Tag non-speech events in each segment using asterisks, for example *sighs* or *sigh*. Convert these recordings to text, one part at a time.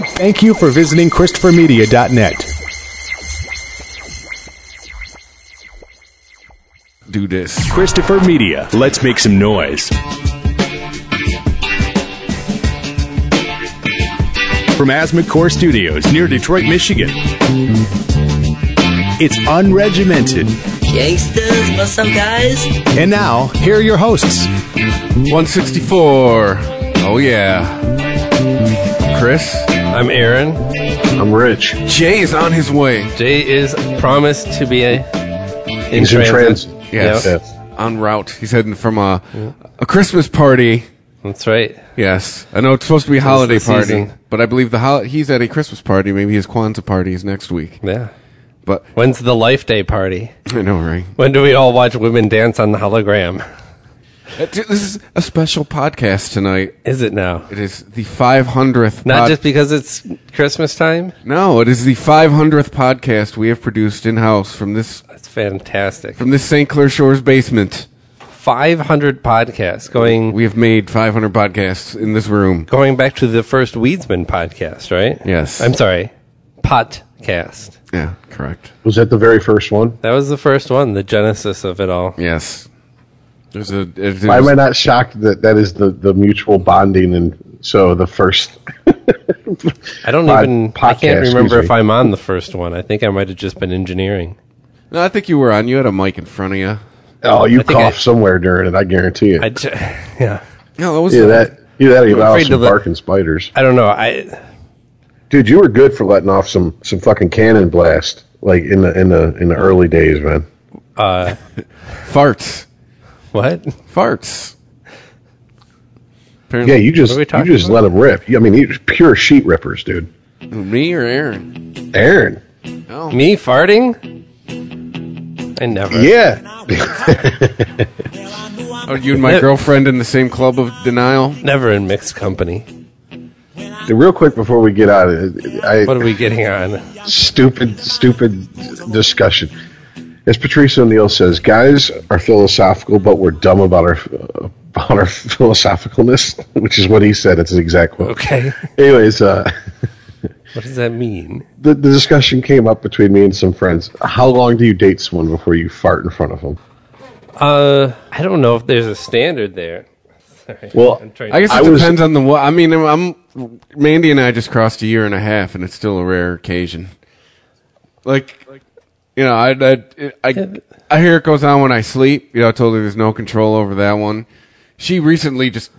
Thank you for visiting ChristopherMedia.net. do this. Christopher Media. Let's make some noise. From Asthma Core Studios near Detroit, Michigan. It's unregimented. Gangsters, what's up, guys? And now, here are your hosts. 164. Oh, yeah. Chris? I'm Aaron. I'm Rich. Jay is on his way. Jay is promised to be a, in He's in transit. transit. Yes. Yep, Yes. En route. He's heading from a, a Christmas party. that's right. Yes. I know it's supposed to be a holiday the party, season. but I believe the hol- he's at a Christmas party. Maybe his Kwanzaa party is next week. Yeah. But When's the Life Day party? I know, right? When do we all watch women dance on the hologram? Uh, t- This is a special podcast tonight. Is it now? It is the 500th. Not Uh, pod- just because it's Christmas time. no, it is the 500th podcast we have produced in house from this That's fantastic. from this St. Clair Shores basement. 500 podcasts going We have made 500 podcasts in this room. going back to the first Weedsman podcast, right? Yes. I'm sorry. Podcast. Yeah, correct. Was that the very first one? That was the first one, the genesis of it all. Yes. There's a. it- there's- Why am I not shocked that that is the, the mutual bonding? And so the first. I don't Pod- even. I podcast, can't remember excuse if me. I'm on the first one. I think I might have just been engineering. no, I think you were on. You had a mic in front of you. Oh, you think I- coughed somewhere during it, I guarantee it. I j- *laughs* yeah. No, that was. yeah, that. You that you let off afraid to some let- barking spiders, I don't know. I dude. You were good for letting off some some fucking cannon blast, like in the in the in the early days, man. farts. what? Farts. Yeah, Apparently, you just What are we you talking just about? let them rip. You- I mean, you was pure sheet rippers, dude. me or Aaron? Aaron, No. Me farting? I never. yeah, Oh, you and my *laughs* Yeah. girlfriend in the same club of denial. Never in mixed company. real quick before we get out of it, I, What are we getting *laughs* on? stupid, stupid discussion. As Patrice O'Neill says, guys are philosophical, but we're dumb about our about our philosophicalness, *laughs* which is what he said. It's an exact quote. Okay. Anyways, uh, What does that mean? the, the discussion came up between me and some friends. How long do you date someone before you fart in front of them? Uh, I don't know if there's a standard there. Well, I'm trying I guess it I was- depends on the. wa- I mean, I'm, I'm- Mandy and I just crossed a year and a half, and it's still a rare occasion. Like, you know, I I I, I hear it goes on when I sleep. You know, I told her there's no control over that one. She recently just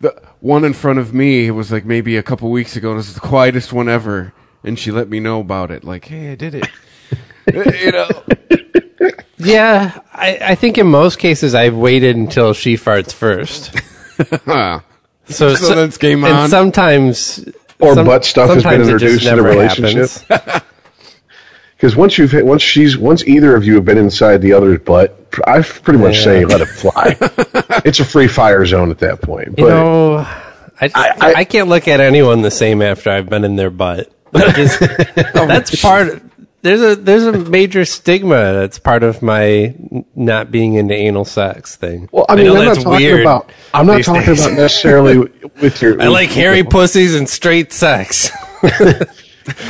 the one in front of me was like maybe a couple weeks ago. and This is the quietest one ever, and she let me know about it. Like, hey, I did it. *laughs* you know, yeah, I, I think in most cases I've waited until she farts *laughs* first. So, So that's game and on. sometimes Or butt stuff has been sometimes it just introduced in the never relationship. happens. Because once you've hit, once she's once either of you have been inside the other's butt, pr- I f- pretty much say let *laughs* it fly. it's a free fire zone at that point. But You know, I, I, I- can't look at anyone the same after I've been in their *laughs* butt. That is- Oh, that's part. There's a there's a major stigma that's part of my n- not being into anal sex thing. well, I mean, know I am not that's talking weird about. I'm not these talking days. about necessarily *laughs* with your. I like hairy pussies and straight sex.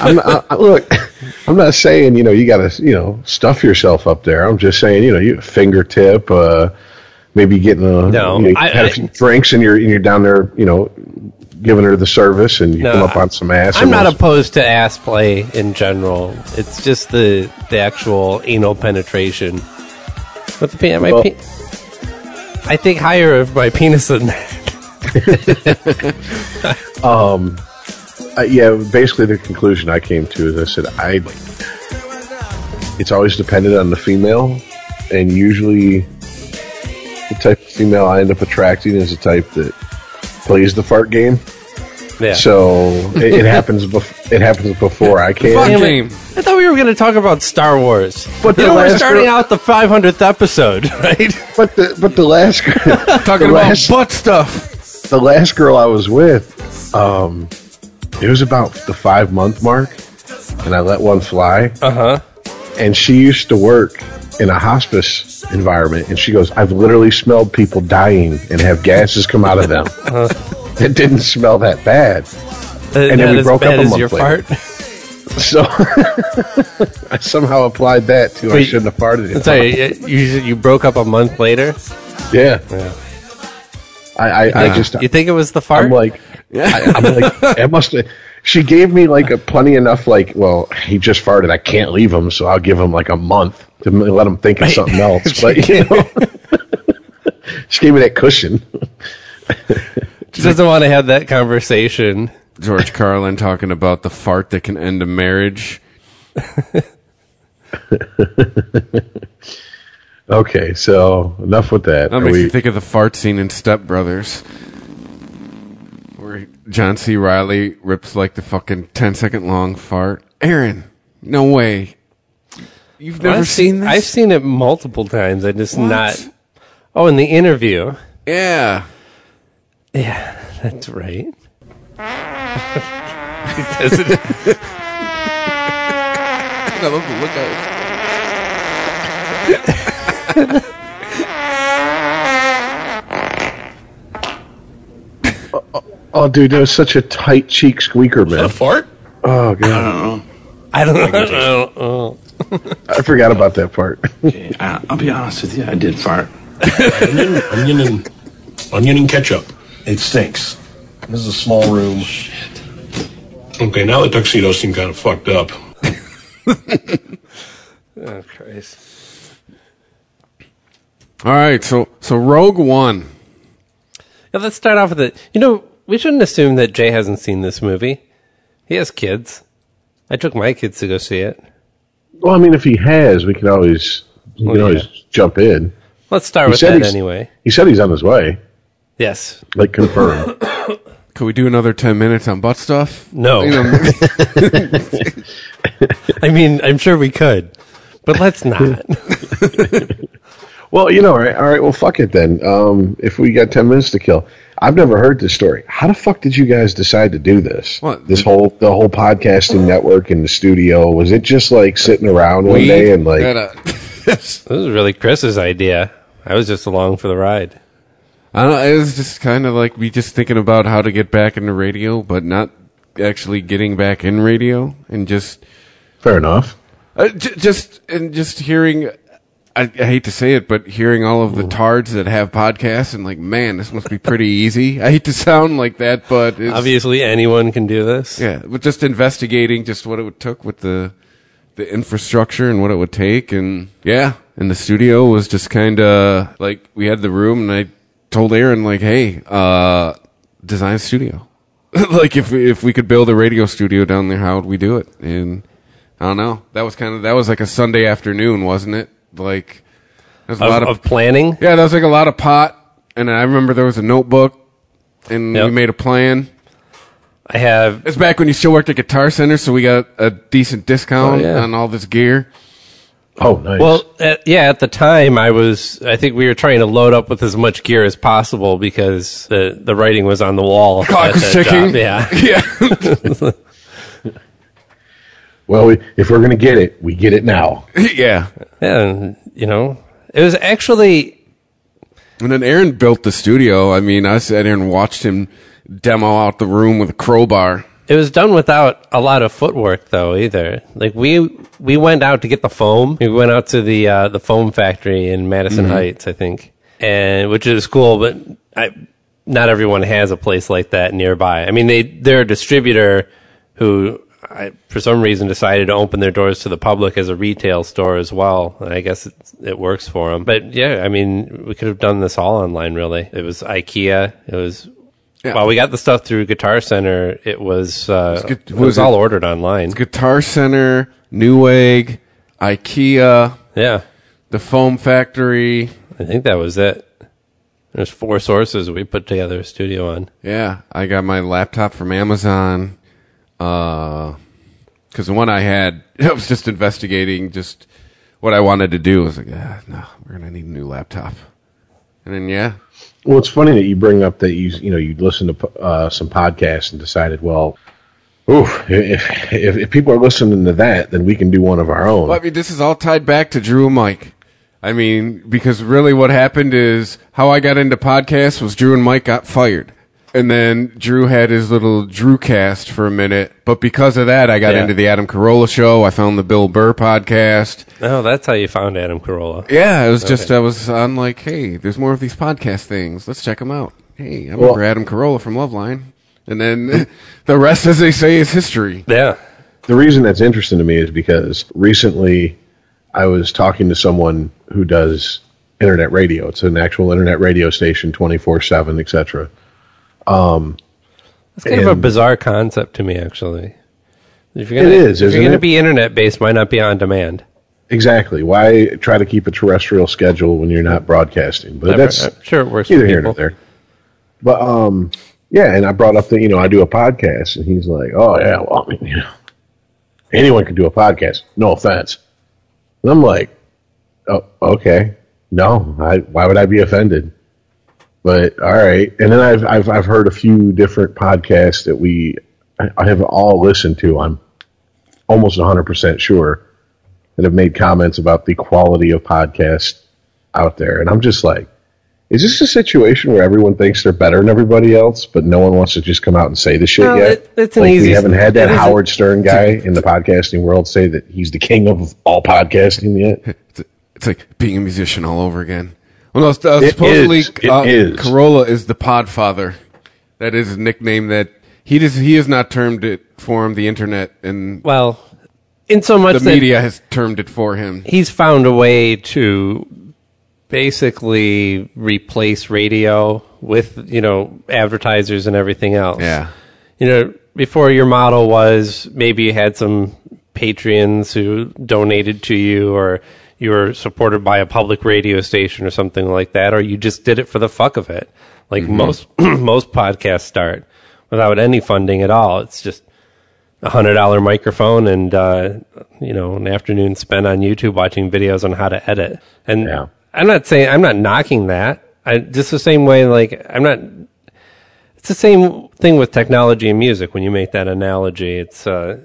I'm not, I, I- look, I'm not saying you know you got to you know stuff yourself up there. I'm just saying you know you fingertip, uh, maybe getting No, a you know, you I- had I- a few drinks and you're and you're down there you know giving her the service and you No, come up I- on some ass. I'm and not that's- opposed to ass play in general. It's just the the actual anal penetration. With the pe- my Well- pe- I think higher of my penis than that. uh, yeah, basically the conclusion I came to is I said I. It's always dependent on the female, and usually the type of female I end up attracting is the type that plays the fart game. Yeah. So *laughs* it, it happens. Bef- it happens before I Fuck can. Damn it. game. I thought we were going to talk about Star Wars. But you the know, we're last- starting out the 500th episode, right? But the but the last *laughs* talking The about last- butt stuff. the last girl I was with, um, it was about the five month mark, and I let one fly. Uh huh. And she used to work in a hospice environment, and she goes, "I've literally smelled people Uh-huh. *laughs* dying and have gases come out of them. it didn't smell that bad." and then not we as broke up bad a as month your later. fart. *laughs* So *laughs* I somehow applied that to I Wait. shouldn't have farted it. Sorry, you, you you broke up a month later. Yeah. I, I, I just you think it was the fart? I'm like I, I'm *laughs* like it must have she gave me like a plenty enough like well he just farted I can't leave him so I'll give him like a month to m- let him think it's something *laughs* else but you know *laughs* she gave me that cushion She doesn't want to have that conversation. George Carlin talking about the fart that can end a marriage. okay so enough with that That Are makes we- me think of the fart scene in Step Brothers, where John C. Riley rips like the fucking 10 second long fart. Aaron, no way. You've never I've seen this? I've seen it multiple times. I just What? not. Oh, in the interview. Yeah. Yeah, that's right. Does it- I love the look of oh dude that was such a tight cheek squeaker *laughs* man fart? oh god I don't know. Oh, I forgot about that part *laughs* I, I'll be honest with you, I did fart. onion, onion, and onion and ketchup. It stinks. This is a small room. Okay, now the tuxedos seem kind of fucked up. oh, Christ. All right, so so Rogue One. Now, let's start off with it. You know, we shouldn't assume that Jay hasn't seen this movie. He has kids. I took my kids to go see it. well I mean if he has we can always you can yeah. always jump in Let's start He with said that he's- anyway. he said he's on his way Yes. *laughs* like confirmed. Could we do another 10 minutes on butt stuff? *laughs* No. You know, *laughs* I mean, I'm sure we could, but let's not. *laughs* Well, you know, all right, all right. Well, fuck it then. Um, if we got ten minutes to kill, I've never heard this story. How the fuck did you guys decide to do this? What? This whole the whole podcasting network and the studio was it just like sitting around one we day and like gotta- This is really Chris's idea. I was just along for the ride. *laughs* I don't know, it was just kind of like me just thinking about how to get back into radio, but not actually getting back in radio, and just fair enough? uh, j- just and just hearing. I, I hate to say it, but hearing all of the tards that have podcasts and like, man, this must be pretty easy. I hate to sound like that, but it's, Obviously, anyone can do this. yeah, but just investigating just what it would took with the the infrastructure and what it would take, and yeah, and the studio was just kind of like we had the room, and I told Aaron like, hey, uh, design a studio. *laughs* like if we, if we could build a radio studio down there, how would we do it? And I don't know. That was kind of that was like a Sunday afternoon, wasn't it? Like there's a Of, lot of, of planning. yeah, that was like a lot of pot, and I remember there was a notebook, and we Yep. made a plan. I have. It's back when you still worked at Guitar Center, so we got a decent discount Oh, yeah. on all this gear. *laughs* Oh, nice. Well, uh, yeah, at the time, I was. I think we were trying to load up with as much gear as possible because the, the writing was on the wall. Clock at was that ticking. job. Yeah. Yeah. *laughs* well, we, if we're gonna get it, we get it now. yeah. yeah. and, You know, it was actually. And then Aaron built the studio. I mean, I sat there and watched him demo out the room with a crowbar. It was done without a lot of footwork, though. Either like we we went out to get the foam. We went out to the uh, the foam factory in Madison Heights, I think, and which is cool. But I, not everyone has a place like that nearby. I mean, they they're a distributor who, I, for some reason, decided to open their doors to the public as a retail store as well. And I guess it, it works for them. But yeah, I mean, we could have done this all online. Really, it was IKEA. It was Yeah. well, we got the stuff through Guitar Center. It was uh, good- it was good- all ordered online. Guitar Center, Newegg, IKEA, Yeah, the Foam Factory. I think that was it. There's four sources we put together a studio on. Yeah, I got my laptop from Amazon. Because the one I had, *laughs* I was just investigating just what I wanted to do. I was like, ah, no, we're going to need a new laptop. And then, yeah. Well, it's funny that you bring up that you you know you listened to uh, some podcasts and decided well. Oof, if, if, if people are listening to that, then we can do one of our own. Well, I mean, this is all tied back to Drew and Mike. I mean, because really what happened is how I got into podcasts was Drew and Mike got fired. and then Drew had his little Drew cast for a minute. But because of that, I got Yeah. into the Adam Carolla show. I found the Bill Burr podcast. Oh, that's how you found Adam Carolla. Yeah, it was just I was on like, hey, there's more of these podcast things. Let's check them out. Hey, I am Well- remember Adam Carolla from Loveline, and then *laughs* the rest, as they say, is history. Yeah. The reason that's interesting to me is because recently I was talking to someone who does internet radio. It's an actual internet radio station, twenty four seven, etc. It's kind of a And- bizarre concept to me, actually. If you're It gonna, is, if isn't you're going to it? be internet based, why not be on demand? Exactly. Why try to keep a terrestrial schedule when you're not broadcasting? But I'm- that's I'm sure it works. neither for here people. nor there. But um, yeah, and I brought up that you know I do a podcast, and he's like, "Oh yeah, well, I mean, you know, anyone can do a podcast. No offense." And I'm like, "Oh, okay, no, I, why would I be offended?" But all right, and then I've I've I've heard a few different podcasts that we I I have all listened to. I'm almost 100 percent sure that have made comments about the quality of podcasts out there, and I'm just like. Is this a situation where everyone thinks they're better than everybody else, but no one wants to just come out and say the shit No, yet? it- it's an like easy- We haven't had that it is a- Howard Stern guy in the podcasting world say that he's the king of all podcasting yet. It's, it's like being a musician all over again. Well, no, it's- uh, It supposedly is. It uh, is. Carolla is the Podfather. That is a nickname that he does. He has not termed it for him. The internet and Well, in so much the that media has termed it for him. he's found a way to basically replace radio with you know advertisers and everything else. Yeah. you know, before your model was maybe you had some patrons who donated to you or you were supported by a public radio station or something like that or you just did it for the fuck of it. Like most *clears throat* most podcasts start without any funding at all. It's just a hundred dollar microphone and uh, you know an afternoon spent on YouTube watching videos on how to edit. And Yeah. I'm not saying I'm not knocking that. I just the same way like I'm not. It's the same thing with technology and music. When you make that analogy, it's uh,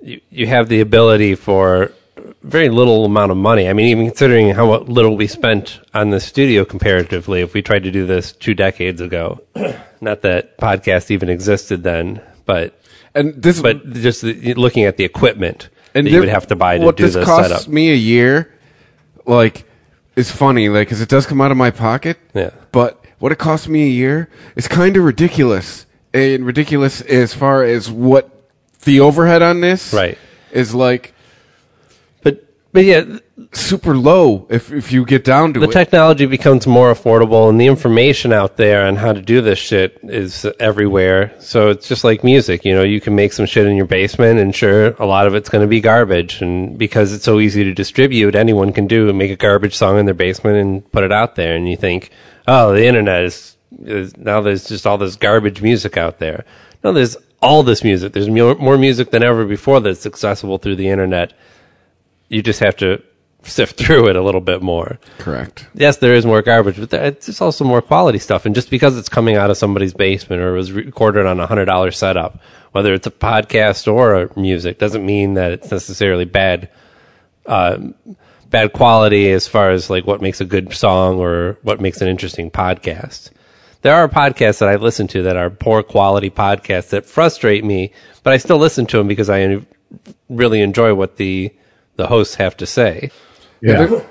you you have the ability for very little amount of money. I mean, even considering how little we spent on the studio comparatively, if we tried to do this two decades ago, *clears throat* not that podcast even existed then, but And this, but just the, looking at the equipment and that there- you would have to buy to what do this the costs setup. me a year, like, is funny, like, because it does come out of my pocket. Yeah. But what it costs me a year is kind of ridiculous, and ridiculous as far as what the overhead on this, Right. is like But but yeah, th- super low if if you get down to the it. technology becomes more affordable, and the information out there on how to do this shit is everywhere. So it's just like music. You know, you can make some shit in your basement, and sure, a lot of it's going to be garbage. And because it's so easy to distribute, anyone can do make a garbage song in their basement and put it out there. And you think, oh, the internet is, is now there's just all this garbage music out there. No, there's all this music. There's mu- more music than ever before that's accessible through the internet. You just have to sift *laughs* through it a little bit more Correct. yes, there is more garbage, but there- it's just also more quality stuff. And just because it's coming out of somebody's basement or was recorded on a hundred dollar setup, whether it's a podcast or a music, doesn't mean that it's necessarily bad. Uh, bad quality as far as like what makes a good song or what makes an interesting podcast. There are podcasts that I listen to that are poor quality podcasts that frustrate me, but I still listen to them because I really enjoy what the the hosts have to say. Yeah. There-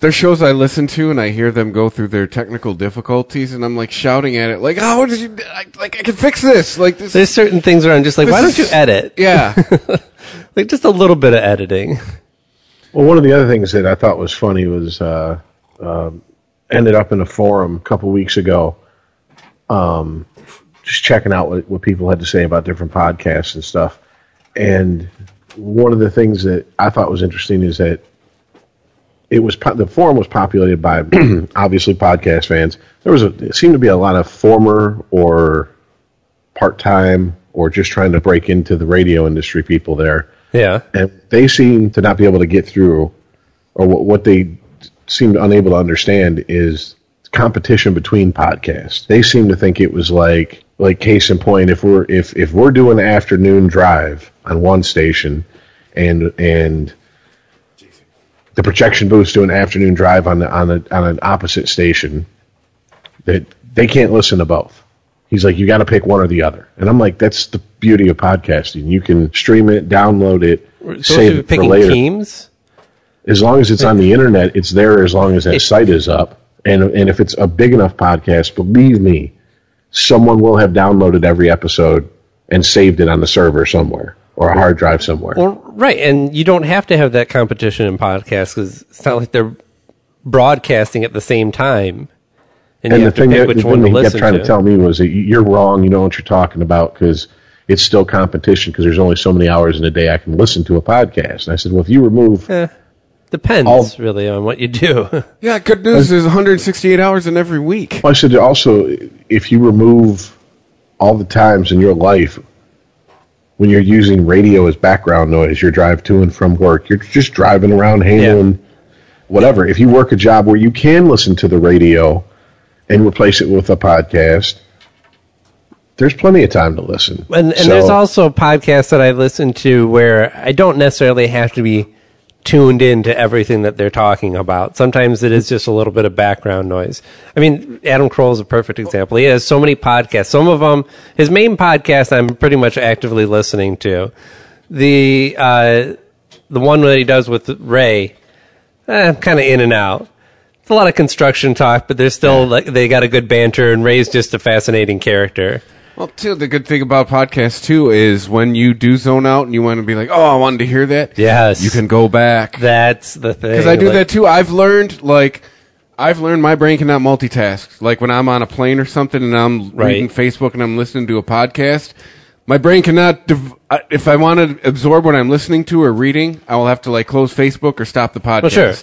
There's shows I listen to, and I hear them go through their technical difficulties, and I'm like shouting at it, like, "How did you? I, like, I can fix this! Like this." There's certain things where I'm just like, this why don't is- you edit? *laughs* Yeah, Like just a little bit of *laughs* editing. Well, one of the other things that I thought was funny was uh, um, ended up in a forum a couple weeks ago, um, just checking out what, what people had to say about different podcasts and stuff. And one of the things that I thought was interesting is that it was po- the forum was populated by *clears throat* obviously podcast fans. There was a it seemed to be a lot of former or part time or just trying to break into the radio industry people there Yeah. and they seem to not be able to get through, or what, what they seem unable to understand is competition between podcasts. They seem to think it was like, like case in point, if we're if if we're doing the afternoon drive on one station, and and the projection booth's doing afternoon drive on the on the on an opposite station, that they can't listen to both. He's like, you got to pick one or the other. And I'm like, that's the beauty of podcasting. You can stream it, download it, Supposed to save be it for picking later. teams. As long as it's on the internet, it's there as long as that site is up. And, and if it's a big enough podcast, believe me, someone will have downloaded every episode and saved it on the server somewhere or a hard drive somewhere. Well, right, and you don't have to have that competition in podcasts because it's not like they're broadcasting at the same time, and, you and the have to thing pick that, which the one thing to he kept listen trying to. to. tell me was that you- you're wrong. You know what you're talking about because it's still competition because there's only so many hours in a day I can listen to a podcast. And I said, well, if you remove, Depends All- really on what you do. *laughs* Yeah, good news. There's 168 hours in every week. I said also if you remove all the times in your life when you're using radio as background noise, your drive to and from work, you're just driving around handling whatever. If you work a job where you can listen to the radio and replace it with a podcast. There's plenty of time to listen. And, and So- there's also podcasts that I listen to where I don't necessarily have to be tuned in to everything that they're talking about. Sometimes it is just a little bit of background noise. I mean, Adam Kroll is a perfect example. He has so many podcasts. Some of them, his main podcast, I'm pretty much actively listening to. The uh, the one that he does with Ray, eh, kind of in and out. It's a lot of construction talk, but they're still like they got a good banter, and Ray's just a fascinating character. Well, too, the good thing about podcasts, too, is when you do zone out and you want to be like, oh, I wanted to hear that. Yes. You can go back. That's the thing. Because I do like- that too. I've learned like I've learned my brain cannot multitask. Like when I'm on a plane or something and I'm Right. reading Facebook and I'm listening to a podcast, my brain cannot. Div- I- if I want to absorb what I'm listening to or reading, I will have to like close Facebook or stop the podcast. sure.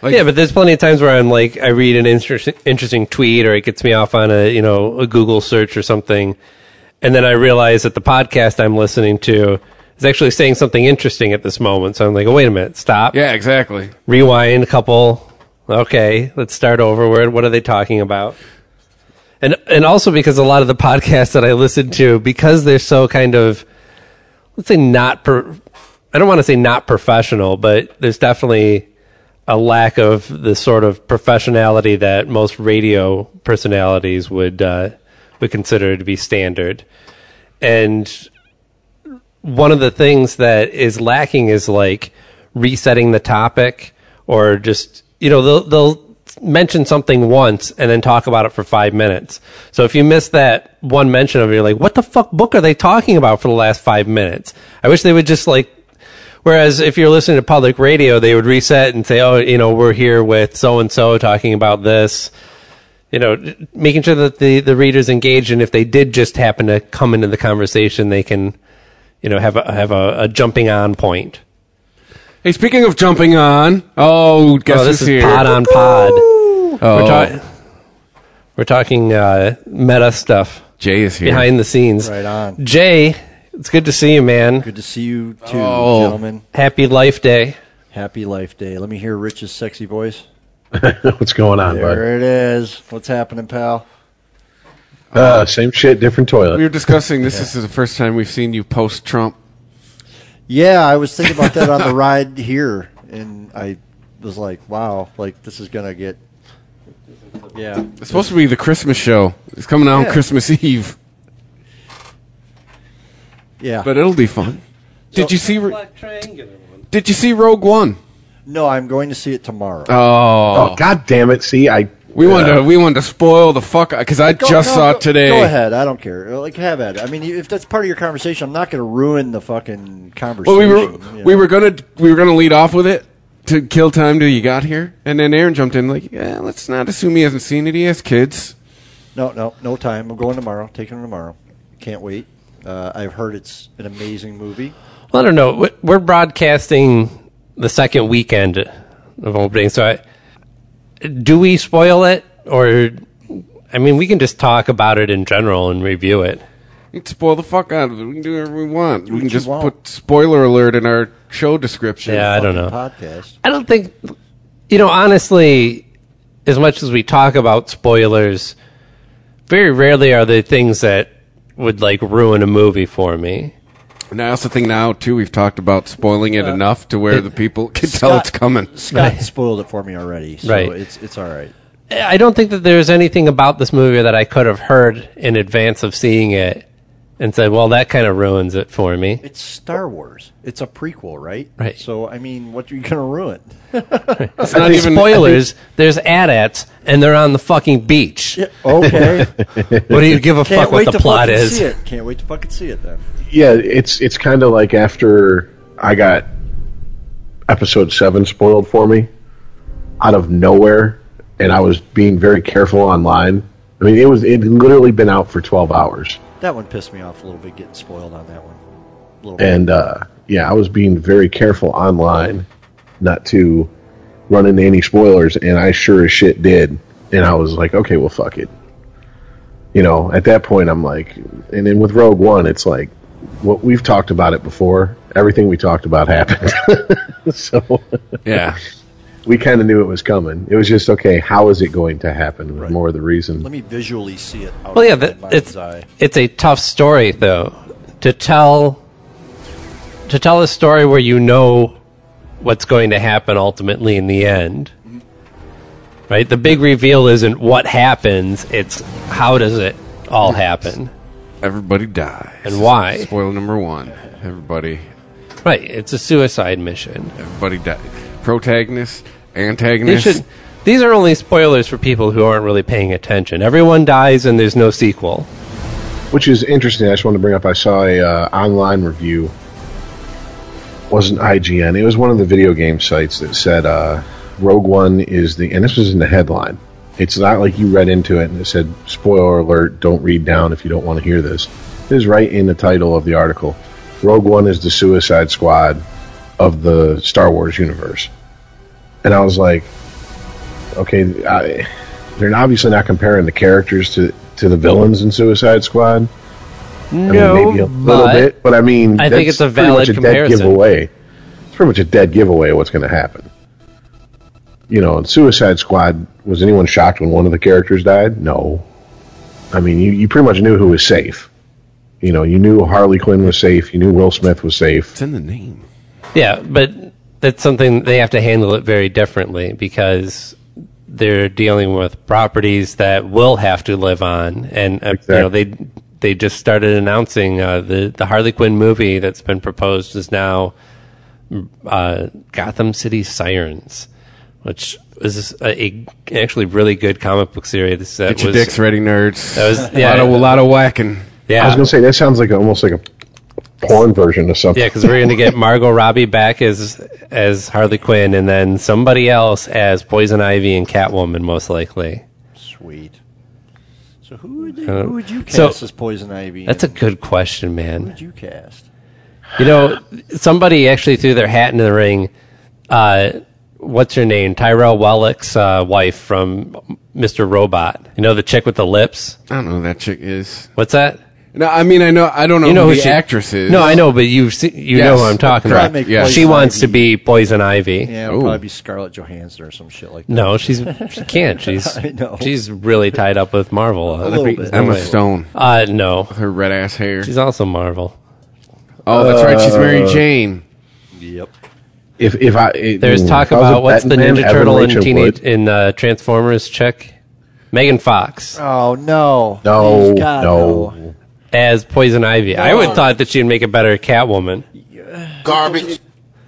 Like, yeah, but there's plenty of times where I'm like, I read an interesting, interesting tweet, or it gets me off on a you know a Google search or something, and then I realize that the podcast I'm listening to is actually saying something interesting at this moment. So I'm like, oh, wait a minute, stop, yeah, exactly. rewind a couple. Okay, let's start over. Where what are they talking about? And and also because a lot of the podcasts that I listen to, because they're so kind of let's say not per, I don't want to say not professional, but there's definitely a lack of the sort of professionality that most radio personalities would uh, would consider to be standard. And one of the things that is lacking is like resetting the topic or just you know they'll they'll mention something once and then talk about it for five minutes so if you miss that one mention of it you're like what the fuck book are they talking about for the last five minutes i wish they would just like whereas if you're listening to public radio they would reset and say oh you know we're here with so and so talking about this you know, making sure that the, the reader's engaged, and if they did just happen to come into the conversation, they can, you know, have a, have a, a jumping on point. Hey, speaking of jumping on, oh, guess Oh, this who's is here? pod on pod. We're, Oh, talk- we're talking uh, meta stuff Jay is here. behind the scenes. Right on. Jay, it's good to see you, man. Good to see you too, Oh. gentlemen. Happy Life Day. Happy Life Day. Let me hear Rich's sexy voice. *laughs* What's going on, bud? There it is. What's happening, pal? Uh, same shit, different toilet. we were discussing this. This is the first time we've seen you post Trump. Yeah, I was thinking about that on *laughs* the ride here, and I was like, wow, like this is gonna get. Yeah. It's supposed to be the Christmas show. It's coming out on Yeah. Christmas *laughs* Eve, Yeah. but it'll be fun. Did you see? Re- triangular one. Did you see Rogue One? no, I'm going to see it tomorrow. Oh, Oh, god damn it! See, I we wanted to, we wanted to spoil the fuck because I Go- just no, saw go- it today. Go ahead. I don't care. Like, have at it. I mean, if that's part of your conversation, I'm not going to ruin the fucking Well, conversation. we were you we know. were gonna we were gonna lead off with it to kill time till you got here, and then Aaron jumped in like, yeah, let's not assume he hasn't seen it. He has kids. No, no, no time. I'm going tomorrow. Taking it tomorrow. Can't wait. Uh, I've heard it's an amazing movie. Well, I don't know. We- We're broadcasting the second weekend of opening, so I, do we spoil it, or I mean, we can just talk about it in general and review it. We can spoil the fuck out of it. We can do whatever we want. We what can you just want. put spoiler alert in our show description. Yeah, I don't know. *laughs* Podcast. I don't think, you know, honestly, as much as we talk about spoilers, very rarely are there things that would like ruin a movie for me. And I also think now too we've talked about spoiling it enough to where the people can tell Scott- it's coming. Scott spoiled it for me already, so Right. it's it's all right. I don't think that there's anything about this movie that I could have heard in advance of seeing it and said, well, that kind of ruins it for me. It's Star Wars. It's a prequel, right? Right. So I mean, what are you gonna ruin? It's not think- spoilers. There's AT-ATs, and they're on the fucking beach. *laughs* Okay. What do you give a Can't fuck what wait the to plot fucking is? see it. Can't wait to fucking see it then. yeah, it's it's kind of like after I got episode seven spoiled for me out of nowhere, and I was being very careful online. I mean, it was it had literally been out for twelve hours, That one pissed me off a little bit, getting spoiled on that one. A little bit. and uh, yeah, I was being very careful online not to run into any spoilers, and I sure as shit did. And I was like, okay, well, fuck it. You know, at that point, I'm like, and then with Rogue One, it's like, what we've talked about it before. Everything we talked about happened, *laughs* so Yeah. we kind of knew it was coming. It was just okay. How is it going to happen? Was More of the reason. Let me visually see it. Out Well, yeah, of that, my mind's it's eye. it's a tough story though to tell to tell a story where you know what's going to happen ultimately in the end. Right? The big reveal isn't what happens, it's how does it all happen? Everybody dies. And why? Spoiler number one. Everybody. Right, it's a suicide mission. Everybody dies. Protagonist. They Antagonist. should these are only spoilers for people who aren't really paying attention. Everyone dies and there's no sequel. which is interesting. I just wanted to bring up. I saw a uh, online review. Wasn't IGN? It was one of the video game sites that said uh, Rogue One is the, and this was in the headline. It's not like you read into it and it said spoiler alert. Don't read down if you don't want to hear this. It is right in the title of the article. Rogue One is the Suicide Squad of the Star Wars universe, and I was like, okay, I, they're obviously not comparing the characters to to the villains in Suicide Squad. No, I mean, maybe a little but- bit, but I mean, I think it's that's a pretty much valid a comparison. Dead giveaway. It's pretty much a dead giveaway. What's going to happen? You know, in Suicide Squad, was anyone shocked when one of the characters died? No. I mean, you, you pretty much knew who was safe. You know, you knew Harley Quinn was safe. You knew Will Smith was safe. It's in the name. Yeah, but that's something they have to handle it very differently because they're dealing with properties that will have to live on, and uh, you know Exactly. they they just started announcing uh, the the Harley Quinn movie that's been proposed is now uh, Gotham City Sirens, which is a, a actually really good comic book series that Get your was dicks ready, nerds. that was- *laughs* a, lot yeah. of, a lot of whacking. yeah I was going to say that sounds like a, almost like a porn version of something. Yeah, because we're going to get Margot Robbie back as as Harley Quinn, and then somebody else as Poison Ivy and Catwoman, most likely. Sweet. So who would, they, Uh, who would you cast so- as Poison Ivy? That's a and good question, Who man. would you cast? You know, somebody actually threw their hat into the ring. Uh, what's her name? Tyrell Wellick's uh, wife from Mr. Robot. You know the chick with the lips. I don't know who that chick is. What's that? No, I mean, I know. I don't know, You know who, who Oh, the she- actress is. No, I know, but you've seen, you know Yes, who I'm talking correct, about. yes. She Poison wants to be Ivy. Poison Ivy. Yeah, Ooh. it'd probably be Scarlett Johansson or some shit like that. No, she's she can't. She's *laughs* I know. she's really tied up with Marvel. A little bit. Emma Stone. Uh, no, Her red ass hair. she's also Marvel. oh, that's right. She's Mary Jane. Yep. If if I Hmm. it, mm, There's if talk I was a about what's the betting man, Ninja Evan Turtle in Rachel teenage would. in uh, Transformers chick, Megan Fox Oh no. No, Please, God, no. as Poison Ivy. I Oh. would thought that she'd make a better Catwoman. Garbage.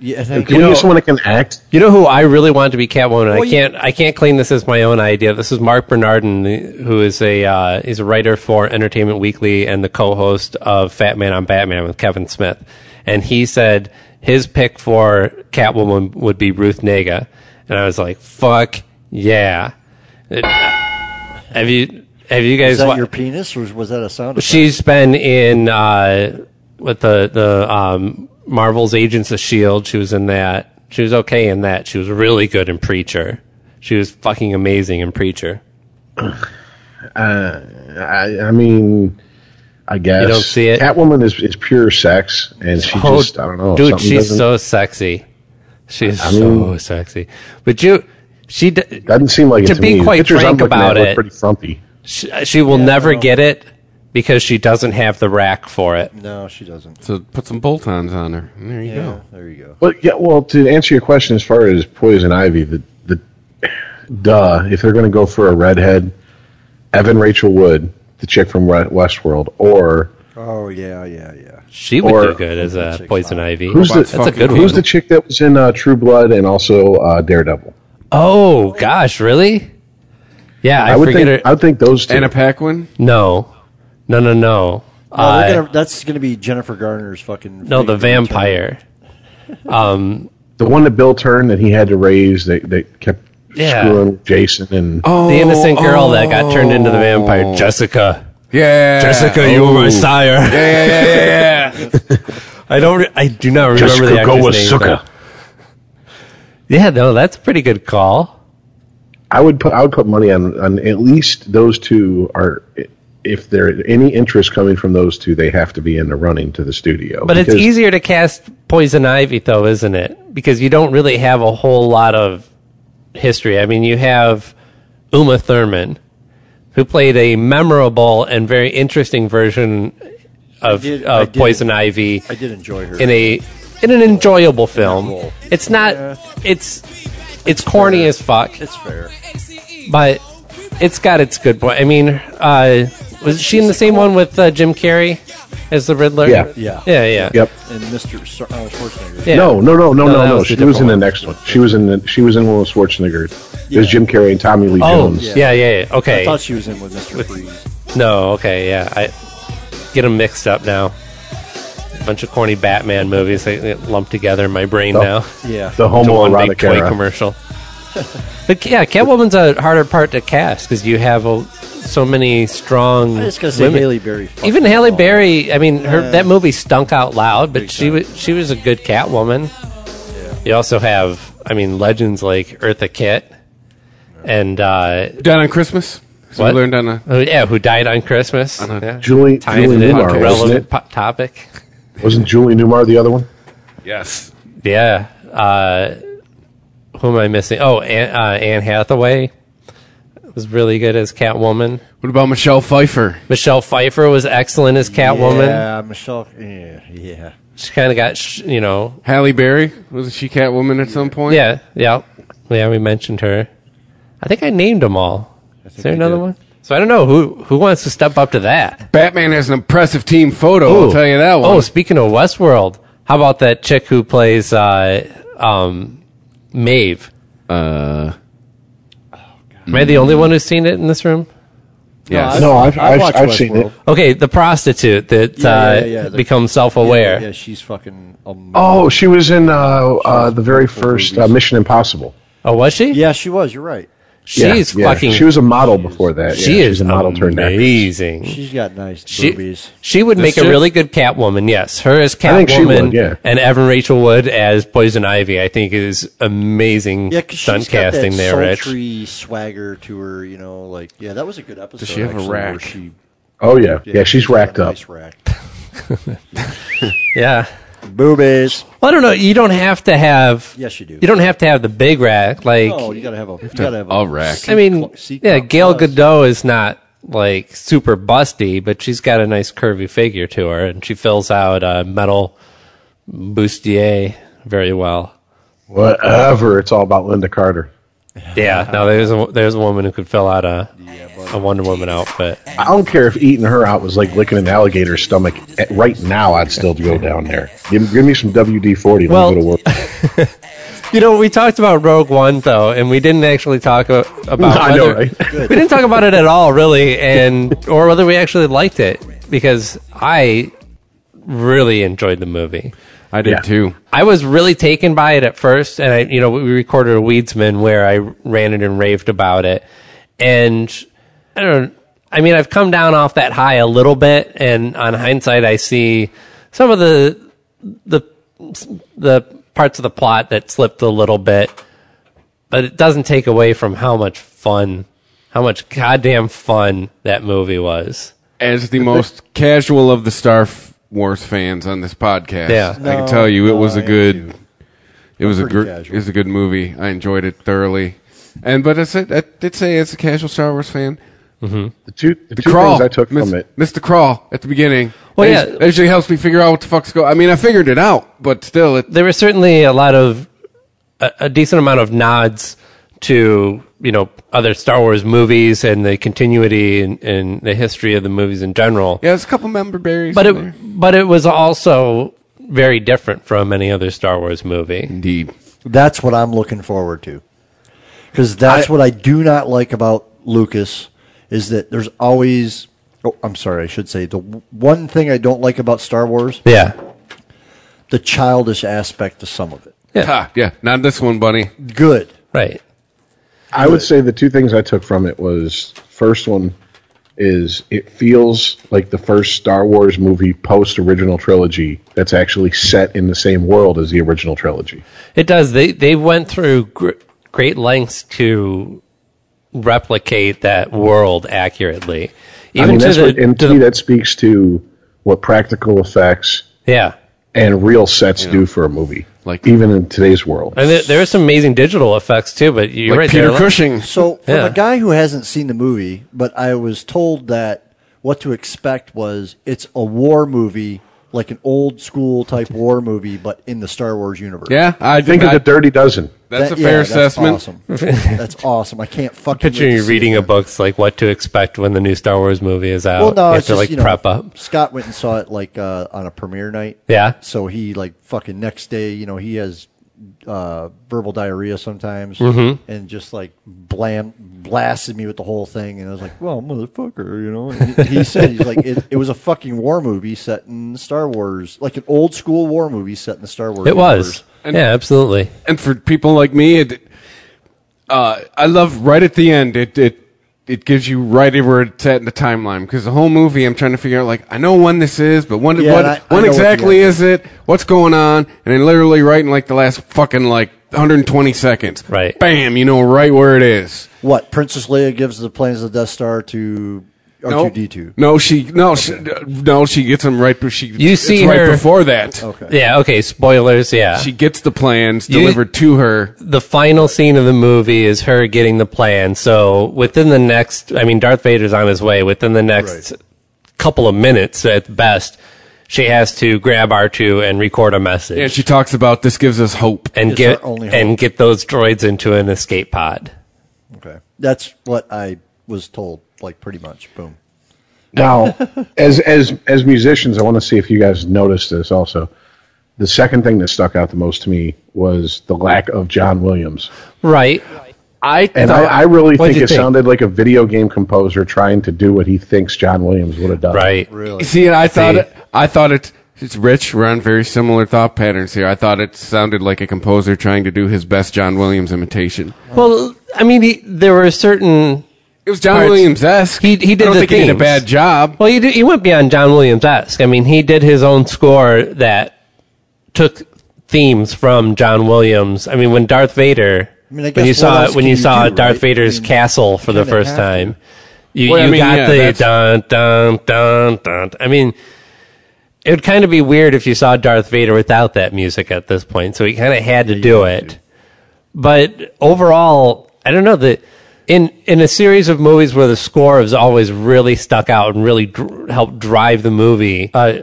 Yeah, thank Can you. we know- get someone that can act? You know who I really want to be Catwoman? and Well, I you- can't. I can't claim this as my own idea. This is Mark Bernardin, who is a uh, he's a writer for Entertainment Weekly and the co-host of Fat Man on Batman with Kevin Smith, and he said his pick for Catwoman would be Ruth Nega, and I was like, "Fuck yeah!" It- have you have you guys? Is that wa- your penis, or was that a sound? effect? She's been in uh, with the the um, Marvel's Agents of Shield. E She was in that. She was okay in that. She was really good in Preacher. She was fucking amazing in Preacher. I, I mean, I guess don't see it? Oh, Catwoman is, is pure sex, and she just I don't know. dude. something She's doesn't, so sexy. She's so sexy. But you, she d- doesn't seem like to it to be me. The quite pictures I'm frank looking at about look it- pretty frumpy. she, she will never get it because she doesn't have the rack for it. no, she doesn't. So put some bolt ons on her. And there you Yeah, go. there you go. Well, yeah. Well, to answer your question, as far as Poison Ivy, the the duh. If they're going to go for a redhead, Evan Rachel Wood, the chick from Re- Westworld, or Oh yeah, yeah, yeah. She would Or- do good as a poison ivy. who's the, That's a good who's one. the chick that was in uh, True Blood and also uh, Daredevil? oh gosh, really? Yeah, I, would forget think her. I would think those two. Anna Paquin. no, no, no, no. No, Uh, we're gonna, that's going to be Jennifer Garner's fucking. no, the thing to return. vampire. the one that Bill turned that he had to raise that that kept Yeah. screwing with Jason and Oh, The innocent girl that got turned into the vampire, Jessica. Yeah, Oh. Jessica, you were my sire. Yeah, yeah, yeah, yeah, yeah. *laughs* I don't. Re- I do not remember the actor's name. but- Yeah, no, that's a pretty good call. I would put I would put money on on at least those two are if there any interest coming from those two they have to be in the running to the studio. But it's Because easier to cast poison ivy, though, isn't it? Because you don't really have a whole lot of history. I mean, you have Uma Thurman, who played a memorable and very interesting version of, did- I of did. Poison Ivy I did enjoy her. in a in an enjoyable film. role. It's not. Yeah. It's it's corny as fuck, it's fair. but it's got its good point. I mean, uh, was she in the same one with uh, Jim Carrey as the Riddler? Yeah. Yeah. yeah, yeah. Yep. And Mr. Sar- uh, Schwarzenegger. Yeah. No, no, no, No, no, no, that no. was She the was in the different next one. She was in the, she was in one with Schwarzenegger. It was Jim Carrey and Tommy Lee Oh, Jones. yeah, yeah, yeah. Okay. I thought she was in with Mr. Freeze. No, okay, yeah. I get them mixed up now. A bunch of corny Batman movies they get lumped together in my brain Oh. now. Yeah. The To one big homoerotic toy era. *laughs* commercial. but yeah, Catwoman's a harder part to cast because you have a, so many strong. I was gonna say women. Haley Berry. fucking Even Halle awesome. Berry. I mean, her Yeah. that movie stunk out loud, but Big she time. was she was a good Catwoman. You also have, I mean, legends like Eartha Kitt, and uh, Down on Christmas. So What? we learned on a Oh, yeah, who died on Christmas? Yeah. Julie Ties Julie it in Newmar, a wasn't relevant it? po- topic. Wasn't Julie Newmar the other one? yes. Yeah. Uh, who am I missing? Oh, Anne, uh, Anne Hathaway was really good as Catwoman. What about Michelle Pfeiffer? Michelle Pfeiffer was excellent as Catwoman. Yeah, Michelle. Yeah, yeah. She kind of got, sh- you know, Halle Berry wasn't she Catwoman at some point? yeah, yeah, yeah. We mentioned her. I think I named them all. Is there you another did. one? So I don't know who who wants to step up to that. Batman has an impressive team photo. I'll Ooh. tell you that one. Oh, speaking of Westworld, how about that chick who plays uh, um, Maeve? Uh, Am I the only one who's seen it in this room? yes. No, I've I I've, watched I've seen Westworld. it. Okay, the prostitute that Yeah, uh, yeah, yeah, the- becomes Yeah, self-aware. yeah, she's fucking. Um, Oh, she was in uh, uh, the very first uh, Mission Impossible. Oh, was she? Yeah, she was. You're right. she's Yeah, yeah. fucking. She was a model before that. she yeah. is She's a model turned actress. amazing. She's got nice She, boobies. she would make a chick? really good Catwoman. Yes, her as think she Catwoman would, yeah. and Evan Rachel Wood as Poison Ivy. I think is amazing Yeah, 'cause stunt she's got casting that there, Rich. sultry swagger to her. You know, like yeah, that was a good episode. she have a actually, rack? where She, Oh yeah, yeah. she's got a racked up. nice rack. Yeah. Boobies. Well, I don't know. You don't have to have. Yes, you do. You don't have to have the big rack. Like, Oh, you gotta have a. You gotta have a, A rack. I mean, C- yeah, C- Gail plus. Godot is not like super busty, but she's got a nice curvy figure to her, and she fills out a metal bustier very well. Whatever. It's all about Linda Carter. Yeah. Now there's a there's a woman who could fill out a a Wonder Woman outfit. I don't care if eating her out was like licking an alligator's stomach. Eh, Right now, I'd still go down there. Give, give me some WD forty. Well- Well, go to work. You know, we talked about Rogue One though, and we didn't actually talk a- about. *laughs* I know, whether- right? *laughs* Good. We didn't talk about it at all, really, and or whether we actually liked it because I really enjoyed the movie. I did Yeah. too. I was really taken by it at first, and I, you know, we recorded a Weedsman where I ran it and raved about it, and I don't. I mean, I've come down off that high a little bit, and on hindsight, I see some of the the the parts of the plot that slipped a little bit, but it doesn't take away from how much fun, how much goddamn fun that movie was. As the most casual of the Star F- Wars fans on this podcast, Yeah. I can tell you it was a I am too. good. It was a pretty gr- it casual. was a good movie. I enjoyed it thoroughly. And but I said I did say as a casual Star Wars fan, The two, the the two crawl things I took Miss- from it. Mr. Crawl at the beginning. Well, That yeah. usually- that usually helps me figure out what the fuck's going. I mean, I figured it out, but still, it there were certainly a lot of a, a decent amount of nods to you know other Star Wars movies and the continuity and, and the history of the movies in general. Yeah, there's a couple member berries. But in there. it but it was also very different from any other Star Wars movie. indeed. That's what I'm looking forward to. Because that's what I do not like about Lucas is that there's always. Oh, I'm sorry. I should say the w- one thing I don't like about Star Wars Yeah. the childish aspect of some of it. Ha, yeah, not this one, bunny. Good. Right. I would say the two things I took from it was first one is it feels like the first Star Wars movie post original trilogy that's actually set in the same world as the original trilogy. It does. They they went through gr- great lengths to replicate that world accurately. Even I mean, to that's the, what, and to to the- me, that speaks to what practical effects yeah. and real sets do for a movie, Like- even in today's world. And there, there are some amazing digital effects too, but you're Like right Peter there. Cushing. So, from Yeah. a guy who hasn't seen the movie, but I was told that what to expect was it's a war movie, like an old school type war movie, but in the Star Wars universe. Yeah, I Think of the *laughs* Dirty Dozen. That's That- a fair yeah, assessment. That's awesome. that's awesome. *laughs* I can't fucking Picture wait to you see reading it. a book's like what to expect when the new Star Wars movie is out. Well, no, you have it's to just like you know, prep up. Scott went and saw it like uh, on a premiere night. Yeah. So he like fucking next day, you know, he has uh, verbal diarrhea sometimes, Mm-hmm. and just like blam blasted me with the whole thing, and I was like, "Well, motherfucker," you know. And He, he said he's like, it, "It was a fucking war movie set in Star Wars, like an old school war movie set in the Star Wars." It was. universe." yeah, absolutely. and for people like me, it, uh, I love right at the end. It it it gives you right where it's at in the timeline because the whole movie I'm trying to figure out like I know when this is, but when Yeah, what and I- I when know what exactly the end is it? What's going on? And then literally right in like the last fucking like 120 seconds, Right. Bam, you know right where it is. What Princess Leia gives the plans of the Death Star to R two Oh, D two. No, she no she, no she gets them right. She You it's see right her- before that. Okay. Yeah. Okay. Spoilers. Yeah. She gets the plans You- delivered to her. the final scene of the movie is her getting the plan. So within the next, I mean, Darth Vader's on his way. Within the next couple of minutes at best, she has to grab R two and record a message And she talks about this gives us hope. and It's get our only hope. and get those droids into an escape pod. Okay. That's what I was told. Like pretty much. Boom. Now, as as as musicians, I want to see if you guys noticed this also. The second thing that stuck out the most to me was the lack of John Williams. Right. I And I, I really What'd think you it think? sounded like a video game composer trying to do what he thinks John Williams would have done. Right. Really. See, and I thought See. it, I thought it. It's Rich. We're on very similar thought patterns here. I thought it sounded like a composer trying to do his best John Williams imitation. Well, I mean, he, there were certain. It was John Parts. Williams esque. He- he did I don't the think he did a themes. bad job. Well, he, did, he went beyond John Williams esque. I mean, he did his own score that took themes from John Williams. I mean, when Darth Vader, I mean, I when guess you what saw else when can you you saw do, Darth right? Vader's I mean, castle for the kinda first have time, you, Well, I you mean, got yeah, the that's- dun dun dun dun. I mean. It would kind of be weird if you saw Darth Vader without that music at this point, so he kind of had to do it but overall, I don't know that in in a series of movies where the score has always really stuck out and really dr- helped drive the movie. Uh,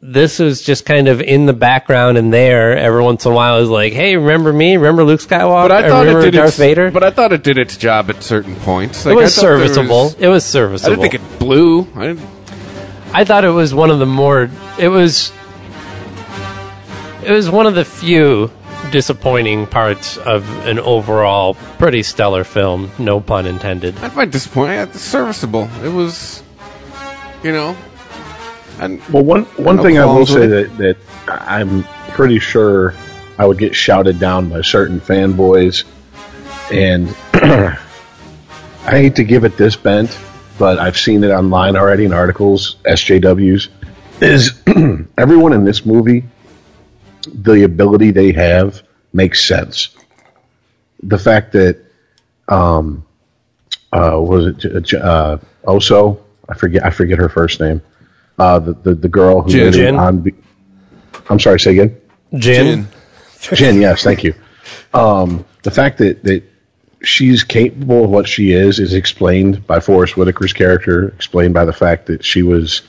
this was just kind of in the background and there every once in a while. It was like, hey, remember me? Remember Luke Skywalker? But I thought it remember did Darth its, Vader? But I thought it did its job at certain points. it Like, was I thought there serviceable. was- it was I serviceable. didn't think it blew. I didn't, I thought it was one of the more. It was. It was one of the few disappointing parts of an overall pretty stellar film. No pun intended. I find disappointing. It's serviceable. It was, you know, and Well, one one No thing I will qualms with say it. that, that I'm pretty sure I would get shouted down by certain fanboys, and *clears throat* I hate to give it this bent, but I've seen it online already in articles, SJWs, is *clears throat* everyone in this movie, the ability they have makes sense. The fact that, um, uh, what was it J- J- uh, Oso? I forget. I forget her first name. Uh, the, the the girl who Jin. lives on. Be- I'm sorry. Say again. Jin. Jen, yes, thank you. Um, the fact that, that she's capable of what she is is explained by Forrest Whitaker's character, explained by the fact that she was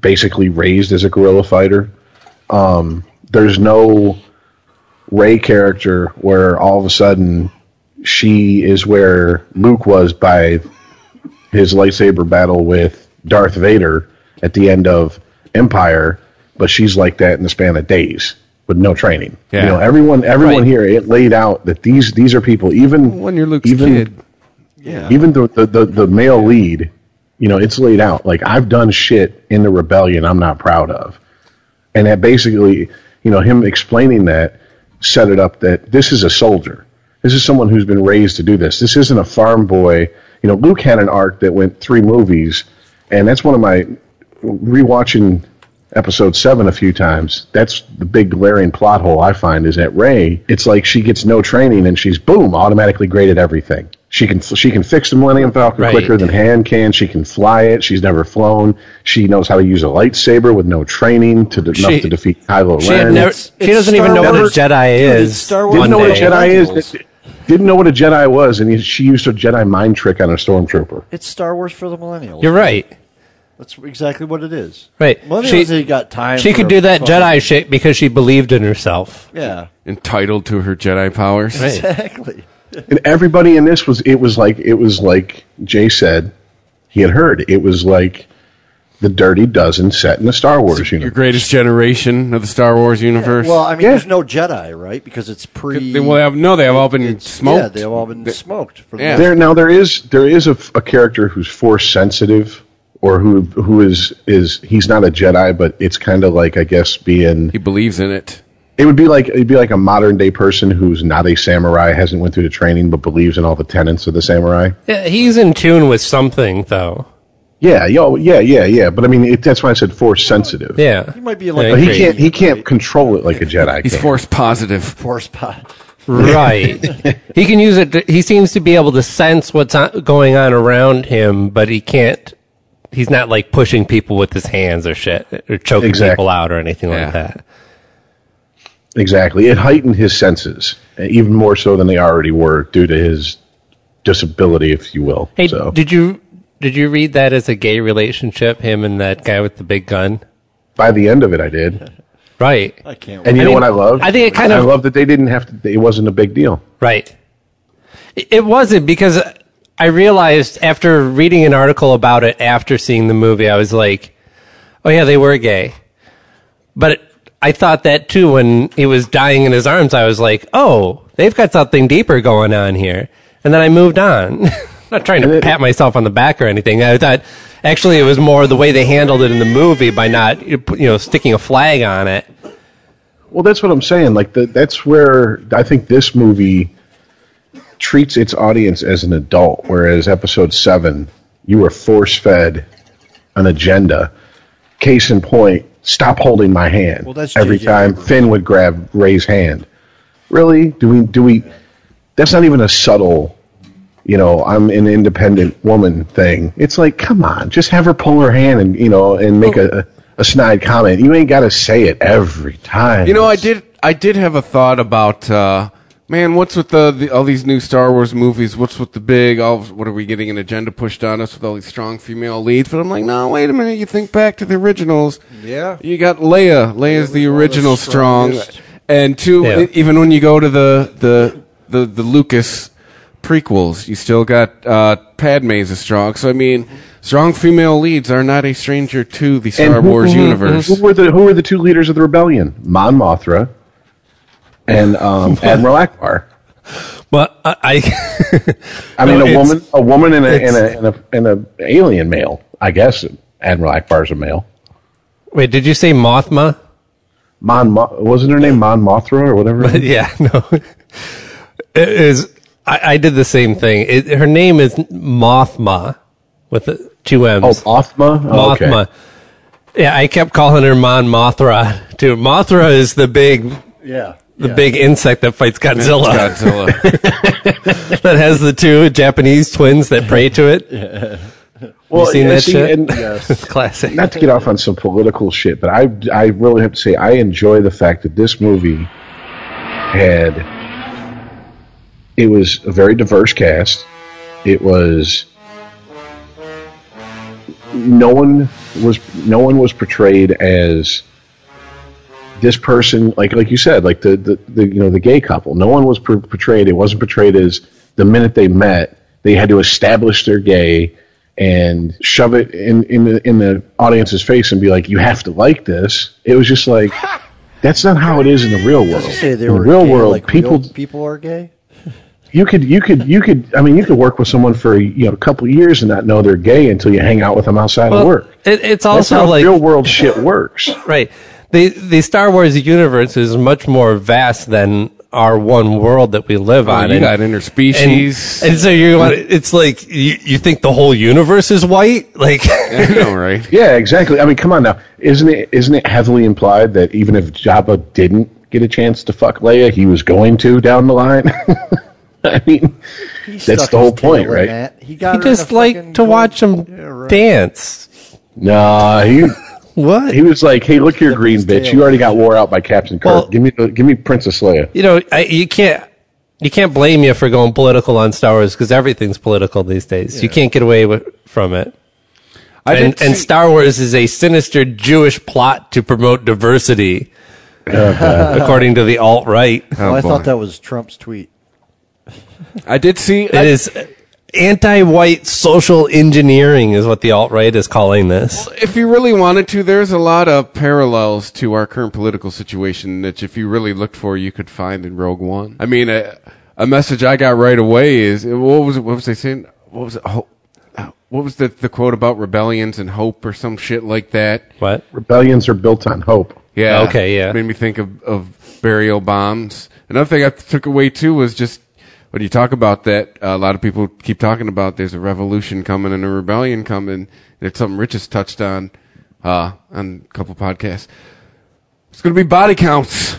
basically raised as a guerrilla fighter. Um, there's no Ray character where all of a sudden she is where Luke was by his lightsaber battle with Darth Vader at the end of Empire, but she's like that in the span of days with no training. Yeah. You know, everyone everyone Right. here it laid out that these these are people even When you're Luke's even, kid. even the, the, the, the male lead, you know, it's laid out. Like I've done shit in the rebellion I'm not proud of. And that basically, you know, him explaining that set it up that this is a soldier. This is someone who's been raised to do this. This isn't a farm boy. You know, Luke had an arc that went three movies, and that's one of my rewatching episode seven a few times. That's the big glaring plot hole I find is that Ray. It's like she gets no training and she's boom automatically great at everything. She can she can fix the Millennium Falcon Right. quicker than hand can. She can fly it. She's never flown. She knows how to use a lightsaber with no training to de- She- enough to defeat Kylo She, had Ren. never, It's- she it's doesn't Star even know what a Wars. Jedi Dude, it's is. Star Wars. didn't know what a Monday. Jedi is. Didn't know what a Jedi was, and she used her Jedi mind trick on a stormtrooper. It's Star Wars for the millennials. You're right. That's exactly what it is. Right. Millennials She- ain't got time. She for could do that fucking- Jedi shit because she believed in *laughs* herself. Yeah. Entitled to her Jedi powers. Exactly. And everybody in this was it was like it was like Jay said he had heard. It was like the Dirty Dozen set in the Star Wars Your universe. greatest generation of the Star Wars universe. Well, I mean, Yeah. there's no Jedi, right? Because it's pre. they, well, they have, no, they have all been it's- smoked. Yeah, they've all been smoked. For Yeah. There now there is there is a, f- a character who's force sensitive or who who is is he's not a Jedi but it's kind of like I guess being he believes in it. It would be like it'd be like a modern day person who's not a samurai, hasn't went through the training, but believes in all the tenets of the samurai. Yeah, he's in tune with something, though. Yeah, yo, yeah, yeah, yeah. But I mean, it, that's why I said force sensitive. Yeah. He might be like- Yeah, but he great. *laughs* can't he can't control it like a Jedi. He's can. force positive. Force pot. Right. he can use it. To, he seems to be able to sense what's on, going on around him, but he can't. He's not like pushing people with his hands or shit or choking Exactly. people out or anything Yeah. like that. exactly. It heightened his senses and even more so than they already were due to his disability, if you will. Hey, so did you did you read that as a gay relationship? Him and that guy with the big gun. by the end of it, *laughs* I did. Right. I can't. And you I know mean, what I love? I think it kind I of- love that they didn't have to. It wasn't a big deal. Right. It it wasn't because I realized after reading an article about it after seeing the movie, I was like, oh, yeah, they were gay. But I thought that too when he was dying in his arms. I was like, oh, they've got something deeper going on here. And then I moved on. *laughs* Not trying to pat myself on the back or anything. I thought actually it was more the way they handled it in the movie by not, you know, sticking a flag on it. Well, that's what I'm saying. Like the, that's where I think this movie treats its audience as an adult, whereas episode seven, you were force fed an agenda. Case in point, stop holding my hand. Well, that's every J.J. time Finn would grab Ray's hand. Really? Do we? Do we? That's not even a subtle. You know, I'm an independent woman thing. It's like, come on, just have her pull her hand and you know, and make a, a snide comment. You ain't got to say it every time. You know, I did. I did have a thought about, uh, man, what's with the, the all these new Star Wars movies? What's with the big? All what are we getting an agenda pushed on us with all these strong female leads? But I'm like, no, wait a minute. You think back to the originals. Yeah. You got Leia. Leia's the one of the original strong. strongest. And two, Yeah. e- even when you go to the the the, the Lucas prequels, you still got uh, Padme's a strong. So I mean, strong female leads are not a stranger to the Star who- Wars who- universe. Who were the Who were the two leaders of the rebellion? Mon Mothra and um, Admiral Akbar. But I. I *laughs* I No, mean, a it's- woman, a woman, and a and it's- a, and a and a alien male. I guess Admiral Akbar's a male. Wait, did you say Mothma? Mon Mo- wasn't her name Mon Mothra or whatever. *laughs* yeah, no. It is. I, I did the same thing. It, her name is Mothma with the two M's. oh, Mothma. Oh, okay. Mothma. Yeah, I kept calling her Mon Mothra too. Mothra is the big, Yeah. the yeah. big insect that fights Godzilla. Godzilla. *laughs* that has the two Japanese twins that pray to it. Well, seen and that see, shit? and- It's *laughs* classic. not to get off on some political shit, but I I really have to say I enjoy the fact that this movie had it was a very diverse cast. It was no one was no one was portrayed as this person like like you said like the, the, the you know the gay couple no one was per- portrayed it wasn't portrayed as the minute they met, they had to establish they're gay and shove it in in the, in the audience's face and be like, "You have to like this." It was just like. That's not how it is in the real world. Say they in the were real gay, world, like people real people are gay. you could you could you could I mean you could work with someone for you know a couple of years and not know they're gay until you hang out with them outside of work. It, it's That's also how like real world shit works. right. The the Star Wars universe is much more vast than our one world that we live on. you and- got and, interspecies. and so you want it's like you, you think the whole universe is white like *laughs* *laughs* I know, right? Yeah, exactly. I mean, come on now. Isn't it isn't it heavily implied that even if Jabba didn't get a chance to fuck Leia, he was going to down the line? *laughs* I mean, He that's stuck the whole his tail point, in right? that. He got I her in just a fucking like to cool- watch them Yeah, right. dance nah, he what he was like, "Hey, look here, Flipped green his bitch. tail. You already got wore out by Captain Kirk. Well- give me give me Princess Leia." you know I, you can't you can't blame you for going political on Star Wars because everything's political these days you can't get away with, from it I and, did and see- Star Wars is a sinister Jewish plot to promote *laughs* diversity, according to the alt right. Oh, Oh, I boy. thought that was Trump's tweet. I did see. I, It is anti-white social engineering, is what the alt right is calling this. if you really wanted to, there's a lot of parallels to our current political situation that if you really looked for, you could find in Rogue One. I mean, a, a message I got right away is uh, what was it, what was they saying? What was it? Ho- uh, what was the, the quote about rebellions and hope or some shit like that? What? Rebellions are built on hope. Yeah. Okay, yeah. Made me think of, of burial bombs. Another thing I took away too was just when you talk about that, uh, a lot of people keep talking about there's a revolution coming and a rebellion coming. It's something Rich has touched on uh, on a couple podcasts. It's going to be body counts.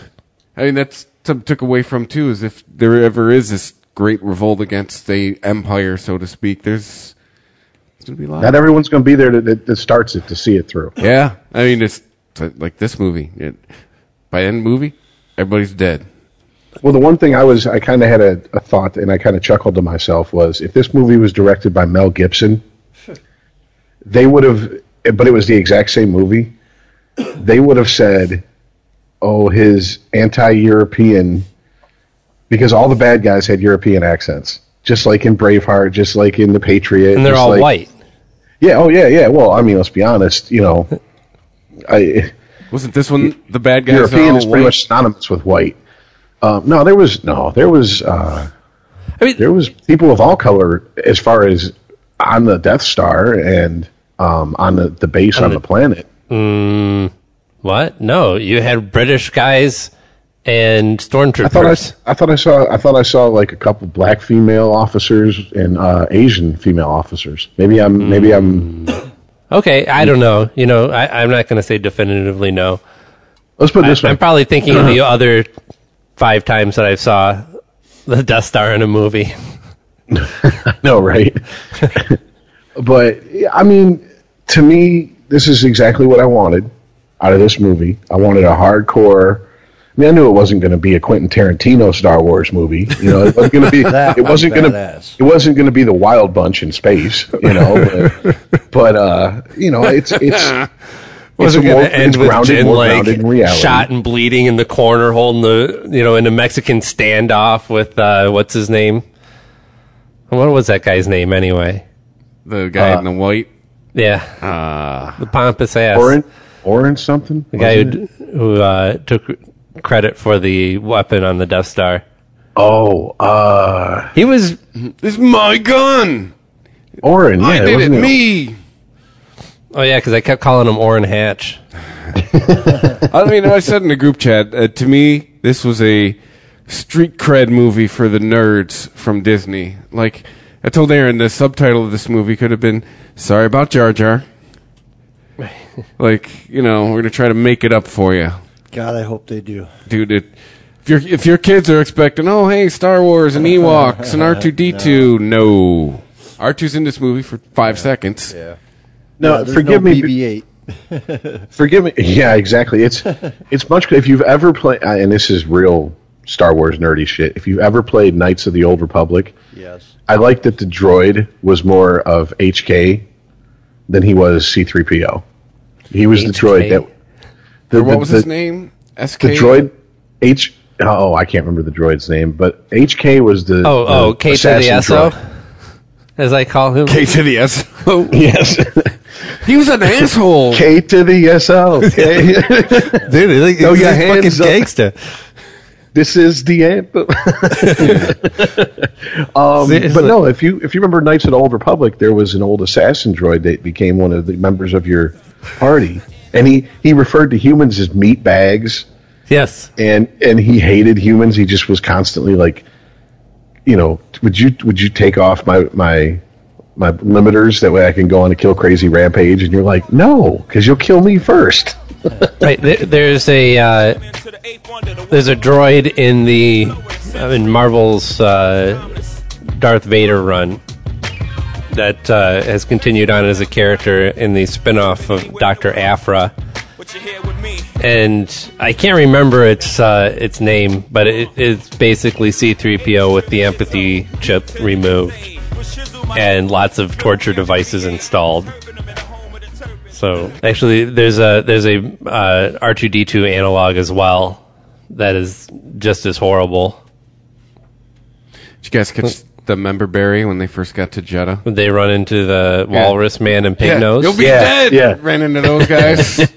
I mean, that's something I took away from too is if there ever is this great revolt against the empire, so to speak, there's it's going to be a lot. Not everyone's going to be there to, that, that starts it to see it through. Yeah, I mean it's it's like this movie. It, by end movie, everybody's dead. Well, the one thing I was, I kind of had a, a thought and I kind of chuckled to myself was if this movie was directed by Mel Gibson, they would have, but it was the exact same movie, they would have said, oh, his anti European, because all the bad guys had European accents, just like in Braveheart, just like in The Patriot. And they're just all like- white. Yeah, oh, yeah, yeah. Well, I mean, let's be honest, *laughs* you know, I. Wasn't this one the bad guys? are European all is pretty white? much synonymous with white. Um, no, there was no, there was, uh, I mean, there was people of all color as far as on the Death Star and um, on the, the base on, the, planet. what? No, you had British guys and I thought I, stormtroopers. I thought I saw, I thought I saw like a couple black female officers and uh, Asian female officers. Maybe I'm, maybe I'm. okay, I don't know. You know, I, I'm not going to say definitively no. Let's put it this I, way. am probably thinking of the Uh-huh. other five times that I saw the Death Star in a movie. No, right? *laughs* but yeah, I mean, to me, this is exactly what I wanted out of this movie. I wanted a hardcore. I mean, I knew it wasn't going to be a Quentin Tarantino Star Wars movie. You know, it wasn't going to be. That it wasn't was going to. badass. It wasn't going to be the Wild Bunch in space. You know, but, but uh, you know, it's it's. wasn't it's a going more- to end it's with grounded, Jin more like grounded in reality. shot and bleeding in the corner, holding the you know in a Mexican standoff with uh, what's his name? What was that guy's name anyway? the guy uh, in the white. Yeah, Uh, the pompous ass, Orin, Orin something. the guy who who uh, took credit for the weapon on the Death Star. Oh, uh, He was This is my gun. Orin. Yeah, I it did it. wasn't- Me. oh yeah, because I kept calling him Orrin Hatch. I mean, I said in the group chat. Uh, to me, this was a street cred movie for the nerds from Disney. Like I told Aaron, the subtitle of this movie could have been "Sorry about Jar Jar." like you know, we're gonna try to make it up for you. God, I hope they do. dude. It, if your if your kids are expecting, oh hey, Star Wars and Ewoks *laughs* and R two D two, no, R 2s in this movie for five seconds. No, Yeah, there's forgive no me. BB-8. Forgive me. *laughs* Yeah, *laughs* exactly. It's it's much if you've ever played, and this is real Star Wars nerdy shit. If you've ever played Knights of the Old Republic, Yes. I like that the droid was more of HK than he was C-3PO. He was the HK? droid that. The, Or what the- was *laughs* the- his name? SK. The droid H oh, I can't remember the droid's name, but HK was the Oh, the oh, K to the assassin SO, droid. *laughs* as I call him. K to the S. Yes, *laughs* He was an asshole. K to the *laughs* SO. K- Dude, he's Throw your hands up. gangster. this is the anthem. *laughs* um, Seriously. but no, if you if you remember Knights of the Old Republic, there was an old assassin droid that became one of the members of your party, and he he referred to humans as meat bags, Yes. and and he hated humans. He just was constantly like, you know, would you would you take off my my my limiters that way I can go on a kill crazy rampage? And you're like, no, because you'll kill me first. *laughs* Right. There, there's a uh, there's a droid in the uh, in Marvel's uh, Darth Vader run that uh, has continued on as a character in the spin-off of Doctor Afra. and I can't remember its uh, its name, but it, it's basically C-3PO with the empathy chip removed and lots of torture devices installed. So actually, there's a there's a uh, R2D2 analog as well that is just as horrible. Did *laughs* you guys catch the member berry when they first got to Jeddah? They run into the walrus man and pig nose. You'll be Yeah, dead. yeah. Ran into those *laughs* guys.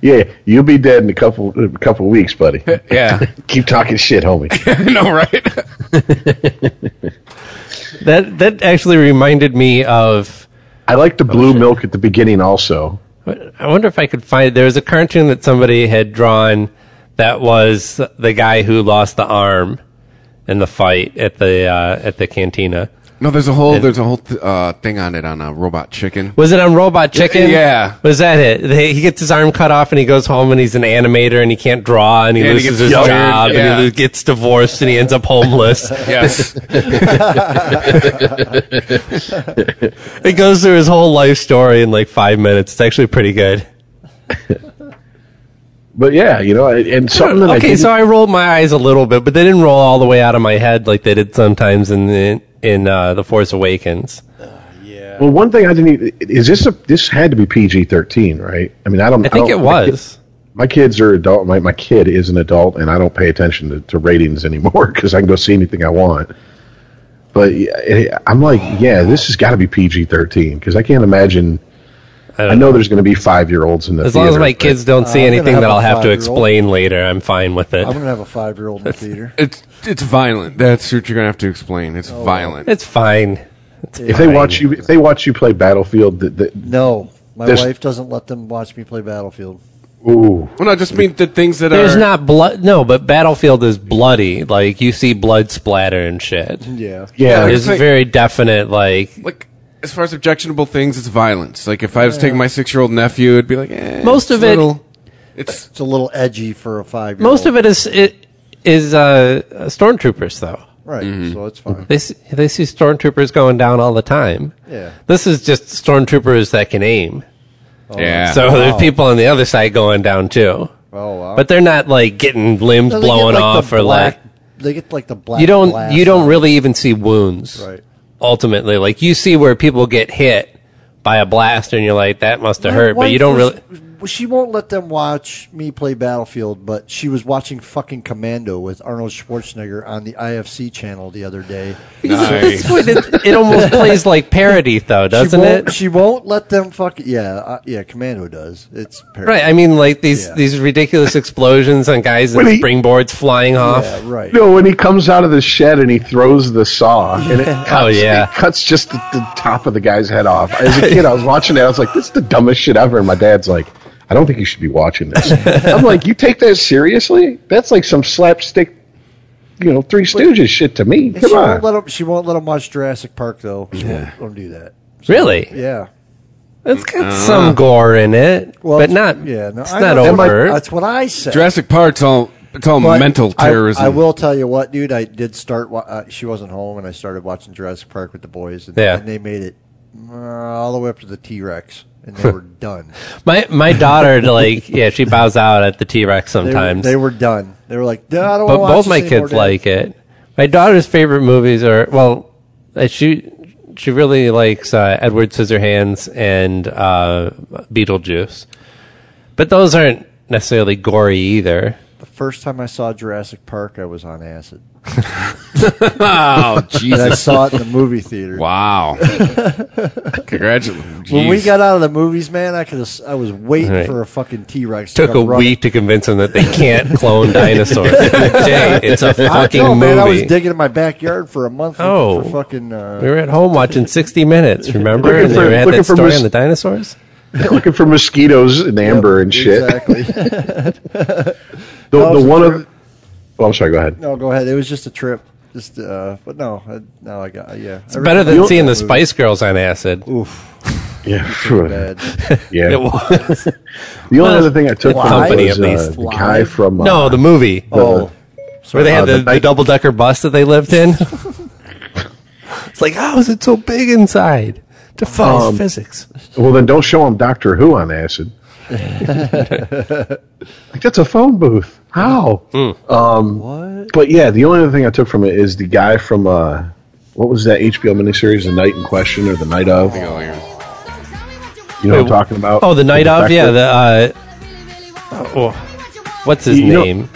Yeah, you'll be dead in a couple a couple weeks, buddy. *laughs* yeah. Keep talking shit, homie. I know, right? That that actually reminded me of. I like Oh, the blue milk at the beginning also. I wonder if I could find. There was a cartoon that somebody had drawn that was the guy who lost the arm in the fight at the uh, at the cantina. *laughs* No, there's a whole there's a whole th- uh, thing on it on uh, Robot Chicken. Was it on Robot Chicken? yeah. Was that it? They, he gets his arm cut off and he goes home and he's an animator and he can't draw and he Yeah, and he gets loses his fired. job Yeah. and he lo- gets divorced and he ends up *laughs* homeless. Yes. *laughs* it goes through his whole life story in like five minutes. It's actually pretty good. But yeah, you know, and- and something that I okay, didn't- so I rolled my eyes a little bit, but they didn't roll all the way out of my head like they did sometimes in the, in uh, the Force Awakens. well, one thing I didn't even, is this a this had to be PG thirteen, right? I mean, I don't. I think don't- it my kid- was. My, kids are adult. My my kid is an adult, and I don't pay attention to, to ratings *laughs* anymore because I can go see anything I want. But yeah, it- I'm like, yeah, this has got to be PG thirteen because I can't imagine. I, don't know there's going to be five year olds in the As long as theater, my but- kids don't see Uh, I'm gonna anything have that a I'll have to five-year-old. explain later, I'm fine with it. I'm gonna have a five year old in *laughs* the theater. it's it's violent. That's what you're gonna have to explain. It's violent. It's fine. It's If they watch you, if they watch you play Battlefield, th th No, my There's- wife doesn't let them watch me play Battlefield. ooh, Well, no, I just mean the things that There's are. not blood. No, but Battlefield is bloody. Like you see blood splatter and shit. Yeah, yeah, There's like- very definite. Like like as far as objectionable things, it's violence. Like if I was taking my six year old nephew, it'd be like eh, it's Most of it- little. It's it's a little edgy for a five. year old most of it is it is uh, stormtroopers though. right? So it's fine. They see, they see stormtroopers going down all the time. Yeah. This is just stormtroopers that can aim. yeah. So there's Wow. people on the other side going down too. Oh wow! But they're not like getting limbs No, they get, blowing like, the off or black- like they get like the black. you don't blast you don't on. really even see wounds. Right. ultimately. Like you see where people get hit by a blast, and you're like, "That must have My hurt," but wife you don't was- *laughs* really. well, She won't let them watch me play Battlefield, but she was watching fucking Commando with Arnold Schwarzenegger on the IFC channel the other day. nice. It, it almost plays like parody, though, doesn't she won't, it? She won't let them fuck. Yeah, uh, yeah. Commando does. It's parody. Right. I mean, like these Yeah. these ridiculous explosions and guys in Wait, he- springboards flying off. Yeah, right. No, when he comes out of the shed and he throws the saw and it *laughs* cuts, Oh, yeah. it cuts just the, the top of the guy's head off. *laughs* As a kid, I was watching that. I was like, "This is the dumbest shit ever." And my dad's like, "I don't think you should be watching this." *laughs* I'm like, "You take that seriously? That's like some slapstick, you know, Three Stooges shit to me." Come she on. won't let them. She won't let them watch Jurassic Park though. She won't let them do that. Really? Yeah. It's got some gore in it, Well, but not. Yeah. No, it's I not know. Am I- overt. That's what I said. Jurassic Park's all it's all But mental I- terrorism. I, will tell you what, dude. I did start. wa- Uh, she wasn't home, and I started watching Jurassic Park with the boys. And, Yeah. and they made it uh, all the way up to the T Rex, *laughs* and they were done. my my daughter, like, yeah, she bows out at the T Rex They, sometimes. Were, they were done. They were like, "Nah, I don't but want to watch both this my anymore, kids Dad." like it. My daughter's favorite movies are well, uh, she she really likes uh, Edward Scissorhands and uh, Beetlejuice, but those aren't necessarily gory either. The first time I saw Jurassic Park, I was *laughs* on acid. Oh, *laughs* And I Jesus. saw it in the movie theater. Wow. Congratulations. When we got out of the movies, man, I could have. I was waiting Right. for a fucking T Rex. Took a week to convince them that they can't clone dinosaurs. Jay, it's a fucking I, no, movie. man, I was digging in my backyard for a month. looking Oh. for fucking. Uh, we were at home watching 60 Minutes, remember? Looking and they for- had looking that for story mis- on the dinosaurs? *laughs* looking for mosquitoes and amber and *laughs* shit. Exactly. *laughs* The, That the was a one trip. of. Oh, I'm sorry. Go ahead. no, go ahead. It was just a trip. Just, uh, but no, I, no, I got yeah. It's Better than seeing the Spice Girls on acid. Oof, Yeah, bad. *laughs* yeah. It was. The only other thing I took from it company, was at uh, least. the guy from uh, No, the movie. Oh, Where they had Uh, the, the the, bike- double decker bus that they lived in. *laughs* it's like, how is it so big inside? Defies Um, physics. Well, then don't show him Doctor Who on acid. like that's a phone booth. How? Um, what? But yeah, the only other thing I took from it is the guy from uh, what was that HBO miniseries, The Night in Question or The Night of? You know what I'm talking about? Oh, the night of? Yeah. Doctor- The, uh, oh, what's his You know- name?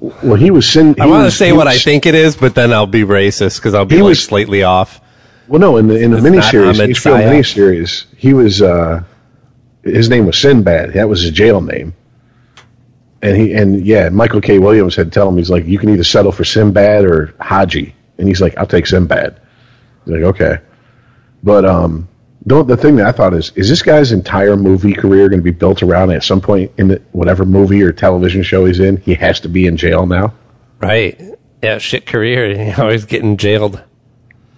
well, he was sin. I want to say what I think it is, but then I'll be racist because I'll be He like was- slightly off. Well, no, in the in the It's not miniseries, Ahmed HBO Sayah. miniseries, he was uh, his name was Sinbad. That was his jail name. And he and yeah, Michael K. Williams had to tell him he's like, you can either settle for Sinbad or Haji, and he's like, I'll take Sinbad. He's like, okay, but um, the the thing that I thought is, is this guy's entire movie career going to be built around at some point in the, whatever movie or television show he's in, he has to be in jail now? Right. Yeah, shit career. *laughs* You know, he's getting jailed.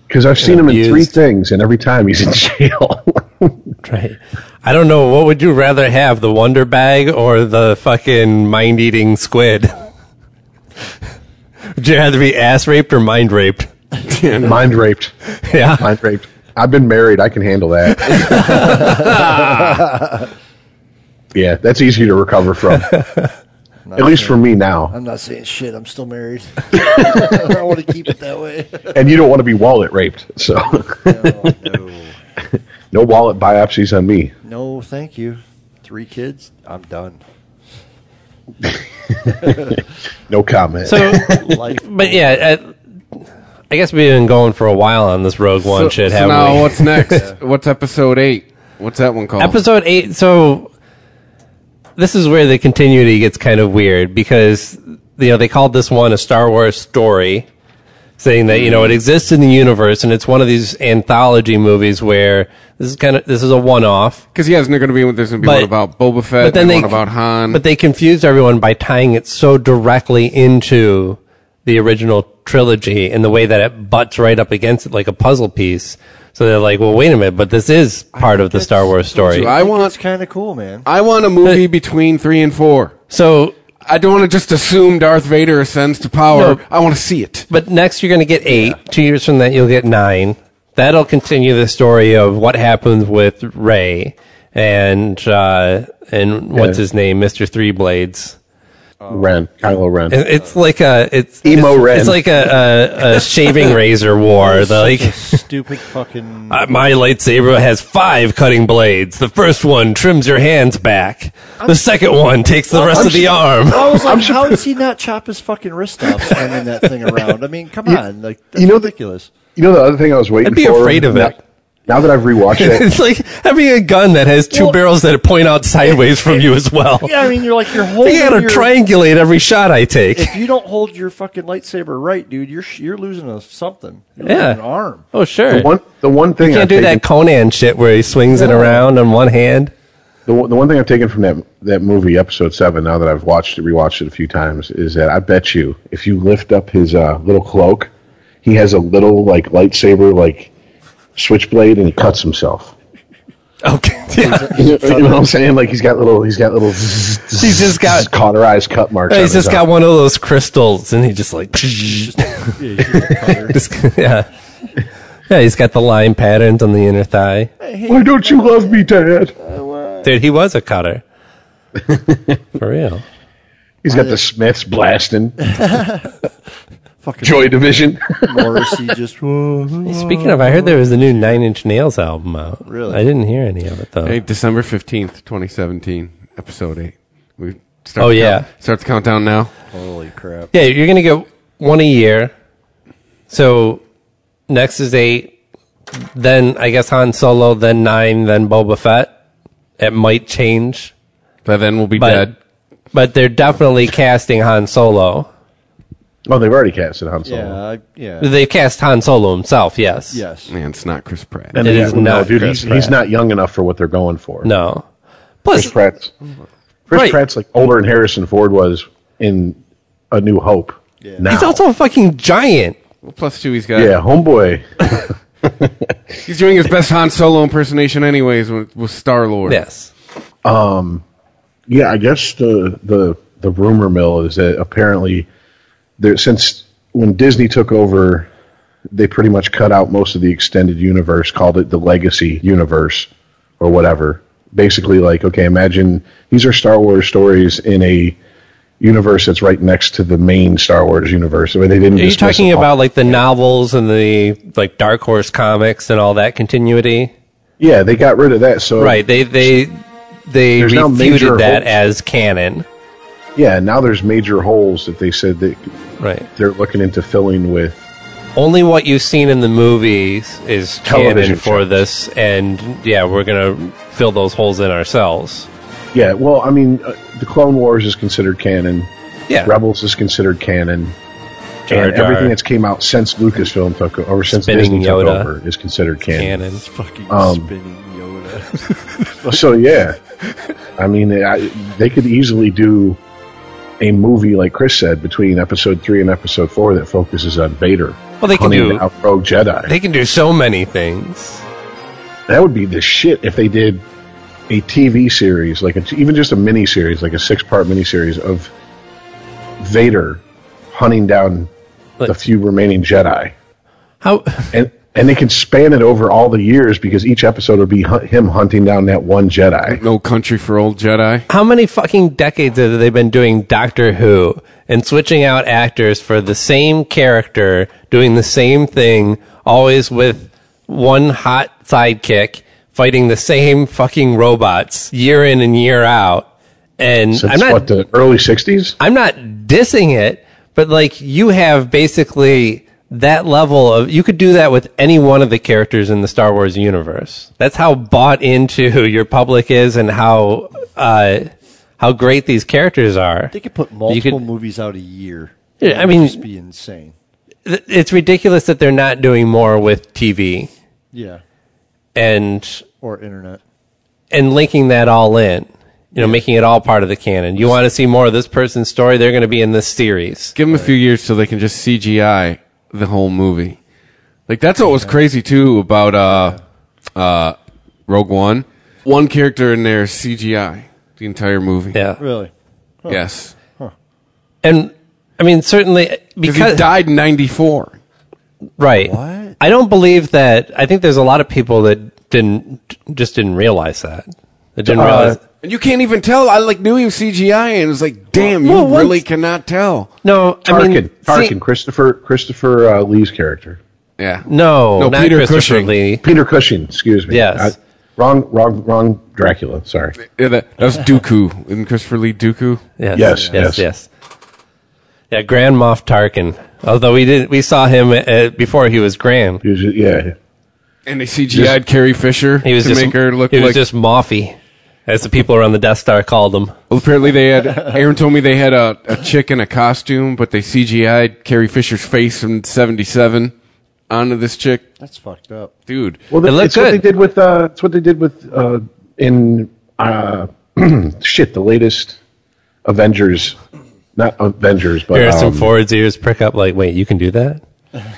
Because I've seen him in three Abused. things, and every time he's in *laughs* jail. *laughs* Right. I don't know. What would you rather have, the Wonder Bag or the fucking mind eating squid? *laughs* would you rather be ass raped or mind raped? *laughs* Mind raped. Yeah. Mind raped. I've been married. I can handle that. yeah, that's easy to recover from. At least for me now. I'm not saying shit. I'm *laughs* still married. I want to keep it that way. *laughs* And you don't want to be wallet raped. So No, no wallet biopsies on me. no, thank you. Three kids. I'm done. No comment. So, *laughs* Life. but yeah, I, I guess we've been going for a while on this Rogue One shit, so haven't now we? what's next? what's episode eight? What's that one called? episode eight. So this is where the continuity gets kind of weird because you know they called this one a Star Wars story, saying that you know it exists in the universe and it's one of these anthology movies where this is kind of this is a one-off. Because yeah, there's not going to be one. There's going to be But- one about Boba Fett. but then and they one about Han. But they confused everyone by tying it so directly into the original trilogy in the way that it butts right up against it like a puzzle piece. So they're like, well, wait a minute, but this is part of the Star Wars story. you, I want- It's kind of cool, man. I want a movie between three and four. So I don't want to just assume Darth Vader ascends to power. No. I want to see it. But next, you're going to get eight. Two years from that, you'll get nine. That'll continue the story of what happened with Ray and uh, and what's Yeah. his name, Mister Three Blades. Ren. Kylo Ren. It- It's like a it's Emo it's, Ren. It's like a, *laughs* a, a shaving razor war. The, Such a like *laughs* stupid fucking. uh, my lightsaber has five cutting blades. The first one trims your hands back. The second one takes the rest of the arm. *laughs* I was like, how does he not chop his fucking wrist off slamming that thing around? I mean, come on, like that's you know the- ridiculous. you know the other thing I was waiting I'd be for? afraid of now, it. Now that I've rewatched *laughs* it, It's like having a gun that has two Well- barrels that point out sideways from you as well. yeah, I mean, you're like you're holding. You gotta your, triangulate every shot I take. *laughs* If you don't hold your fucking lightsaber right, dude, you're sh- you're losing a something. *laughs* You're Yeah. losing an arm. Oh, sure. the one, the one thing you I've can't do taken- that Conan shit where he swings it around on one hand. *laughs* The, one- the one thing I've taken from that that movie, episode seven, now that I've watched it, rewatched it a few times, is that I bet you if you lift up his uh, little cloak, he has a little like lightsaber like switchblade, and he *laughs* cuts himself. Okay. Yeah. You know, you know what I'm saying? Like he's got little, he's got little. He's just got- cauterized cut marks. He's on his just got arm. one of those crystals and he just like. *laughs* just, *laughs* yeah. Yeah, he's got the line patterns on the inner thigh. Why don't you love me, Dad? Dude, he was a *laughs* cutter. For real. He's Uh, got the Smiths blasting Fucking *laughs* Joy Division. Morrissey just whoa. Speaking of, I heard there was a new Nine Inch Nails album out. Really? I didn't hear any of it, though. Hey, December fifteenth, twenty seventeen, episode eight. We Start Oh, the yeah. count- start the countdown now. Holy crap. Yeah, you're going to get one a year. So next is eight. Then I guess Han Solo, then nine, then Boba Fett. It might change, By then we'll be but dead. but they're definitely casting Han Solo. Oh, they've already casted Han Solo. Yeah. I, yeah. They cast Han Solo himself. Yes. Yes. Man, it's not Chris Pratt. And It they- is no, not dude. Chris He's, he's Pratt. not young enough for what they're going for. No. Plus, Chris Pratt's Chris Right. Pratt's like older than Harrison Ford was in A New Hope. Yeah. Now. he's also a fucking giant. Plus two, he's got. *laughs* yeah, homeboy. he's doing his best Han Solo impersonation, anyways, with, with Star Lord. Yes. Yeah, I guess the the the rumor mill is that apparently there since when Disney took over, they pretty much cut out most of the extended universe, called it the legacy universe or whatever. Basically, like okay, imagine these are Star Wars stories in a universe that's right next to the main Star Wars universe. I mean, they didn't. Are you dismiss talking them all. about like the novels and the like Dark Horse comics and all that continuity? Yeah, they got rid of that. So Right. They they they There's now major refuted that holes. as canon. Yeah, now there's major holes that they said that Right. they're looking into filling with. Only what you've seen in the movies is canon Television for shows. this, and yeah, we're gonna fill those holes in ourselves. Yeah, well, I mean, uh, the Clone Wars is considered canon. Yeah. Rebels is considered canon. Jar and Jar, everything that's came out since Lucasfilm took over, or since Spinning Disney Yoda. took over, is considered canon. canon. Fucking Um, spinning Yoda. So yeah, I mean, I, they could easily do a movie like Chris said between Episode three and Episode four that focuses on Vader. Well, they can hunting do- down rogue Jedi. They can do so many things. that would be the shit if they did a TV series, like a, even just a mini series, like a six part mini series of Vader hunting down But- the few remaining Jedi, How? and and they could span it over all the years because each episode would be hu- him hunting down that one Jedi. No country for old Jedi. How many fucking decades have they been doing Doctor Who and switching out actors for the same character, doing the same thing, always with one hot sidekick fighting the same fucking robots year in and year out? And Since I'm not what the early '60s? I'm not dissing it, but like you have basically that level of you could do that with any one of the characters in the Star Wars universe. That's how bought into *laughs* your public is and how uh how great these characters are. they could put multiple could- movies out a year. Yeah, It I would mean- just be insane. Th- It's ridiculous that they're not doing more with TV Yeah. and Or internet. and linking that all in. You know, making it all part of the canon. You want to see more of this person's story, they're going to be in this series. Give them a few years so they can just CGI the whole movie. Like that's what was crazy too about uh, uh, Rogue One. One character in there is CGI the entire movie. Yeah. Really? Yes, And I mean, certainly because he because died in '94. Right. What? I don't believe that. I think there's a lot of people that didn't just didn't realize that. That didn't Uh, realize. And you can't even tell. I like knew he was CGI, and it was like, damn, Well, you once- really cannot tell. No, I Tarkin, mean, Tarkin, see- Christopher Christopher uh, Lee's character, Yeah, no, No, not Peter Christopher Cushing. Lee. Peter Cushing. Excuse me. Yes. I- wrong, wrong, wrong. Dracula. Sorry. Yeah, that, that was Dooku. Isn't Christopher Lee Dooku? Yes, yes, Yes, yes. yes. Yeah, Grand Moff Tarkin. Although we didn't, we saw him uh, before he was Grand. He was- Yeah. And they CGI'd Carrie Fisher He was to just make her look He was like. just Moffy, as the people around the Death Star called him. well, apparently, they had. Aaron told me they had a, a chick in a costume, but they CGI'd Carrie Fisher's face from '77 onto this chick. That's fucked up. Dude, Well, It that's looked it's what good. they did with uh, it's what they did with uh, in uh, *clears throat* shit the latest Avengers, not Avengers, but Harrison um, Ford's ears prick up. Like, wait, you can do that?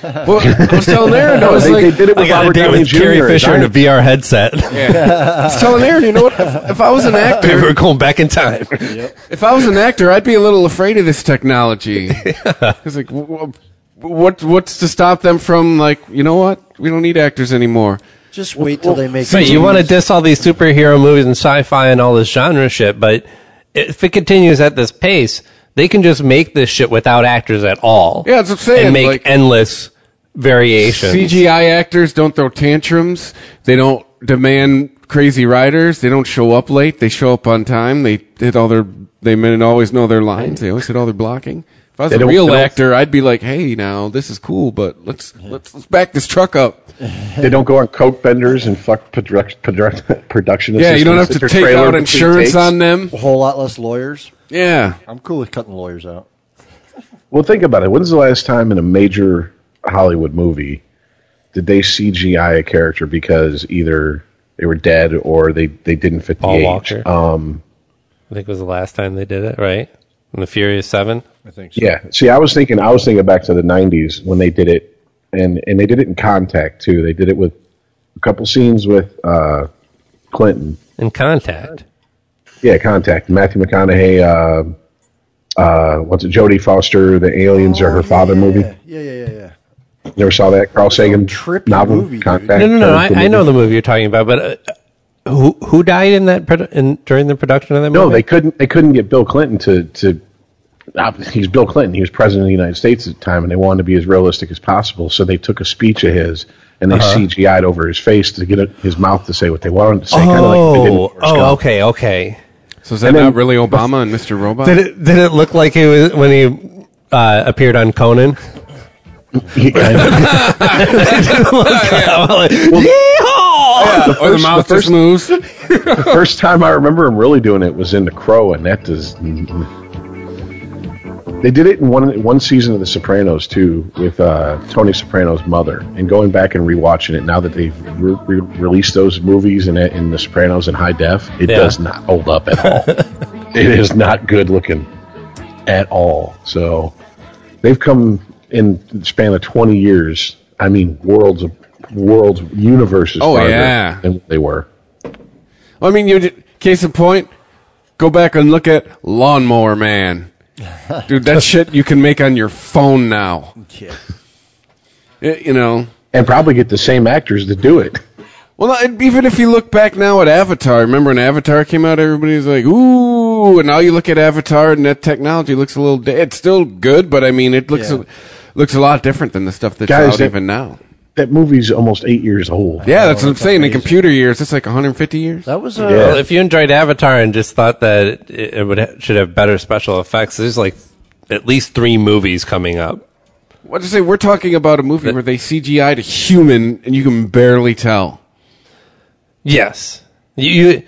well, I was telling Aaron, *laughs* I No, was they, like, they did it with I got a Robert date Downey with Jr. Carrie and Fisher in a Iron- VR headset. *laughs* I was telling Aaron, you know what? If, if I was an actor, We're going back in time. *laughs* If I was an actor, I'd be a little afraid of this *laughs* technology. It's like, w- w- what what's to stop them from like, you know what? We don't need actors anymore. Just wait till they make. But you want to movies. diss all these superhero movies and sci-fi and all this genre shit, but if it continues at this pace, they can just make this shit without actors at all. Yeah, that's what I'm saying, And make like- endless variations. CGI actors don't throw tantrums. They don't demand crazy riders. They don't show up late. They show up on time. They hit all their They men always know their lines. They always hit all their blocking. If I was They a don't- they real don't- actor, I'd be like, "Hey, now this is cool, but let's let's, let's back this truck up." They don't go on coke benders and fuck produc- produc- *laughs* production. Yeah, you don't have assistants to at their take trailer out between insurance takes. on *laughs* them. A whole lot less lawyers. Yeah, I'm cool with cutting lawyers out. Well, think about it. When's the last time in a major Hollywood movie did they CGI a character because either they were dead or they, they didn't fit the Paul age? Walker. Um, I think was the last time they did it, right? In the Furious Seven. I think so. yeah. See, I was thinking I was thinking back to the '90s when they did it, and and they did it in Contact too. They did it with a couple scenes with uh, Clinton. In Contact. Yeah, Contact. Matthew McConaughey. Uh, uh, what's it? Jodie Foster. The aliens are her father movie. Oh, Yeah, yeah, yeah, yeah. Never saw that Carl Sagan trippy novel. movie, dude. Contact. No, uh, no, no. That was I, the I movie. know the movie you're talking about, but uh, who who died in that produ- in, during the production of that movie? No, they couldn't. They couldn't get Bill Clinton to to. uh, He's Bill Clinton. He was president of the United States at the time, and they wanted to be as realistic as possible. So they took a speech of his and Uh-huh. they CGI'd over his face to get it his mouth to say what they wanted to say. kinda like they did in Oh, Forrest oh, Gump. okay, okay. so is that And then- not really Obama and Mr. Robot? Did it did it look like it was when he uh, appeared on Conan? *laughs* Yeah, *laughs* Yeehaw! *laughs* or Oh, the mouth just moves? the *laughs* first time I remember him really doing it was in The Crow, and that does. They did it in one one season of The Sopranos too, with uh, Tony Soprano's mother. And going back and rewatching it now that they've re- re- released those movies and in, in The Sopranos in high def, it Yeah. does not hold up *laughs* at all. it is not good looking at all. So they've come in the span of twenty years. I mean, worlds of worlds, universes Oh, farther yeah. than they were. *laughs* I mean, you ju- case in point, go back and look at Lawnmower Man. Dude, *laughs* that shit you can make on your phone now. Yeah. It- you know. and probably get the same actors to do it. Well, and even if you look back now at Avatar, remember when Avatar came out, everybody was like, "Ooh!" And now you look at Avatar, and that technology looks a little. Da- it's still good, but I mean, it looks Yeah. a, looks a lot different than the stuff that's Guys, out that- even now. That movie's almost eight years old. Yeah, that's what I'm that's saying. In amazing. computer years, it's like 150 years. That was uh, Yeah. Well, if you enjoyed Avatar and just thought that it, it would ha- should have better special effects, there's like at least three movies coming up. What to say? We're talking about a movie where they CGI'd a human, and you can barely tell. Yes, you. you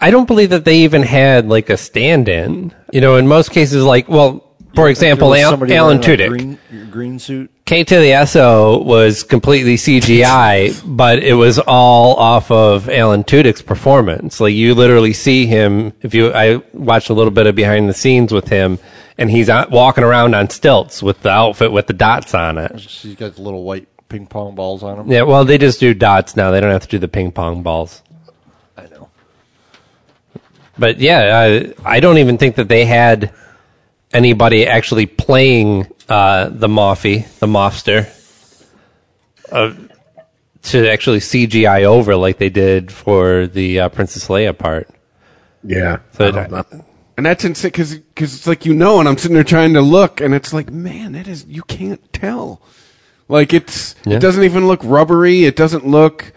I don't believe that they even had like a stand-in. You know, in most cases, like well, for example, there was Al- somebody Alan wearing a Tudyk. green, green suit. K to the SO was completely CGI, but it was all off of Alan Tudyk's performance. Like you literally see him if you I watched a little bit of behind the scenes with him and he's out, walking around on stilts with the outfit with the dots on it. She's got the little white ping pong balls on him. Yeah, well they just do dots now. They don't have to do the ping pong balls. I know. But yeah, I, I don't even think that they had anybody actually playing uh, the Moffy, the Mofster, uh, to actually CGI over like they did for the uh, Princess Leia part. Yeah. So I don't know. And that's insane because it's like you know, and I'm sitting there trying to look, and it's like, man, that is you can't tell. Like it's Yeah. it doesn't even look rubbery. It doesn't look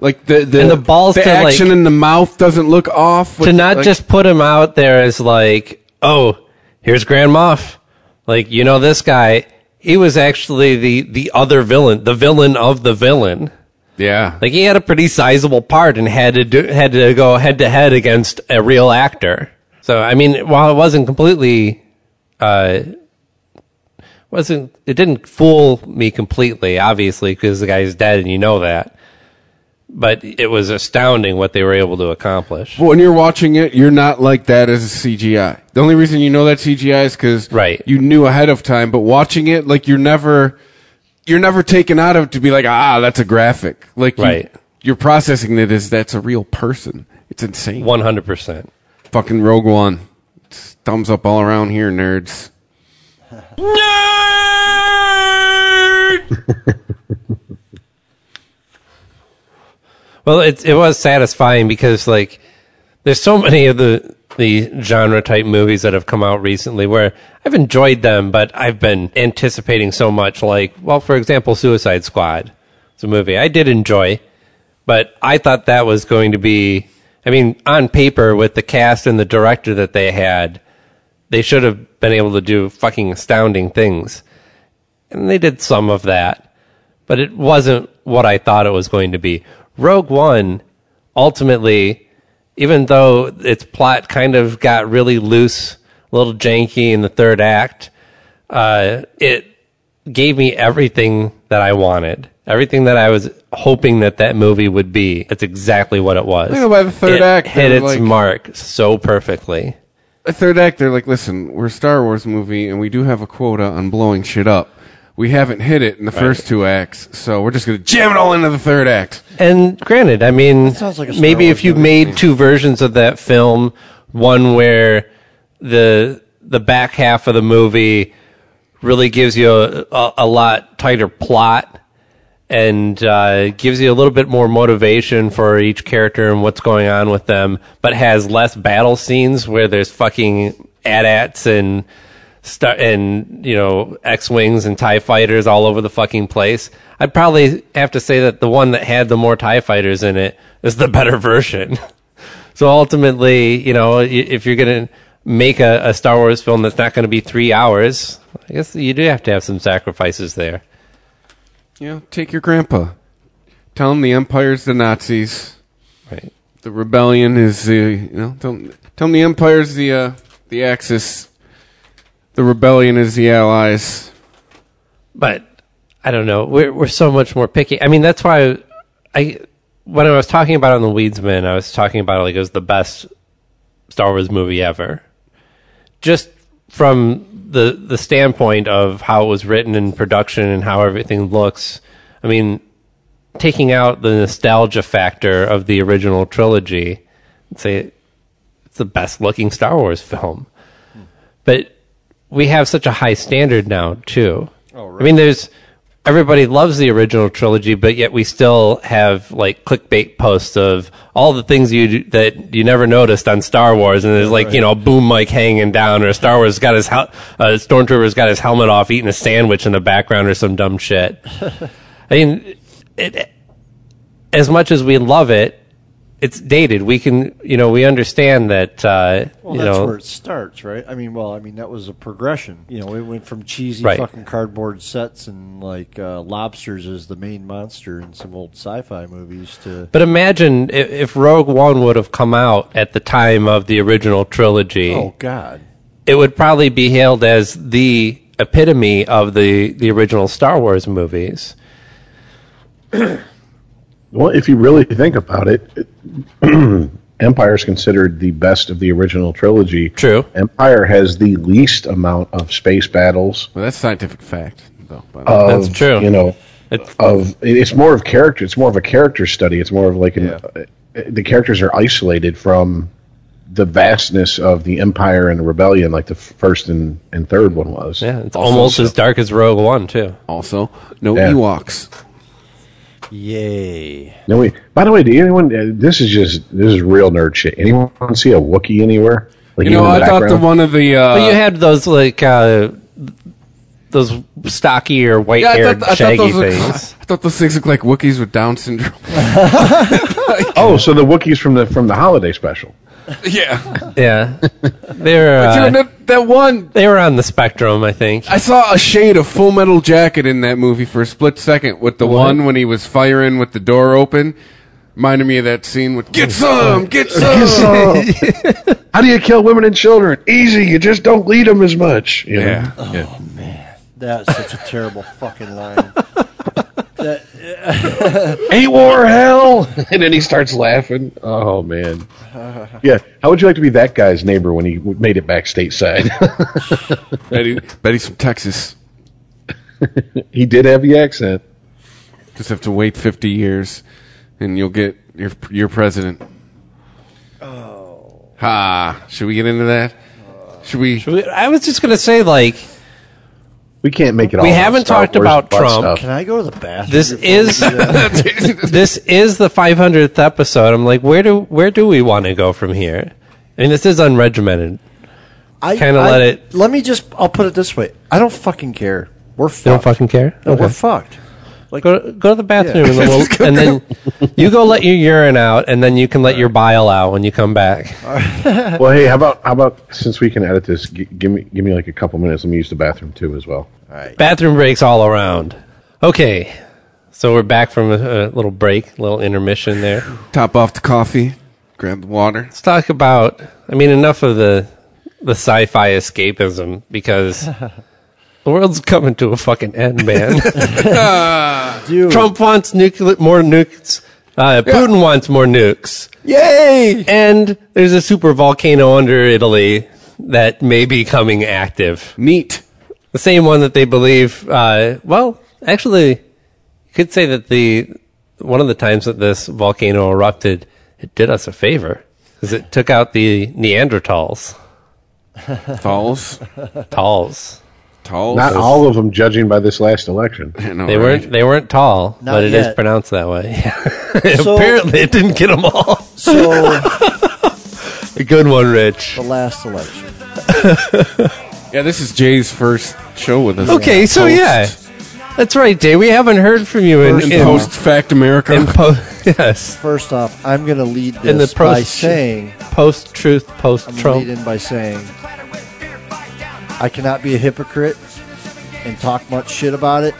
like the the, And the balls the to, like- action in the mouth doesn't look off. with- to not like- just put him out there as like, oh, here's Grand Moff. Like, you know, this guy, he was actually the, the other villain, the villain of the villain. yeah, Like he had a pretty sizable part and had to do, had to go head to head against a real actor. So I mean, while it wasn't completely, uh, wasn't it didn't fool me completely, obviously, because the guy's dead and you know that. But it was astounding what they were able to accomplish. But when you're watching it, you're not like that as a CGI. The only reason you know that CGI is because Right. you knew ahead of time. But watching it, like you're never, you're never taken out of it to be like, ah, that's a graphic. Like you, Right. you're processing it as that's a real person. It's insane. One hundred percent. Fucking Rogue One. It's thumbs up all around here, nerds. Well, it it was satisfying because like there's so many of the the genre type movies that have come out recently where I've enjoyed them, but I've been anticipating so much. Like, well, for example, Suicide Squad. It's a movie I did enjoy, but I thought that was going to be. I mean, on paper, with the cast and the director that they had, they should have been able to do fucking astounding things. And they did some of that, but it wasn't what I thought it was going to be. Rogue One, ultimately, even though its plot kind of got really loose, a little janky in the third act, uh, it gave me everything that I wanted, everything that I was hoping that that movie would be. That's exactly what it was. I know by the third It act, hit they its were like- mark so perfectly. a third act, they're like, listen, we're a Star Wars movie and we do have a quota on blowing shit up. We haven't hit it in the first two acts, so we're just going to jam it all into the third act. And granted, I mean, sounds like a Star maybe Wars if you movie. made two versions of that film, one where the the back half of the movie really gives you a, a, a lot tighter plot and uh, gives you a little bit more motivation for each character and what's going on with them, but has less battle scenes where there's fucking AT-ATs and star- and you know X wings and Tie fighters all over the fucking place. I'd probably have to say that the one that had the more Tie fighters in it is the better *laughs* version. so ultimately, you know, i- if you're gonna make a, a Star Wars film that's not gonna be three hours, I guess you do have to have some sacrifices there. You know, take your grandpa. Tell him the Empire's the Nazis. Right. The rebellion is the, you know, tell, him- tell him the Empire's the, uh, the Axis. The rebellion is the Allies. but I don't know. We're we're so much more picky. I mean, that's why I when I was talking about it on the Weedsman, I was talking about it like it was the best Star Wars movie ever, just from the the standpoint of how it was written and production and how everything looks. I mean, taking out the nostalgia factor of the original trilogy, I'd say it's the best looking Star Wars film. But we have such a high standard now too. Oh, I mean, there's everybody loves the original trilogy, but yet we still have like clickbait posts of all the things you do, that you never noticed on Star Wars, and there's like you know a boom mic hanging down, or Star Wars got his hel- uh, stormtrooper's got his helmet off, eating a sandwich in the background, or some dumb *laughs* shit. I mean, it, as much as we love it. It's dated. We can, you know, we understand that. Uh, Well, you that's know, where it starts, right? I mean, well, I mean that was a progression. You know, it went from cheesy Right. fucking cardboard sets and like uh, lobsters as the main monster in some old sci-fi movies to But imagine i- if Rogue One would have come out at the time of the original trilogy, oh god, it would probably be hailed as the epitome of the, the original Star Wars movies. Well, if you really think about it, *clears throat* it- Empire is considered the best of the original trilogy. True. Empire has the least amount of space battles. Well, that's scientific fact, though. By the way. Of, That's true. You know, It's- of it's more of character. It's more of a character study. It's more of like an, uh, the characters are isolated from the vastness of the Empire and the Rebellion, like the f- first and, and third one was. Yeah, it's Also- almost as dark as Rogue One too. Also, no Yeah. Ewoks. yay! No, wait. By the way, do anyone? Uh, this is just this is real nerd shit. Anyone see a Wookiee anywhere? Like You know, even in I thought the background? one of the. Uh, But you had those like uh, those stocky or white haired shaggy those *laughs* looked- things. I thought those things looked like Wookiees with Down syndrome. *laughs* Oh, so the Wookiees from the from the holiday special. yeah. *laughs* yeah, they were Dude, uh, that, that one, they were on the spectrum, I think. I saw a shade of Full Metal Jacket in that movie for a split second with the one when he was firing with the door open. Reminded me of that scene with Get Some! *laughs* Get Some! How do you kill women and children? Easy. You just don't lead them as much. you know? Yeah. That's such a terrible fucking line. That, Ain't war hell. *laughs* And then he starts laughing. Oh man. Yeah. How would you like to be that guy's neighbor when he w- made it back stateside? Betty, Betty's from Texas. *laughs* he did have the accent. Just have to wait 50 years and you'll get your, your president. Oh. Ha. Should we get into that? Should we? I was just gonna say like We can't make it. We all haven't Star talked Wars about butt Trump. stuff. can I go to the bathroom? This before is- we do that? *laughs* this is the 500th episode. I'm like, where do where do we want to go from here? I mean, this is unregimented. I Kinda I- let it- Let me just. I'll put it this way. I don't fucking care. We're fucked. You don't fucking care. No, We're Okay. fucked. Like, go go to the bathroom Yeah. and, *laughs* then we'll, and then *laughs* you go let your urine out, and then you can let your bile out when you come back. Well, hey, how about how about since we can edit this, g- give me give me like a couple minutes. Let me use the bathroom too as well. all right. Bathroom breaks all around. Okay, so we're back from a, a little break, little intermission there. Top off the coffee, grab the water. Let's talk about. I mean, enough of the the sci-fi escapism because the world's coming to a fucking end, man. Dude, Trump wants nuclear more nukes. Uh, Putin wants more nukes. Yay! And there's a super volcano under Italy that may be coming active. Neat. The same one that they believe. Uh, well, actually, you could say that the one of the times that this volcano erupted, it did us a favor because it took out the Neanderthals. Falls. Talls. Tall. Not all of them, judging by this last election. They weren't. They weren't tall, Not but it is yet. pronounced that way. *laughs* So- Apparently, it didn't get them all. so A good one, Rich. the last election. Yeah, this is Jay's first show with us. Okay, so Post- yeah, that's right, Dave. We haven't heard from you in, In in- post fact America. in po- *laughs* yes, First off, I'm going to lead this In the pro- by saying, post truth, post I'm going to lead Trump. in by saying, I cannot be a hypocrite and talk much shit about it.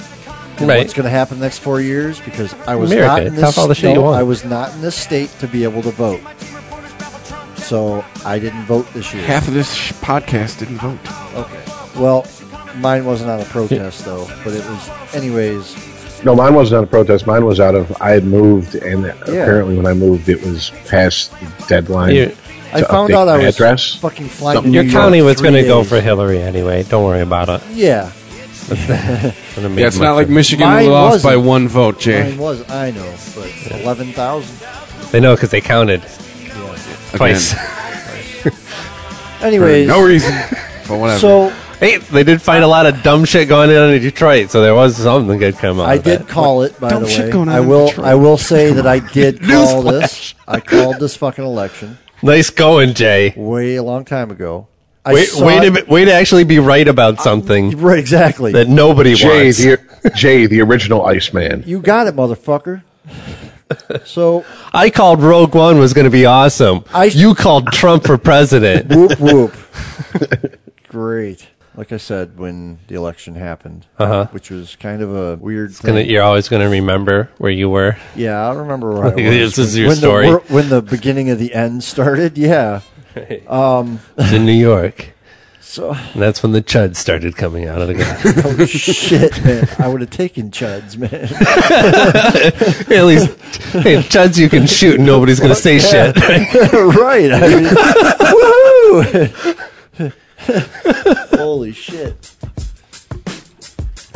and Right. What's going to happen the next four years? Because I was America, not in this. talk all the shit no, you want. I was not in this state to be able to vote, so I didn't vote this year. Half of this sh- podcast didn't vote. Okay. Well, mine wasn't on a protest though, but it was. Anyways, No, mine wasn't out of protest. Mine was out of I had moved, and apparently when I moved, it was past the deadline. You- to I found update out I my was address. fucking flying. Something- to Your New county York was going to three go days. for Hillary anyway. Don't worry about it. Yeah, Gonna make Yeah, it's not like nothing. Michigan Mine lost by wasn't. one vote, Jay. mine was. I know, but eleven thousand. they know because they counted twice. Again, Anyways, no reason. *laughs* But whatever. so *laughs* hey, they did find a lot of dumb shit going on in Detroit, so there was something good come out. I of did that. call it. By Dumb the shit way, going on I in will. Detroit. I will say *laughs* that I did call Newsflash. this. I called this fucking election Nice going, Jay. way a long time ago. I Wait, saw wait it- a minute. Way to actually be right about something *laughs* Right, exactly. that nobody Jay, wants. the, Jay, the original Iceman. you got it, *laughs* motherfucker. So I called Rogue One was going to be awesome. I- you called Trump for president. *laughs* whoop whoop. Great. Like I said, when the election happened, uh-huh. which was kind of a weird thing. Gonna- you're always going to remember where you were. yeah, I remember *laughs* where I was. This is when- your when story. The, wor- when the beginning of the end started, yeah. It's in New York. *laughs* So And that's when the chuds started coming out of the ground. *laughs* oh, shit, man, I would have taken chuds, man. At least, hey, chuds you can shoot and nobody's going to say shit. *laughs* right. I mean, woohoo! *laughs* Holy shit.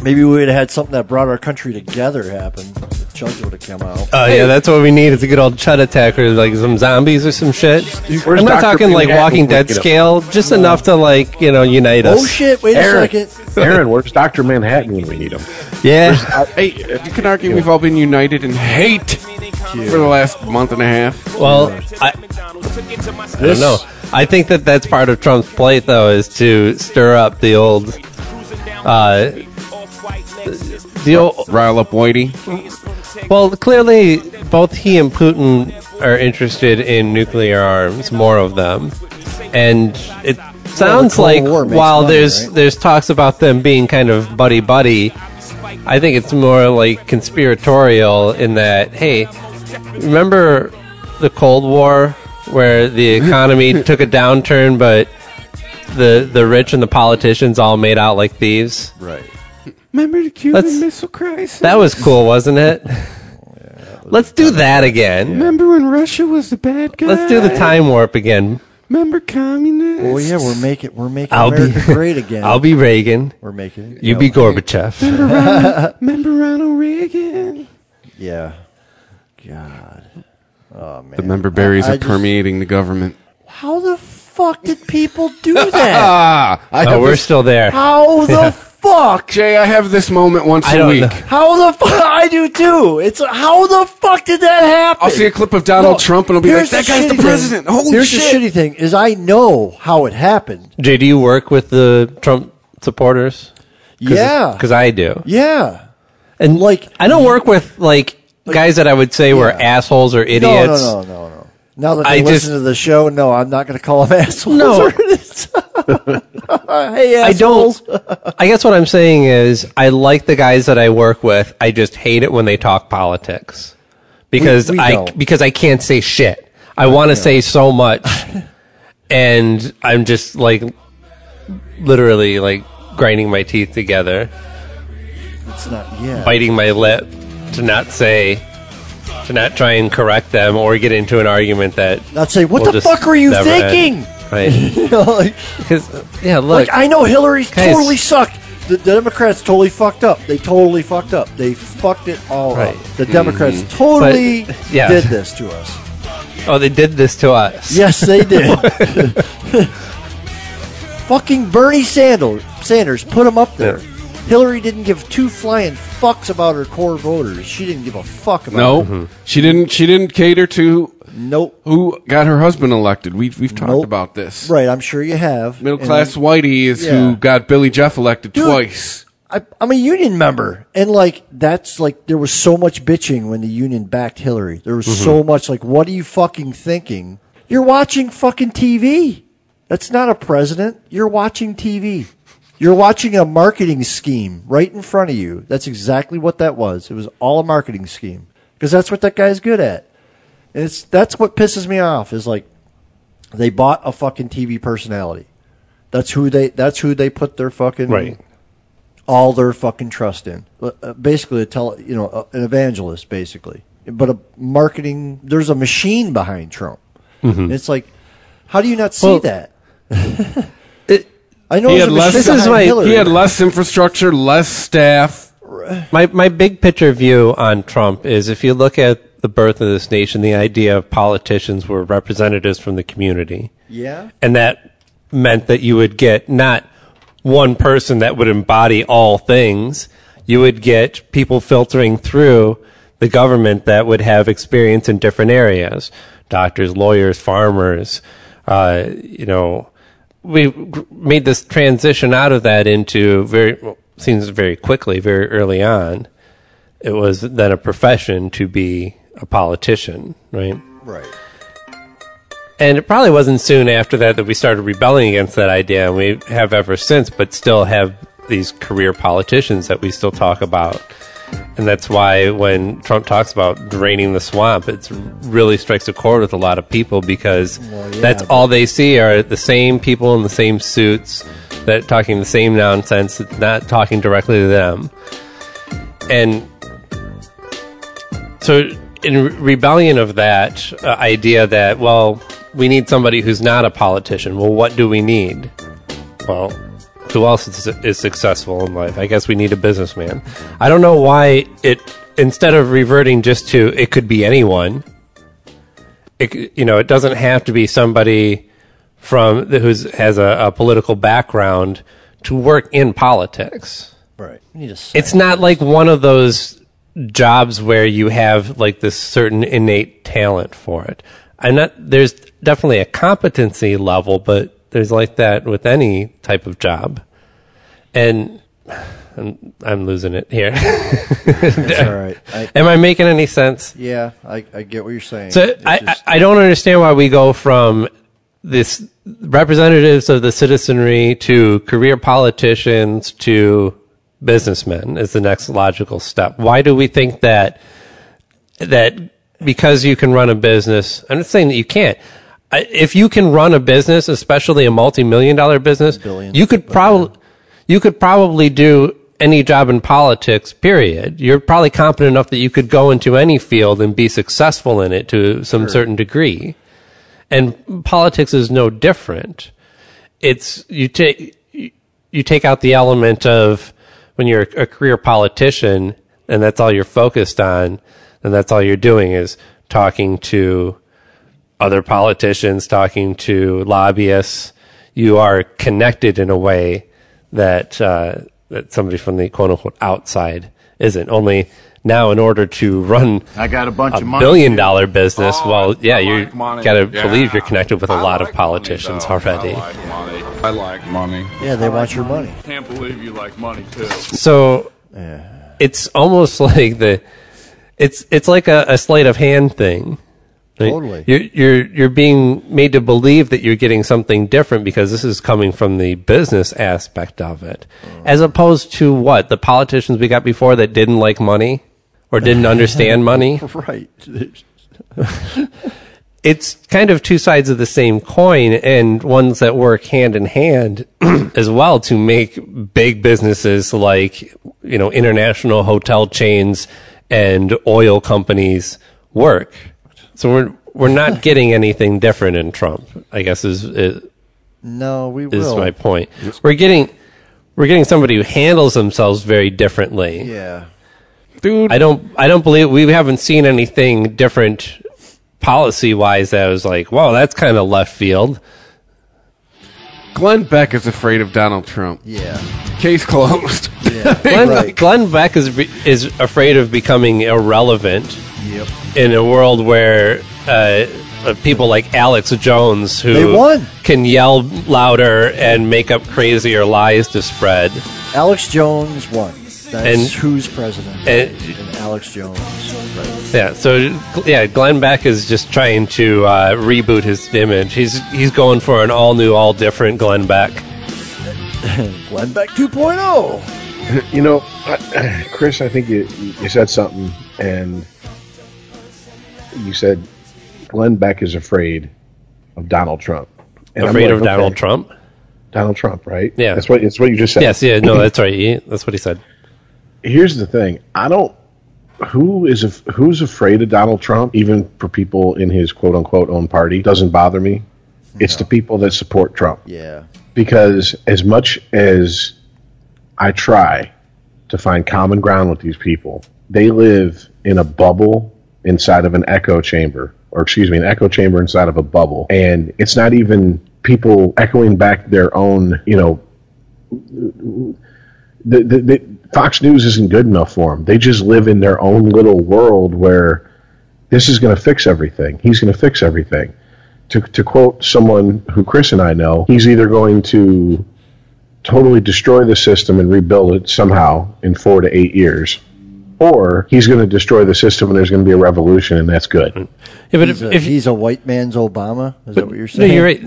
Maybe we would have had something that brought our country together happen. The judge would have come out. Oh, yeah, that's what we need is a good old chud attack or like some zombies or some shit. Where's I'm not Dr. talking like Manhattan Walking when we Dead get up? scale, just enough to like, you know, unite us. oh shit, wait Aaron. a second. Aaron, where's Doctor Manhattan when we need him? Yeah. hey, you can argue we've all been united in hate for the last month and a half. Well, I, I don't know. I think that that's part of Trump's plate, though, is to stir up the old, uh, the old. Rile up Whitey. Well, clearly, both he and Putin are interested in nuclear arms, more of them, and it sounds Cold like War makes while money, there's right? there's talks about them being kind of buddy buddy. I think it's more like conspiratorial in that, hey, remember the Cold War where *laughs* the economy took a downturn, but the the rich and the politicians all made out like thieves. Right. Remember the Cuban Let's- Missile Crisis? That was cool, wasn't it? Let's do that again. Remember when Russia was the bad guy? Let's do the time warp again. Remember communists? Well, Oh, yeah, we're making we're making I'll be America great again. I'll be Reagan. we're making it. You be Gorbachev. Remember Ronald Reagan? yeah. God. Oh man. The member berries I- I are just- permeating the government. How the fuck did people do *laughs* that? Ah, I Oh, have we're this- still there. How the fuck? Jay, I have this moment once I a don't week. know. How the fuck? I do too. It's how the fuck did that happen? I'll see a clip of Donald Well, Trump and I'll be like, here's "That guy's shitty the thing. president." Holy here's shit! the shitty thing is I know how it happened. Jay, do you work with the Trump supporters? yeah. Because I do. yeah. And Like- I don't work with like guys that I would say were assholes or No, no, idiots. no, no, no. Now that I they just- listen to the show, no, I'm not going to call them *laughs* assholes. No. hey, I assholes. don't. I guess what I'm saying is, I like the guys that I work with. I just hate it when they talk politics because We- we I don't. because I can't say shit. I want to say so *laughs* much, and I'm just like literally like grinding my teeth together, It's not. Yeah. biting my lip to not say to not try and correct them or get into an argument that Not say what will the just fuck were you never end." thinking? *laughs* Right? *laughs* You know, like, 'Cause, yeah, look, like, I know Hillary's guys- totally sucked. The Democrats totally fucked up. They totally fucked up. They fucked it all Right. Mm-hmm. up. The Democrats totally But- yeah. did this to us. oh, they did this to us. Yes, *laughs* they did. Fucking Bernie Sanders, Sanders put him up there. Hillary didn't give two flying fucks about her core voters. She didn't give a fuck about. No, Mm-hmm. she didn't. She didn't cater to them. nope. who got her husband elected. We've we've talked Nope. about this. Right, I'm sure you have. Middle And class whitey is Yeah. who got Billy Jeff elected Dude. twice. I, I'm a union member, and like that's like there was so much bitching when the union backed Hillary. There was so much like, what are you fucking thinking? You're watching fucking TV. That's not a president. You're watching TV. You're watching a marketing scheme right in front of you. That's exactly what that was. It was all a marketing scheme because that's what that guy's good at. And it's that's what pisses me off is like they bought a fucking TV personality. That's who they. That's who they put their fucking Right. all their fucking trust in. Uh, Basically, a tele, you know, uh, an evangelist, basically. But a marketing, there's a machine behind Trump. It's like, how do you not see Mm-hmm. Well, that? It- I know He had there's a machine less- this is behind my- Hillary. He had less infrastructure, less staff. My my big picture view on Trump is if you look at the birth of this nation, the idea of politicians were representatives from the community. yeah, And that meant that you would get not one person that would embody all things. You would get people filtering through the government that would have experience in different areas doctors, lawyers, farmers. Uh, you know, we g- made this transition out of that into very, well, seems very quickly, very early on. It was then a profession to be a politician, right? right. And it probably wasn't soon after that that we started rebelling against that idea, and we have ever since, but still have these career politicians that we still talk about. And that's why when Trump talks about draining the swamp, it really strikes a chord with a lot of people because yeah, that's but- all they see are the same people in the same suits that talking the same nonsense, not talking directly to them. And so, in re- rebellion of that uh, idea that, well, we need somebody who's not a politician. Well, what do we need? Well, who else is, is successful in life? I guess we need a businessman. I don't know why it, instead of reverting just to it could be anyone, it, c- you know, it doesn't have to be somebody from who's has a, a political background to work in politics Right. You need to it's not like one of those jobs where you have like this certain innate talent for it. I'm not there's definitely a competency level, but there's like that with any type of job. And I'm, I'm losing it here. *laughs* all right. I, Am I making any sense? yeah, I, I get what you're saying. So It's I, just- I I don't understand why we go from this representatives of the citizenry to career politicians to businessmen is the next logical step. Why do we think that that because you can run a business? I'm not saying that you can't. I- If you can run a business, especially a multi-million dollar business, Billions, you could probably you could probably do any job in politics period you're probably competent enough that you could go into any field and be successful in it to some certain degree and politics is no different it's you take you you take out the element of when you're a career politician and that's all you're focused on and that's all you're doing is talking to other politicians talking to lobbyists you are connected in a way that uh, that somebody from the quote unquote outside isn't only now in order to run I got a bunch a of money. billion dollar business Oh, well I- yeah I you like money. got to Yeah. believe you're connected with a I lot of like money, politicians though. already I like money. I like money. yeah, they want your money. *laughs* Can't believe you like money too. so it's almost *laughs* like the it's it's like a, a sleight of hand thing. right? Totally. You're you're you're being made to believe that you're getting something different because this is coming from the business aspect of it. As opposed to what? The politicians we got before that didn't like money or didn't understand *laughs* money. Right. it's kind of two sides of the same coin and ones that work hand in hand *clears throat* as well to make big businesses like you know international hotel chains and oil companies work so we're we're not getting anything different in Trump i guess is is, No, we will. is my point we're getting we're getting somebody who handles themselves very differently Yeah. dude. I don't I don't believe we haven't seen anything different policy wise that was like, wow, that's kind of left field. Glenn Beck is afraid of Donald Trump. Yeah. *laughs* Case closed. *laughs* Glenn, Right. Glenn Beck is re- is afraid of becoming irrelevant Yep. in a world where uh, uh, people like Alex Jones who They won. can yell louder and make up crazier lies to spread. Alex Jones won. That's And- who's president. and- Alex Jones. Right. Yeah, so gl- yeah, Glenn Beck is just trying to uh, reboot his image. He's he's going for an all new, all different Glenn Beck. Glenn Beck 2.0. You know, I, *sighs* Chris, I think you, you said something, and you said Glenn Beck is afraid of Donald Trump. And I'm afraid like, of Donald okay, Trump. Donald Trump, right? Yeah. that's what it's what you just said. Yes, yeah, no, that's right. He, that's what he said. Here's the thing: I don't. Who is af- who's afraid of Donald Trump? Even for people in his quote unquote own party, doesn't bother me. It's the people that support Trump. Yeah. because as much as I try to find common ground with these people, they live in a bubble inside of an echo chamber, or excuse me, an echo chamber inside of a bubble. And it's not even people echoing back their own, you know, the, the, the Fox News isn't good enough for them. They just live in their own little world where this is going to fix everything. He's going to fix everything to, to quote someone who Chris and I know, he's either going to totally destroy the system and rebuild it somehow in four to eight years, or he's going to destroy the system and there's going to be a revolution and that's Mm. good. Yeah, but He's if, a, if he's a white man's Obama. Is that what you're no, saying? you're right.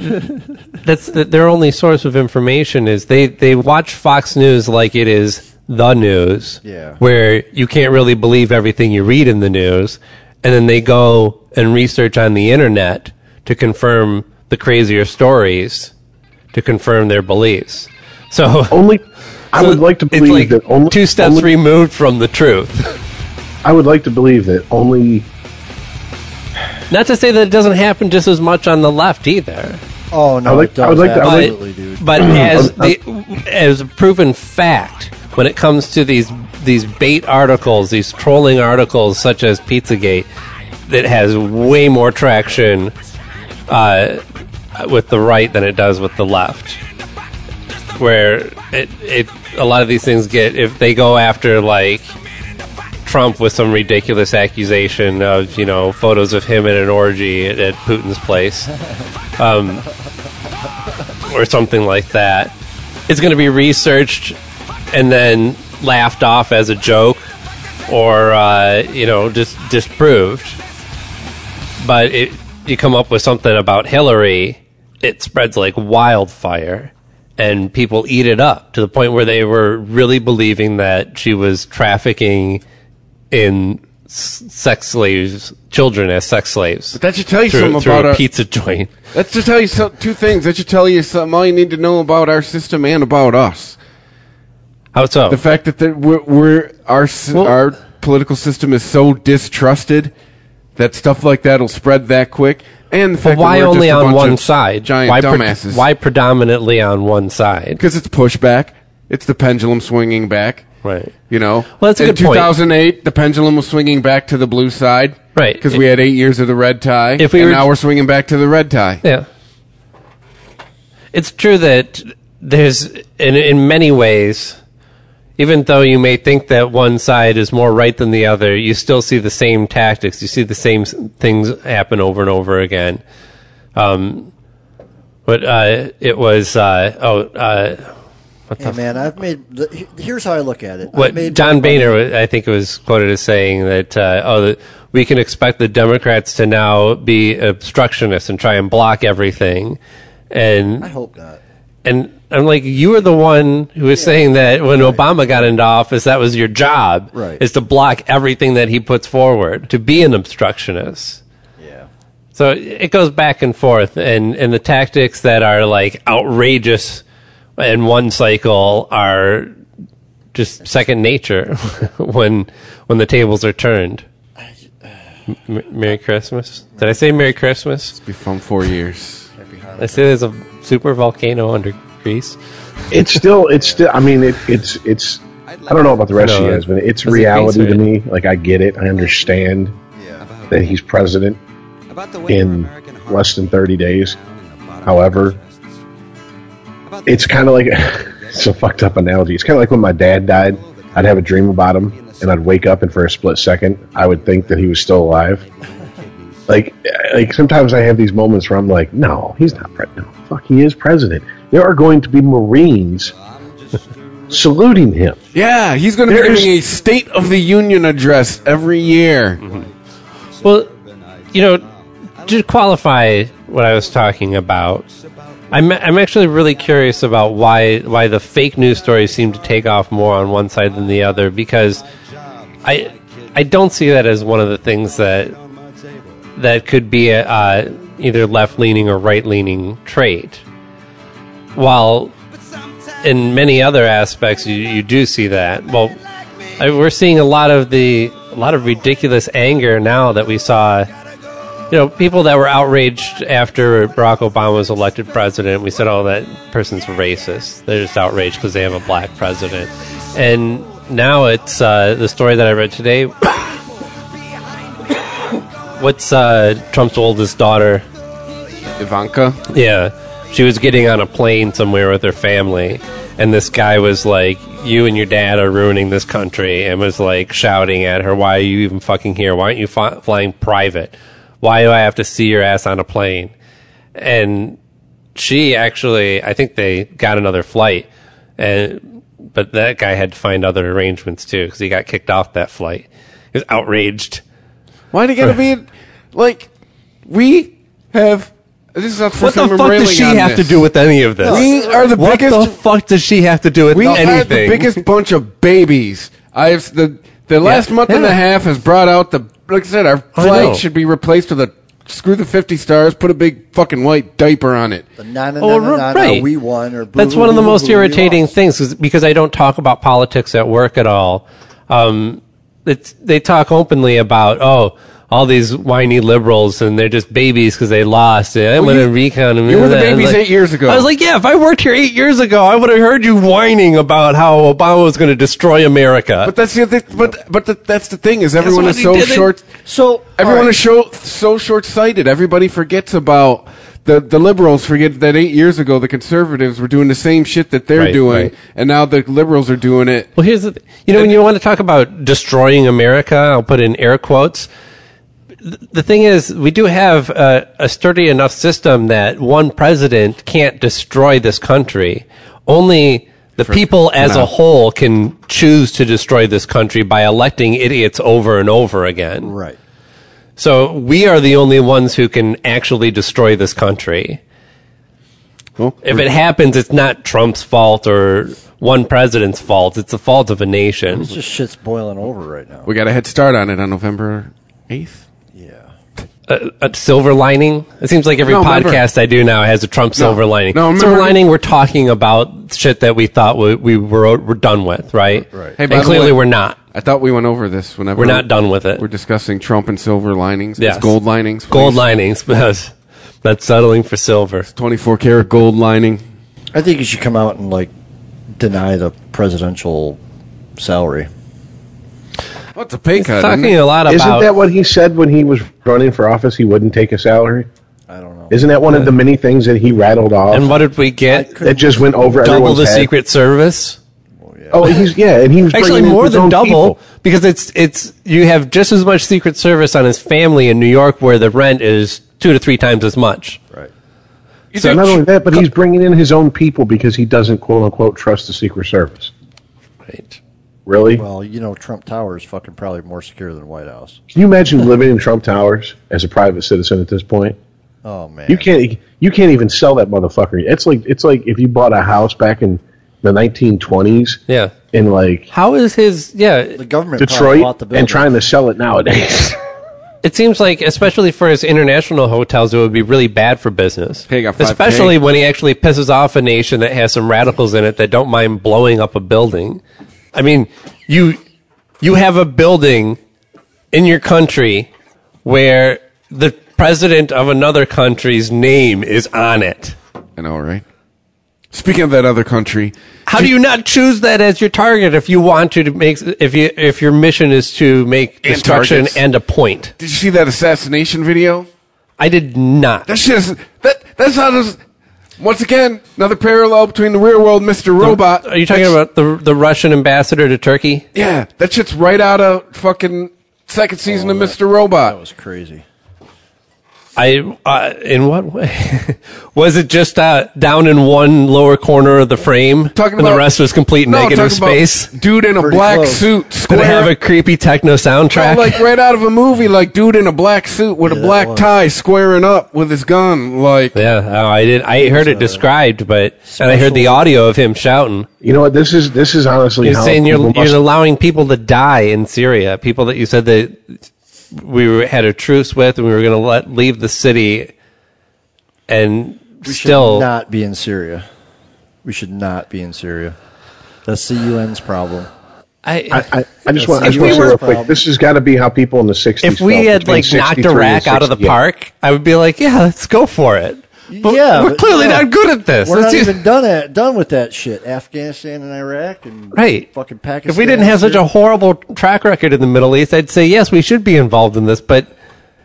That's the, their only source of information is they they watch Fox News like it is the news. Yeah. where you can't really believe everything you read in the news, and then they go and research on the internet to confirm the crazier stories to confirm their beliefs. So. Only, *laughs* I so would like to it's believe like that only two steps only- removed from the truth. *laughs* I would like to believe that only Not to say that it doesn't happen just as much on the left either, Oh, no. I like- it I would does. like to- I would- but, absolutely, dude. but as the, as a proven fact, when it comes to these these bait articles, these trolling articles such as Pizzagate, that has way more traction uh, with the right than it does with the left. Where it, it a lot of these things get if they go after like Trump with some ridiculous accusation of you know photos of him in an orgy at, at Putin's place, um, or something like that. It's going to be researched and then laughed off as a joke, or uh, you know just disproved. But it, you come up with something about Hillary, it spreads like wildfire. And people eat it up to the point where they were really believing that she was trafficking in s- sex slaves, children as sex slaves. That should tell you through, something through about a our. pizza joint. That should tell you so, two things. That should tell you something. All you need to know about our system and about us. How so? The fact that the, we're, we're our s our political system is so distrusted that stuff like that will spread that quick. And the fact But why that we're only just a on bunch one of side? giant why, pre- dumbasses. why predominantly on one side? Because it's pushback. It's the pendulum swinging back. Right. You know. Well, that's a In good point. 2008, the pendulum was swinging back to the blue side. Right. Because we had eight years of the red tie. If we and were- now we're swinging back to the red *laughs* tie. Yeah. It's true that there's, in, in many ways, even though you may think that one side is more right than the other, you still see the same tactics. You see the same s- things happen over and over again. Um, but uh, it was, uh, oh, uh, What the Hey man, I've made. The, he- here's how I look at it. I've what made John Boehner, wa- I think, it was quoted as saying that, uh, oh, that we can expect the Democrats to now be obstructionists and try and block everything. I And hope not. and I'm like, you were the one who was saying that when Obama got into office, that was your job, Right. Is to block everything that he puts forward, to be an obstructionist. Yeah. So it goes back and forth, and, and the tactics that are like outrageous in one cycle are just second nature *laughs* when when the tables are turned. M- Merry Christmas! Did I say Merry Christmas? Be fun four years. I say there's a super volcano under Greece. It's still, it's still. I mean, it, it's, it's. I don't know about the rest No, of you guys, but it's that's a reality piece to of me. Like I get it, I understand that he's president in less than thirty days. However, it's kind of like *laughs* it's a fucked up analogy. It's kind of like when my dad died. I'd have a dream about him, and I'd wake up, and for a split second, I would think that he was still alive. Like, like sometimes I have these moments where I'm like, no, he's not president. No, fuck, he is president. There are going to be Marines *laughs* saluting him. Yeah, he's going to be There's- giving a State of the Union address every year. Mm-hmm. Well, you know, to qualify what I was talking about, I'm I'm actually really curious about why why the fake news stories seem to take off more on one side than the other because I I don't see that as one of the things that that could be a, uh, either left leaning or right leaning trait. While in many other aspects, you, you do see that. Well, I, we're seeing a lot of the a lot of ridiculous anger now that we saw. You know, people that were outraged after Barack Obama was elected president. We said, "Oh, that person's racist." They're just outraged because they have a black president. And now it's uh, the story that I read today. *coughs* What's uh, Trump's oldest daughter? Ivanka. Yeah. She was getting on a plane somewhere with her family, and this guy was like, You and your dad are ruining this country, and was like shouting at her, Why are you even fucking here? Why aren't you fi- flying private? Why do I have to see your ass on a plane? And she actually, I think they got another flight, and but that guy had to find other arrangements too because he got kicked off that flight. He was outraged. Why do you got to be like? We have. This is not the first time I'm railing on this. with any of this? We are the what biggest. the fuck does she have to do with we anything? are the biggest bunch of babies. I've the the last month and Yeah. a half has brought out the like I said. Our know. flag should be replaced with a screw the fifty stars. Put a big fucking white diaper on it. The na na Oh, na na na, right. we won or boo, That's one of the boo, most boo, boo, we irritating lost. things 'cause- because I don't talk about politics at work at all. Um, it's, they talk openly about oh, all these whiny liberals and they're just babies because they lost. I went you- to recon. and you were the I was babies like- eight years ago. I was like, yeah, if I worked here eight years ago, I would have heard you whining about how Obama was going to destroy America. But that's the other, but but the, that's the thing is everyone what is he so did it- short. So Everyone all right. is so so short sighted. Everybody forgets about the the liberals forget that eight years ago the conservatives were doing the same shit that they're Right, doing, right. and now the liberals are doing it. Well, here's the th- you know when you want to talk about destroying America, I'll put in air quotes. th- The thing is, we do have a, a sturdy enough system that one president can't destroy this country. Only the people as a whole can choose to destroy this country by electing idiots over and over again. Right. So we are the only ones who can actually destroy this country. Well, If it happens, it's not Trump's fault or one president's fault. It's the fault of a nation. It's just shit's boiling over right now. We got a head start on it on November eighth. Yeah. a, a silver lining. It seems like every No, remember- podcast I do now has a Trump silver lining. No, remember- silver lining. We're talking about shit that we thought we, we were we're done with, right? Right. Hey, and by the clearly way- we're not. I thought we went over this whenever We're not done with it. We're discussing Trump and silver linings. Yes. It's gold linings. Gold linings. *laughs* That's that's settling for silver. Twenty four karat gold lining. I think you should come out and like deny the presidential salary. What's a pay cut? isn't talking it? a lot Isn't about that what he said when he was running for office? He wouldn't take a salary. I don't know. Isn't that one of the many things that he rattled off? and what did we get? that just went over Double everyone's the head? Secret Service. Oh, he's yeah, and he was Actually, bringing in more his than own double people. because it's it's you have just as much Secret Service on his family in New York, where the rent is two to three times as much. Right. So not only that, but he's bringing in his own people because he doesn't quote unquote trust the Secret Service. Right. Really? Well, you know, Trump Tower is fucking probably more secure than White House. Can you imagine living in Trump Towers as a private citizen at this point? Oh man, You can't. You can't even sell that motherfucker. It's like it's like if you bought a house back in the 1920s Yeah. in like How is his? Yeah, The government probably Detroit bought the building. and trying to sell it nowadays. *laughs* it seems like especially for his international hotels, it would be really bad for business. Hey, you got 5K? especially when he actually pisses off a nation that has some radicals in it that don't mind blowing up a building. I mean, you you have a building in your country where the president of another country's name is on it. I know, right? Speaking of that other country, How do you not choose that as your target if you want to, to make if you if your mission is to make And destruction targets. and a point? did you see that assassination video? I did not. That shit is that. That's how this. Once again, another parallel between the real world, Mister Robot. Are uh, you talking That's- about the the Russian ambassador to Turkey? Yeah, that shit's right out of fucking second season Oh, of Mister Robot. That was crazy. I uh, in what way *laughs* was it just uh, down in one lower corner of the frame, Talking and about- the rest was complete No, I'm negative talking about space? Dude in a Pretty black close. suit, Did square, it have a creepy techno soundtrack? No, like right out of a movie, like dude in a black suit with Yeah, a that black was. tie, squaring up with his gun. Like *laughs* yeah, oh, I did. I heard it described, but and I heard the audio of him shouting. you know what? This is this is honestly You're how saying people you're must- you're allowing people to die in Syria. People that you said that we were, had a truce with, and we were going to let leave the city, and We still should not be in Syria. We should not be in Syria. That's the UN's problem. I, I, I just want. I If just want to we say were- real quick. This has got to be how people in the '60s. if we felt had between like knocked 63 and Iraq out of the 68. park, I would be like, yeah, let's go for it. But Yeah, we're but- clearly yeah. not good at this. We're Let's not use- even done at, done with that shit. Afghanistan and Iraq and *laughs* right. fucking Pakistan. If we didn't have such a Syria. horrible track record in the Middle East, I'd say yes, we should be involved in this. But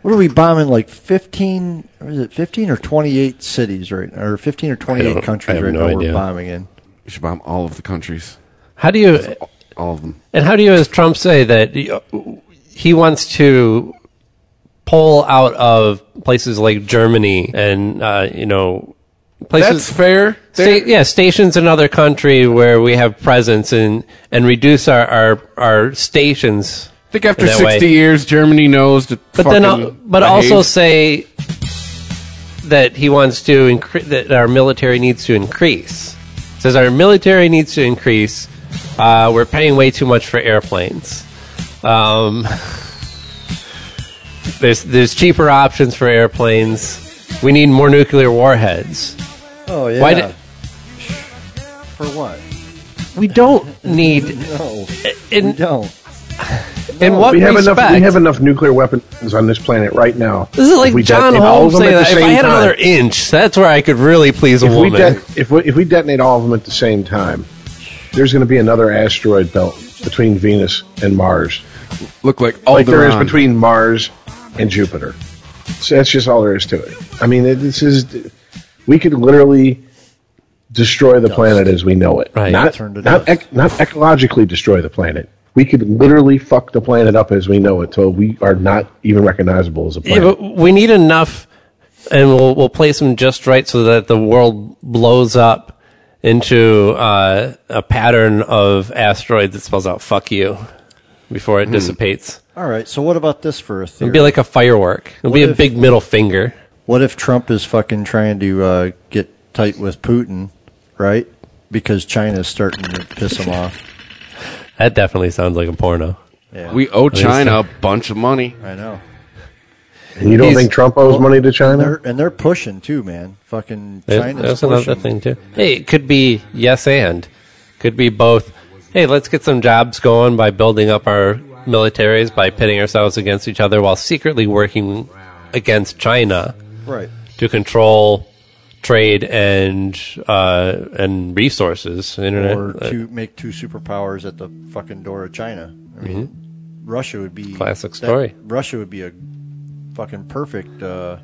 what are we bombing like fifteen? Or is it fifteen or twenty eight cities right now, or fifteen or twenty I eight don't- I countries have right no now? idea. We're bombing in. we should bomb all of the countries, how do you all of them. and how do you, as Trump, say that he wants to pull out of places like Germany and uh, you know places That's fair. Sta- yeah, stations in other country where we have presence and and reduce our our, our stations. I think after in that 60 way. years, Germany knows that. but then fucking al- but behave. also say that he wants to increase that our military needs to increase. Says our military needs to increase. Uh, we're paying way too much for airplanes. Um, *laughs* there's there's cheaper options for airplanes. We need more nuclear warheads. Oh yeah. Why did- For what? We don't need No, we in don't. in what We have respect? enough. We have enough nuclear weapons on this planet right now. This is like If we det- John if all of Holmes them saying at the that if I same had time- another inch, that's where I could really please a if we, woman. de- if, we, if we detonate all of them at the same time, there's going to be another asteroid belt between Venus and Mars, look like all like there is between Mars and Jupiter. So that's just all there is to it. I mean, it, this is we could literally destroy the planet as we know it. Right. Not Turn to not dust. ec- not ecologically destroy the planet. We could literally fuck the planet up as we know it till we are not even recognizable as a Yeah, planet. but we need enough, and we'll we'll place them just right so that the world blows up into uh, a pattern of asteroids that spells out "fuck you" before it dissipates. All right. So what about this for a It'll theory? be like a firework. It'll be a if- big middle finger. What if Trump is fucking trying to uh, get tight with Putin, right? Because China's starting to piss him off. That definitely sounds like a porno. *laughs* Yeah, We owe China a bunch of *laughs* money. I know. And you don't He's- think Trump owes money to China? And they're, and they're pushing too, man. Fucking Yeah, China's That's pushing. another thing too. Hey, it could be yes and, could be both. Hey, let's get some jobs going by building up our militaries by pitting ourselves against each other while secretly working against China Right. to control trade and uh, and resources. Internet. Or uh, to make two superpowers at the fucking door of China. I mean, Russia would be Mm-hmm. Classic story. Russia would be a fucking perfect uh,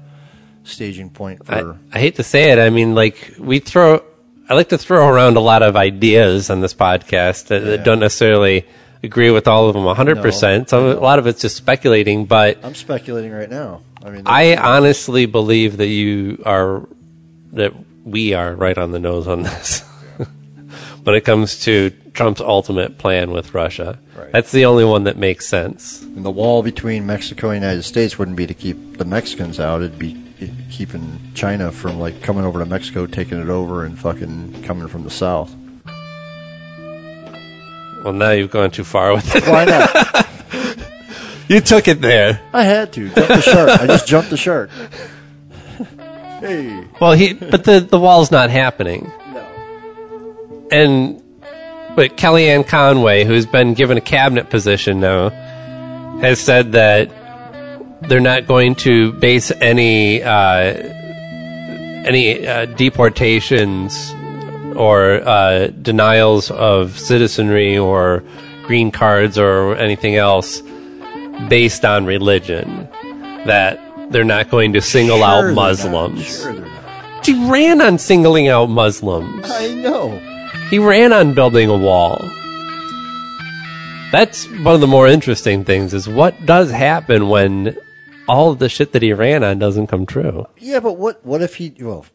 staging point I, for. I hate to say it. I mean, like we throw. I like to throw around a lot of ideas on this podcast that, that don't necessarily agree with all of them 100%. Some, a lot of it's just speculating, but I, am speculating right now. I mean, I honestly believe that you are that we are right on the nose on this *laughs* when it comes to Trump's ultimate plan with Russia. Right. That's the only one that makes sense. And the wall between Mexico and the United States wouldn't be to keep the Mexicans out. It'd be keeping China from like coming over to Mexico, taking it over, and fucking coming from the south. Well, now you've gone too far with it. *laughs* Why not? You took it there. I had to jump the shark. I just jumped the shark. Hey, Well, he but the the wall's not happening. No. And but Kellyanne Conway, who's been given a cabinet position now, has said that they're not going to base any uh, any uh, deportations or uh, denials of citizenry or green cards or anything else based on religion. That they're not going to single Sure they're out not. Muslims. Sure they're not. He ran on singling out Muslims. I know. He ran on building a wall. That's one of the more interesting things is what does happen when all of the shit that he ran on doesn't come true. Yeah, but what? What if he? Well,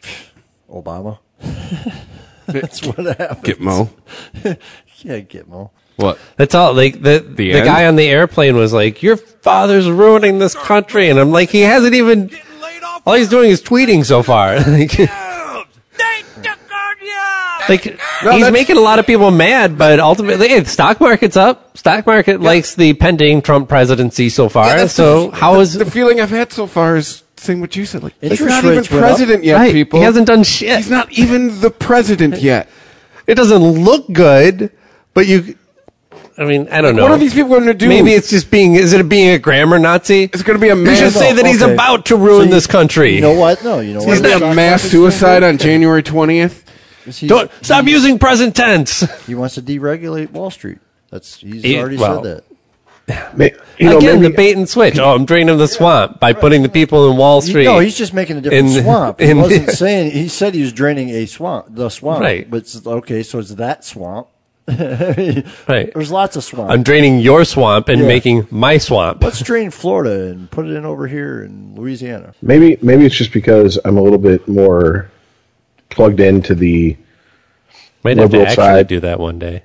Obama. *laughs* That's what happened. Gitmo. Yeah, Gitmo. What? That's all. Like the the, end? guy on the airplane was like, "Your father's ruining this country," and I'm like, he hasn't even. All he's doing is tweeting so far. *laughs* like, like, he's making a lot of people mad, but ultimately, hey, the stock market's up. Stock market likes the pending Trump presidency so far. so how is the feeling I've had so far is saying what you said. Like, he's Interest not even rates went up. president yet, right, people. He hasn't done shit. He's not even the president yet. it doesn't look good, but you. I mean, I don't know. What are these people going to do? Maybe it's just being. Is it being a grammar Nazi? it's going to be a You mass. should say that he's okay. about to ruin So you- this country. You know what? No, you know It's what? going to be a mass suicide on January twentieth. He, Don't stop using present tense. he wants to deregulate Wall Street. That's he's He- already well, said that. Ma- *laughs* you know, Again, maybe, the bait and switch. Oh, I'm draining the swamp by putting the people in Wall He- Street. No, he's just making a different In- swamp. He in- wasn't saying he said he was draining a swamp, the swamp. Right. But it's- okay, so it's that swamp. *laughs* There's right. lots of swamp. I'm draining your swamp and Yeah. making my swamp. Let's drain Florida and put it in over here in Louisiana. maybe maybe it's just because I'm a little bit more plugged into the Might have to liberal actually side. do that one day.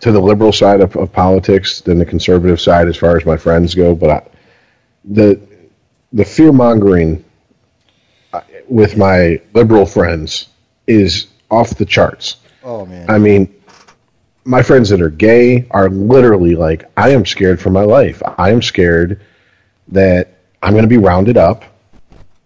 to the liberal side of, of politics than the conservative side as far as my friends go. But I, the the fear mongering uh, with my liberal friends is off the charts. Oh man. I mean, my friends that are gay are literally like, I am scared for my life. I am scared that I'm going to be rounded up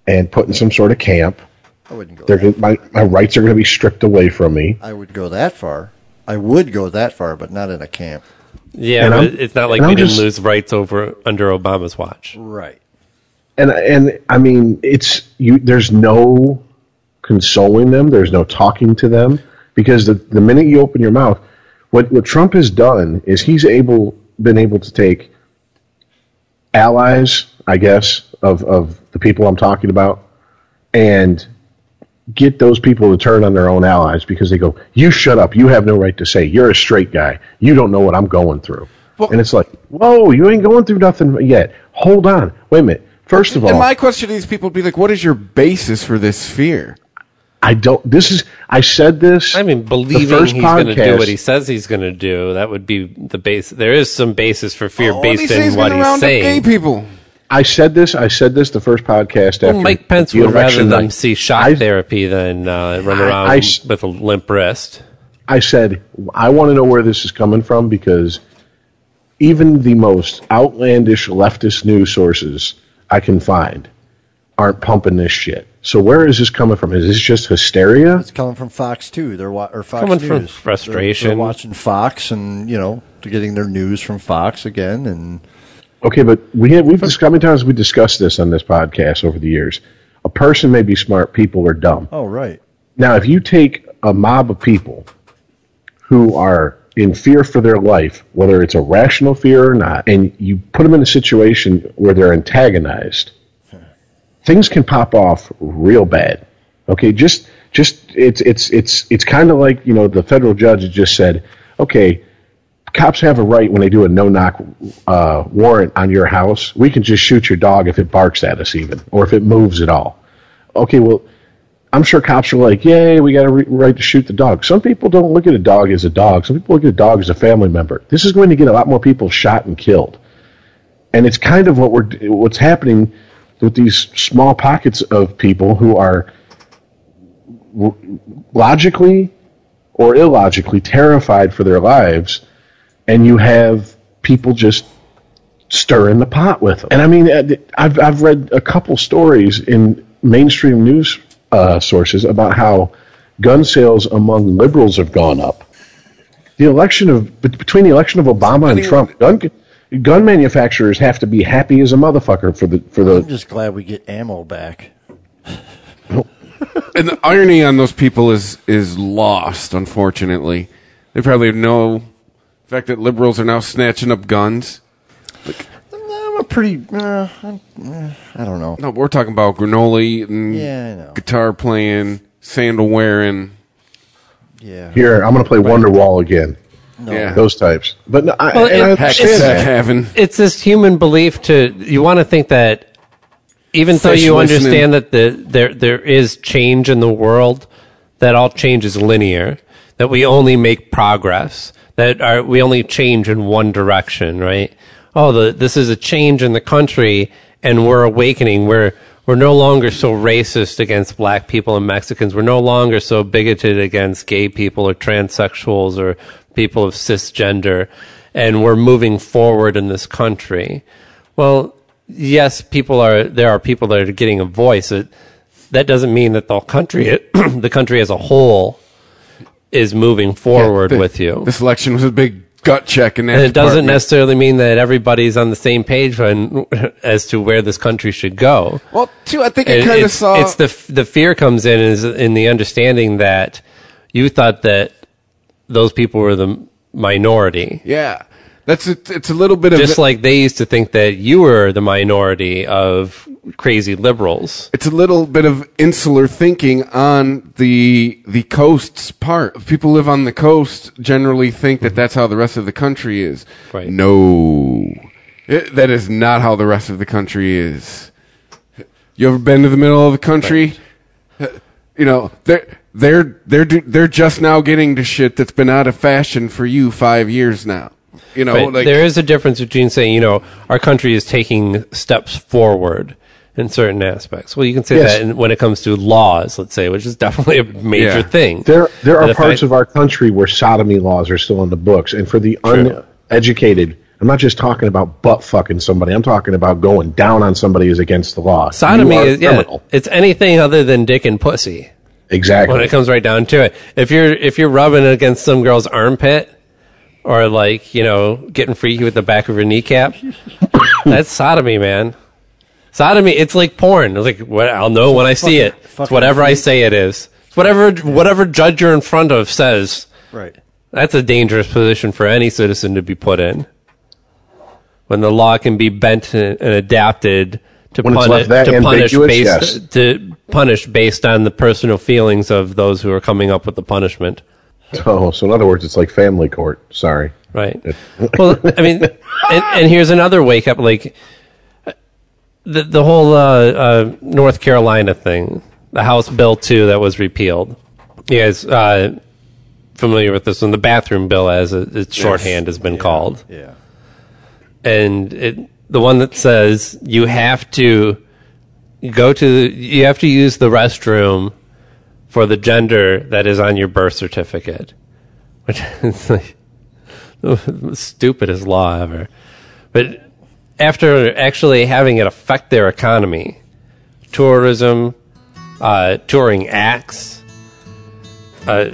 and put in some sort of camp. I wouldn't go They're, that. gonna- my, my rights are going to be stripped away from me. I would go that far. I would go that far, but not in a camp. Yeah, And but I'm- it's not like and we I'm didn't just- lose rights over under Obama's watch. Right. and and I mean it's you there's no consoling them there's no talking to them because the the minute you open your mouth what what Trump has done is he's able been able to take allies I guess of of the people I'm talking about and get those people to turn on their own allies because they go you shut up you have no right to say you're a straight guy you don't know what I'm going through and it's like whoa you ain't going through nothing yet hold on wait a minute first of all And my question to these people would be like, what is your basis for this fear? I don't. This is. I said this. I mean, believing he's going to do what he says he's going to do, that would be the base. There is some basis for fear All based these things in what gonna he's round up saying. Gay people. I said this. I said this the first podcast after Well, Mike Pence the would rather election them night. see shock I, therapy than uh, run I- around I s- with a limp wrist. I said I want to know where this is coming from because even the most outlandish leftist news sources I can find aren't pumping this shit. So where is this coming from? Is this just hysteria? It's coming from Fox too. They're wa- or Fox Coming News. from They're- frustration. They're, watching Fox, and you know, they're getting their news from Fox again. And Okay, but we have, we've discussed, how many times we discussed this on this podcast over the years? A person may be smart, people are dumb. oh, right, Now, if you take a mob of people who are in fear for their life, whether it's a rational fear or not, and you put them in a situation where they're antagonized, things can pop off real bad. Okay, just just it's it's it's it's kind of like you know the federal judge has just said, okay, cops have a right when they do a no knock uh, warrant on your house. We can just shoot your dog if it barks at us, even or if it moves at all. Okay, well I'm sure cops are like, "Yay, we got a re- right to shoot the dog." Some people don't look at a dog as a dog. Some people look at a dog as a family member. This is going to get a lot more people shot and killed, and it's kind of what we're what's happening with these small pockets of people who are w- logically or illogically terrified for their lives, and you have people just stirring the pot with them. And I mean, uh, I've I've read a couple stories in mainstream news uh, sources about how gun sales among liberals have gone up. The election of bet- between the election of Obama and Trump, gun gun manufacturers have to be happy as a motherfucker for the for the I'm just glad we get ammo back. and the irony on those people is is lost. Unfortunately, they probably have no the fact that liberals are now snatching up guns. I'm a pretty. Uh, I'm, uh, I don't know. No, we're talking about granola eating, Yeah, I know. guitar playing, sandal wearing. Yeah. here. I'm going to play Wonderwall again. Yeah, Uh-huh. Those types, but no, I, Well, and I it- understand it's- that. having it's this human belief to you want to think that even though Fish you listening. understand that the, there there is change in the world, that all change is linear, that we only make progress, that our, we only change in one direction, right? Oh, the, this is a change in the country, and we're awakening. We're we're no longer so racist against black people and Mexicans. We're no longer so bigoted against gay people or transsexuals or people of cisgender, and we're moving forward in this country. Well, yes, people are there are people that are getting a voice. It, that doesn't mean that the country, *clears throat* the country as a whole, is moving forward Th- with you. This election was a big gut check, in that and it doesn't department. necessarily mean that everybody's on the same page when, *laughs* as to where this country should go. Well, too, I think It- it kind of it's, saw. it's the f- the fear comes in is in the understanding that you thought that those people were the minority yeah, that's a, it's a little bit of just like they used to think that you were the minority of crazy liberals it's a little bit of insular thinking on the the coast's part. People who live on the coast generally think that that's how the rest of the country is. Right. No, It- that is not how the rest of the country is. You ever been to the middle of the country? *laughs* You know they're they're they're do, they're just now getting to shit that's been out of fashion for you five years now. You know, But like there is a difference between saying, you know, our country is taking steps forward in certain aspects. Well, you can say Yes. that in, when it comes to laws, let's say, which is definitely a major Yeah. thing. There, there are The parts fact- of our country where sodomy laws are still in the books, and for the uneducated, I'm not just talking about butt fucking somebody. I'm talking about going down on somebody is against the law. sodomy You are a is yeah, criminal. it's anything other than dick and pussy when exactly. it comes right down to it. If you're if you're rubbing against some girl's armpit or like you know getting freaky with the back of her kneecap, *coughs* that's sodomy, man. Sodomy, it's like porn. It's like what I'll know when I see it. Fucking- It's fucking whatever I say it is. It's whatever whatever judge you're in front of says. Right. That's a dangerous position for any citizen to be put in. When the law can be bent and and adapted to, When it's puni- left that to punish ambiguous, based yes. to punish based on the personal feelings of those who are coming up with the punishment, So, Oh, so in other words, it's like family court. Sorry. right? *laughs* well, I mean, and, and here's another wake up, like the the whole uh, uh, North Carolina thing, the House Bill two that was repealed. You guys uh, familiar with this one? The bathroom bill, as it, its shorthand has been called. Yeah. and it, the one that says you have to go to the, you have to use the restroom for the gender that is on your birth certificate, which *laughs* is like the *laughs* stupidest law ever. But after actually having it affect their economy, tourism, uh, touring acts, uh,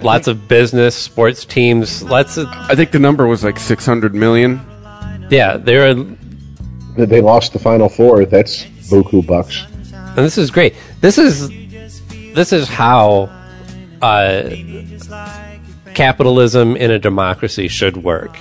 lots of business, sports teams, lots of I think the number was like six hundred million. yeah, there are They- They lost the final four. That's buku bucks. and this is great. This is this is how uh, capitalism in a democracy should work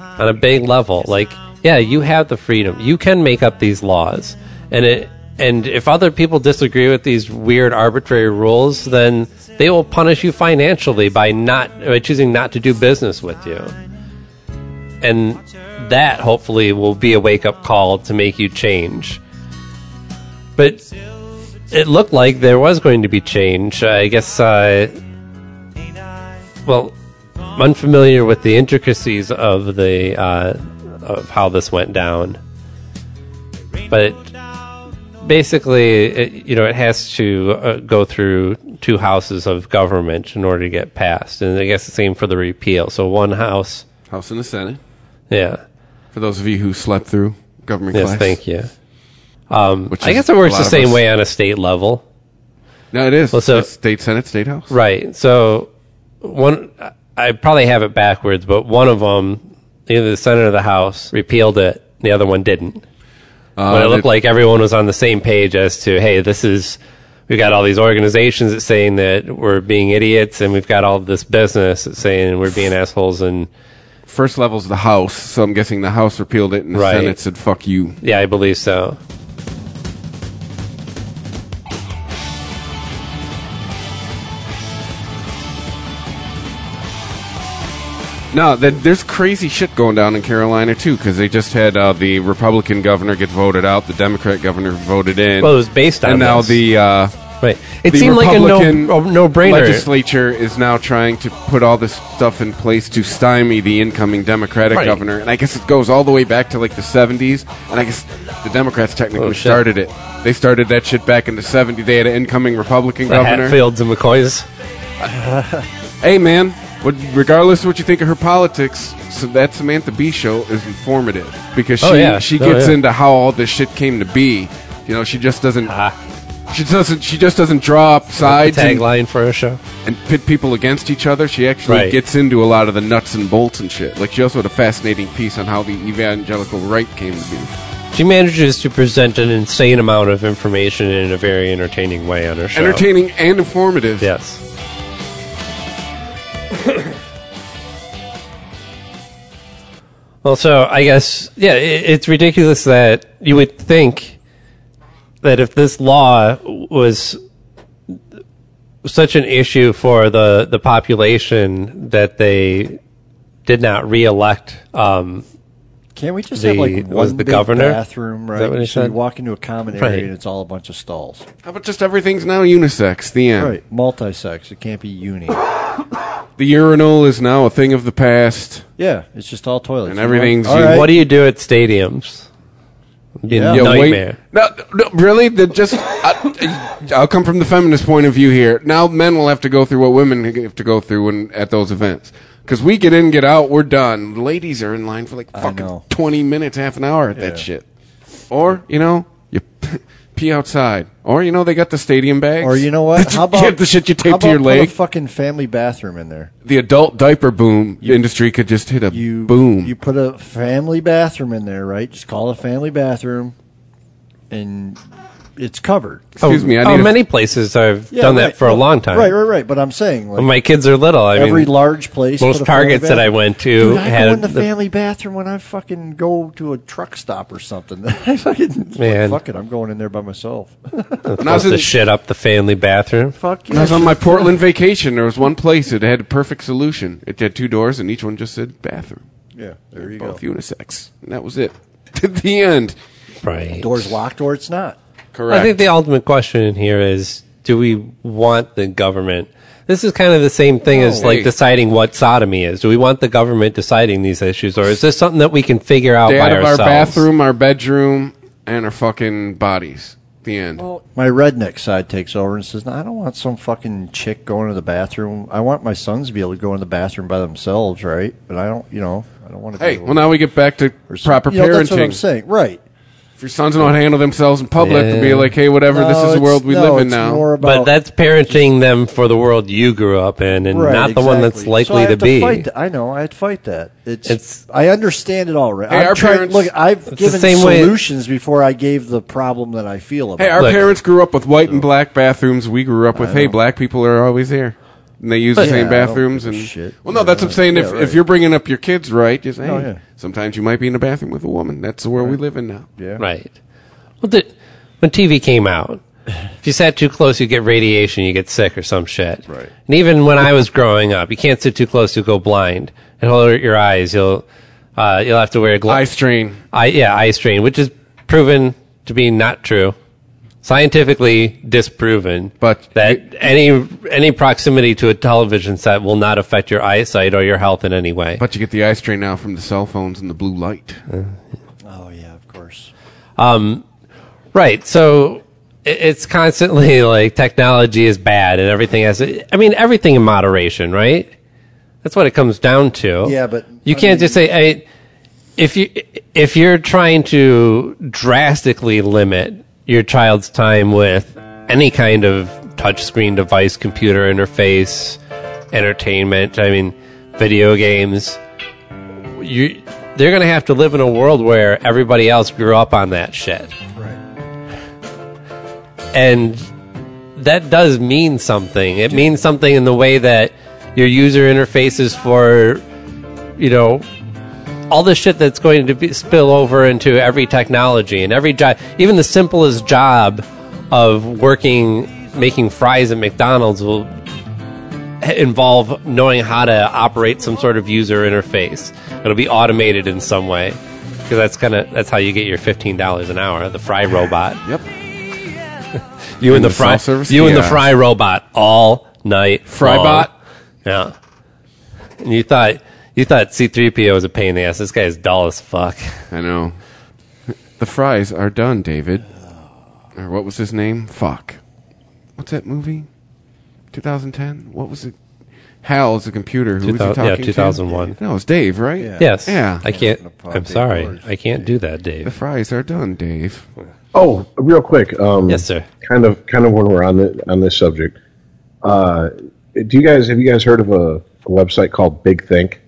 on a big level. Like, yeah, you have the freedom. You can make up these laws, and it and if other people disagree with these weird arbitrary rules, then they will punish you financially by not by choosing not to do business with you. And that hopefully will be a wake up call to make you change. But it looked like there was going to be change. I guess, uh, well, I'm unfamiliar with the intricacies of the uh, of how this went down, but basically, it, you know, it has to uh, go through two houses of government in order to get passed, and I guess the same for the repeal. So one house, House and the Senate. yeah, For those of you who slept through government yes, class. thank you. Um, Which I is guess it a works the lot of same us. way on a state level. No, it is. Well, so- It's state Senate, state House. Right. So one, I probably have it backwards, but one of them, either the Senate or the House, repealed it. The other one didn't. but it looked it- like everyone was on the same page as to, hey, this is we've got all these organizations that's saying that we're being idiots, and we've got all this business that's saying we're being assholes, and First level's the House, so I'm guessing the House repealed it and the Right. Senate said, fuck you. yeah, I believe so. No, that, there's crazy shit going down in Carolina, too, because they just had uh, the Republican governor get voted out, the Democrat governor voted in. Well, it was based on and now this. the. Uh, right. It the seemed Republican like a no brainer. Legislature is now trying to put all this stuff in place to stymie the incoming Democratic Right. governor, and I guess it goes all the way back to like the '70s. And I guess the Democrats technically Oh, shit. started it. They started that shit back in the '70s. They had an incoming Republican The governor. Hatfields and McCoys. Hey, man. What, regardless of what you think of her politics, so that Samantha Bee show is informative because she Oh, yeah. she Oh, gets yeah. into how all this shit came to be. You know, she just doesn't. She doesn't. She just doesn't draw up Ah. The sides. and- tagline for our show. and pit people against each other. She actually Right. gets into a lot of the nuts and bolts and shit. Like she also had a fascinating piece on how the evangelical right came to be. She manages to present an insane amount of information in a very entertaining way on her show. Entertaining and informative. Yes. well, so I guess, yeah, it, it's ridiculous that you would think that if this law was such an issue for the, the population that they did not reelect um, Can't we just The- have like was one the big governor? bathroom, right? that what he so said? you walk into a common area Right. and it's all a bunch of stalls. How about just everything's now unisex? The end. Right, multi-sex. It can't be uni. The urinal is now a thing of the past. Yeah, it's just all toilets. And everything's All you- right. What do you do at stadiums? It'd be a Yeah. Yeah, wait- nightmare. No, no, really? The just I, I'll come from the feminist point of view here. Now men will have to go through what women have to go through when, at those events. Because we get in, get out, we're done. Ladies are in line for like fucking know. twenty minutes, half an hour at that Yeah. shit. Or you know, you *laughs* pee outside. Or you know, they got the stadium bags. Or you know *laughs* what? How about Get the shit you tape how to about your put leg? A fucking family bathroom in there. the adult diaper boom industry could just hit a You boom. You put a family bathroom in there, right? Just call it a family bathroom, and it's covered. Excuse me, I oh, need a- many places have done right. that for a Well, long time. Right, right, right. But I'm saying like When my kids are little, I every mean, large place. most put a family Targets that I bathroom. went to Dude, I had go in the, the- family bathroom when I fucking go to a truck stop or something. *laughs* I fucking Man. fuck it. I'm going in there by myself. *laughs* When I was supposed to in- shit up the family bathroom. fuck When I yeah. was *laughs* on my Portland vacation, there was one place that had a perfect solution. It had two doors, and each one just said bathroom. yeah, there you go. Both unisex. And that was it. *laughs* To the end. Right. Doors locked or it's not. Correct. I think the ultimate question in here is: Do we want the government? This is kind of the same thing as Hey. like deciding what sodomy is. Do we want the government deciding these issues, or is this something that we can figure out Stay by out of our ourselves? bathroom, our bedroom, and our fucking bodies. The end. My redneck side takes over and says, no, I don't want some fucking chick going to the bathroom. I want my sons to be able to go in the bathroom by themselves, right? But I don't, you know, I don't want to. hey, be well, now we get back to proper you know, parenting. That's what I'm saying, right? If your sons don't handle themselves in public, to be Yeah. like, hey, whatever, this No, is the it's- world we no, live in it's now. more But about- that's parenting them for the world you grew up in, and Right, not the one that's exactly. So I likely have to be. Fight th- I know. I'd fight that. It's. It's- I understand it all. Right. Hey, I'm our trying- parents- look, I've the given same way- solutions before I gave the problem that I feel about. hey, our Look. parents grew up with white and black bathrooms. We grew up with, hey, black people are always here. And they use the Yeah, same I don't bathrooms give and a shit. well, no, Yeah, that's what I'm saying. yeah, if, right. if you're bringing up your kids right, just hey, Oh, yeah. sometimes you might be in a bathroom with a woman. That's the world we live in now. yeah. Right. Well, the, when TV came out, if you sat too close, you get radiation, you get sick or some shit. Right. And even when I was growing up, you can't sit too close, you'll go blind. And hold your eyes, you'll uh, you'll have to wear Eye gloves. strain. Eye, yeah, eye strain, which is proven to be not true. scientifically disproven But- that any any proximity to a television set will not affect your eyesight or your health in any way. But you get the eye strain now from the cell phones and the blue light. Oh yeah, of course. Right. So i- it's constantly *laughs* like technology is bad and everything has, I mean, everything in moderation, right? That's what it comes down to. Yeah, but- you I can't mean- just say, I, if you, if you're trying to drastically limit your child's time with any kind of touchscreen device, computer interface, entertainment, I mean, video games, you, they're going to have to live in a world where everybody else grew up on that shit Right. and that does mean something. It means something in the way that your user interfaces for, you know, all the shit that's going to be, spill over into every technology and every job, even the simplest job of working, making fries at McDonald's will involve knowing how to operate some sort of user interface. It'll be automated in some way because that's kind of that's how you get your fifteen dollars an hour. The fry robot. Yep. *laughs* You and, And the, the fry, self-service? you and the Yeah. fry robot all night. Frybot? long. yeah. And you thought you thought C three PO was a pain in the ass. This guy is dull as fuck. I know. The fries are done, David. Or what was his name? Fuck. What's that movie? 2010? What was it? Hal is a computer. Who was he 2000 talking yeah, to? 2001. No, it was Dave, right? Yeah. Yes. Yeah. I can't. Puppy I'm sorry. doors. I can't do that, The Dave. fries are done, Dave. Oh, real quick. Um, Yes, sir. Kind of, kind of when we're on the on this subject. Uh, do you guys have you guys heard of a, a website called Big Think?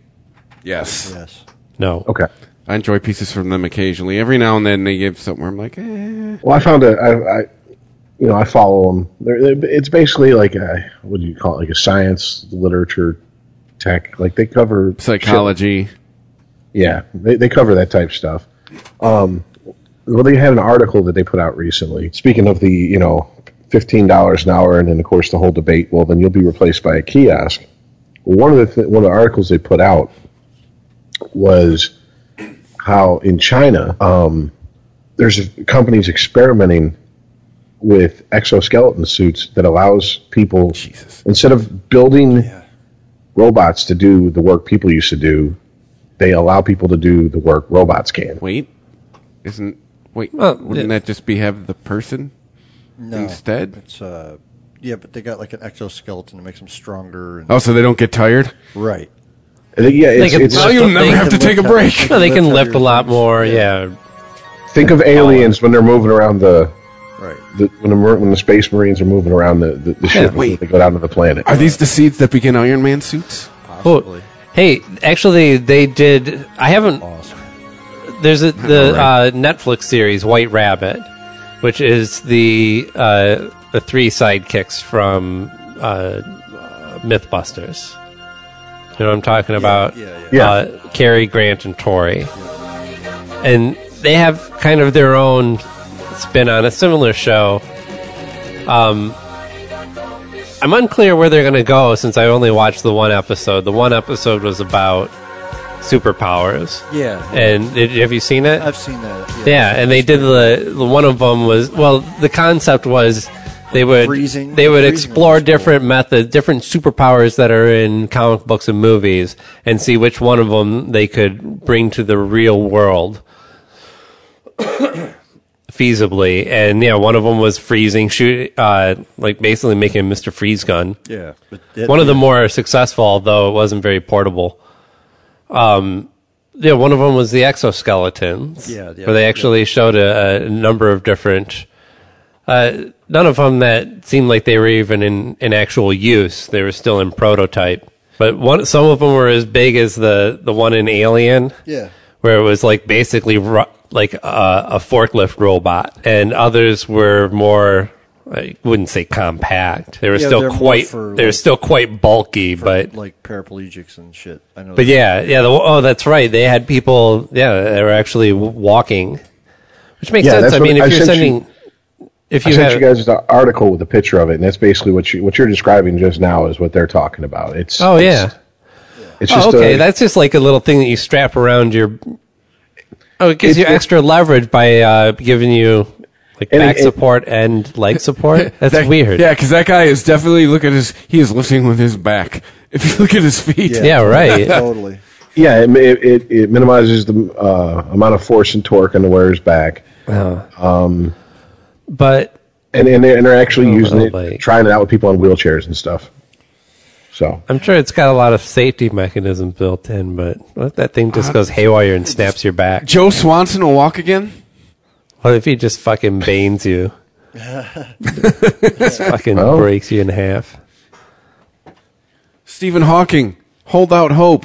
Yes. Yes. No. Okay. I enjoy pieces from them occasionally. Every now and then they give something where I'm like, eh. Well, I found a, I, I you know, I follow them. They're, they're- it's basically like a what do you call it? Like a science, literature, tech. Like they cover shit- Psychology. Yeah, they, they cover that type of stuff. Um, well, they had an article that they put out recently. Speaking of the, you know, fifteen dollars an hour, and then of course the whole debate. Well, then you'll be replaced by a kiosk. One of the th- one of the articles they put out was how in China um, there's companies experimenting with exoskeleton suits that allows people Jesus. instead of building robots to do the work people used to do, they allow people to do the work robots can. Wait. Isn't. Wait. Well, wouldn't it- that just be have the person? No. Instead? it's uh, yeah, but they got like an exoskeleton to make them stronger. And, Oh, so they don't get tired? Right. And it- yeah, it's, Like a- it's- Oh, you'll never They have to can take a lift up- break. No, they Lift can up lift a your lot legs. more. Yeah. think of aliens when they're moving around the, Right. the when the mer- when the space marines are moving around the the, the ship before Wait. they go down to the planet. Are these the seeds that begin Iron Man suits? Oh, hey, actually, they did. I haven't Awesome. there's a, the right. uh, Netflix series White Rabbit, which is the uh, the three sidekicks from uh, MythBusters. You know what I'm talking about? yeah, yeah. Uh, Cary Grant and Tori, and they have kind of their own spin on a similar show. Um, I'm unclear where they're going to go since I only watched the one episode. The one episode was about superpowers. Yeah. And did, have you seen it? I've seen that. yeah, and they did the, the one of them was well, the concept was they would Freezing- they would freezing explore was cool. different methods, different superpowers that are in comic books and movies, and see which one of them they could bring to the real world *coughs* feasibly. And yeah, one of them was freezing, shoot, uh, like basically making a Mister Freeze gun Yeah. But that- one of the more successful, although it wasn't very portable. Um, yeah, one of them was the exoskeletons. Yeah, yeah, where they actually showed a, a number of different. Uh, none of them that seemed like they were even in, in actual use. They were still in prototype. But one, some of them were as big as the, the one in Alien Yeah. where it was like basically ru- like a, a forklift robot, and others were more. I wouldn't say compact. They were Yeah, still they're more quite. for, they were like- still quite bulky, but like paraplegics and shit. I know. but that. yeah, yeah. The, oh, that's right. They had people. Yeah, they were actually w- walking, which makes Yeah, sense. that's I what mean, I if you're sent you- sending, if I you sent have, you guys the article with a picture of it, and that's basically what you what you're describing just now is what they're talking about. It's oh it's- yeah, it's oh, just uh, okay. a, that's just like a little thing that you strap around your. Oh, it gives you extra leverage by uh, giving you Like And it- back it- support and leg *laughs* support? That's That- weird. Yeah, because that guy is definitely look at his. He is lifting with his back. If you look at his feet, Yeah, right. *laughs* *laughs* Totally. Yeah, it, it, it- it minimizes the uh, amount of force and torque on the wearer's back. but And, and, they're, and they're actually Oh, using it, like- trying it out with people on wheelchairs and stuff. So, I'm sure it's got a lot of safety mechanisms built in, but what if that thing Uh, just goes haywire and snaps your back? Joe Swanson will walk again. What if he just fucking banes *laughs* you? just fucking Well. breaks you in half. Stephen Hawking, hold out hope.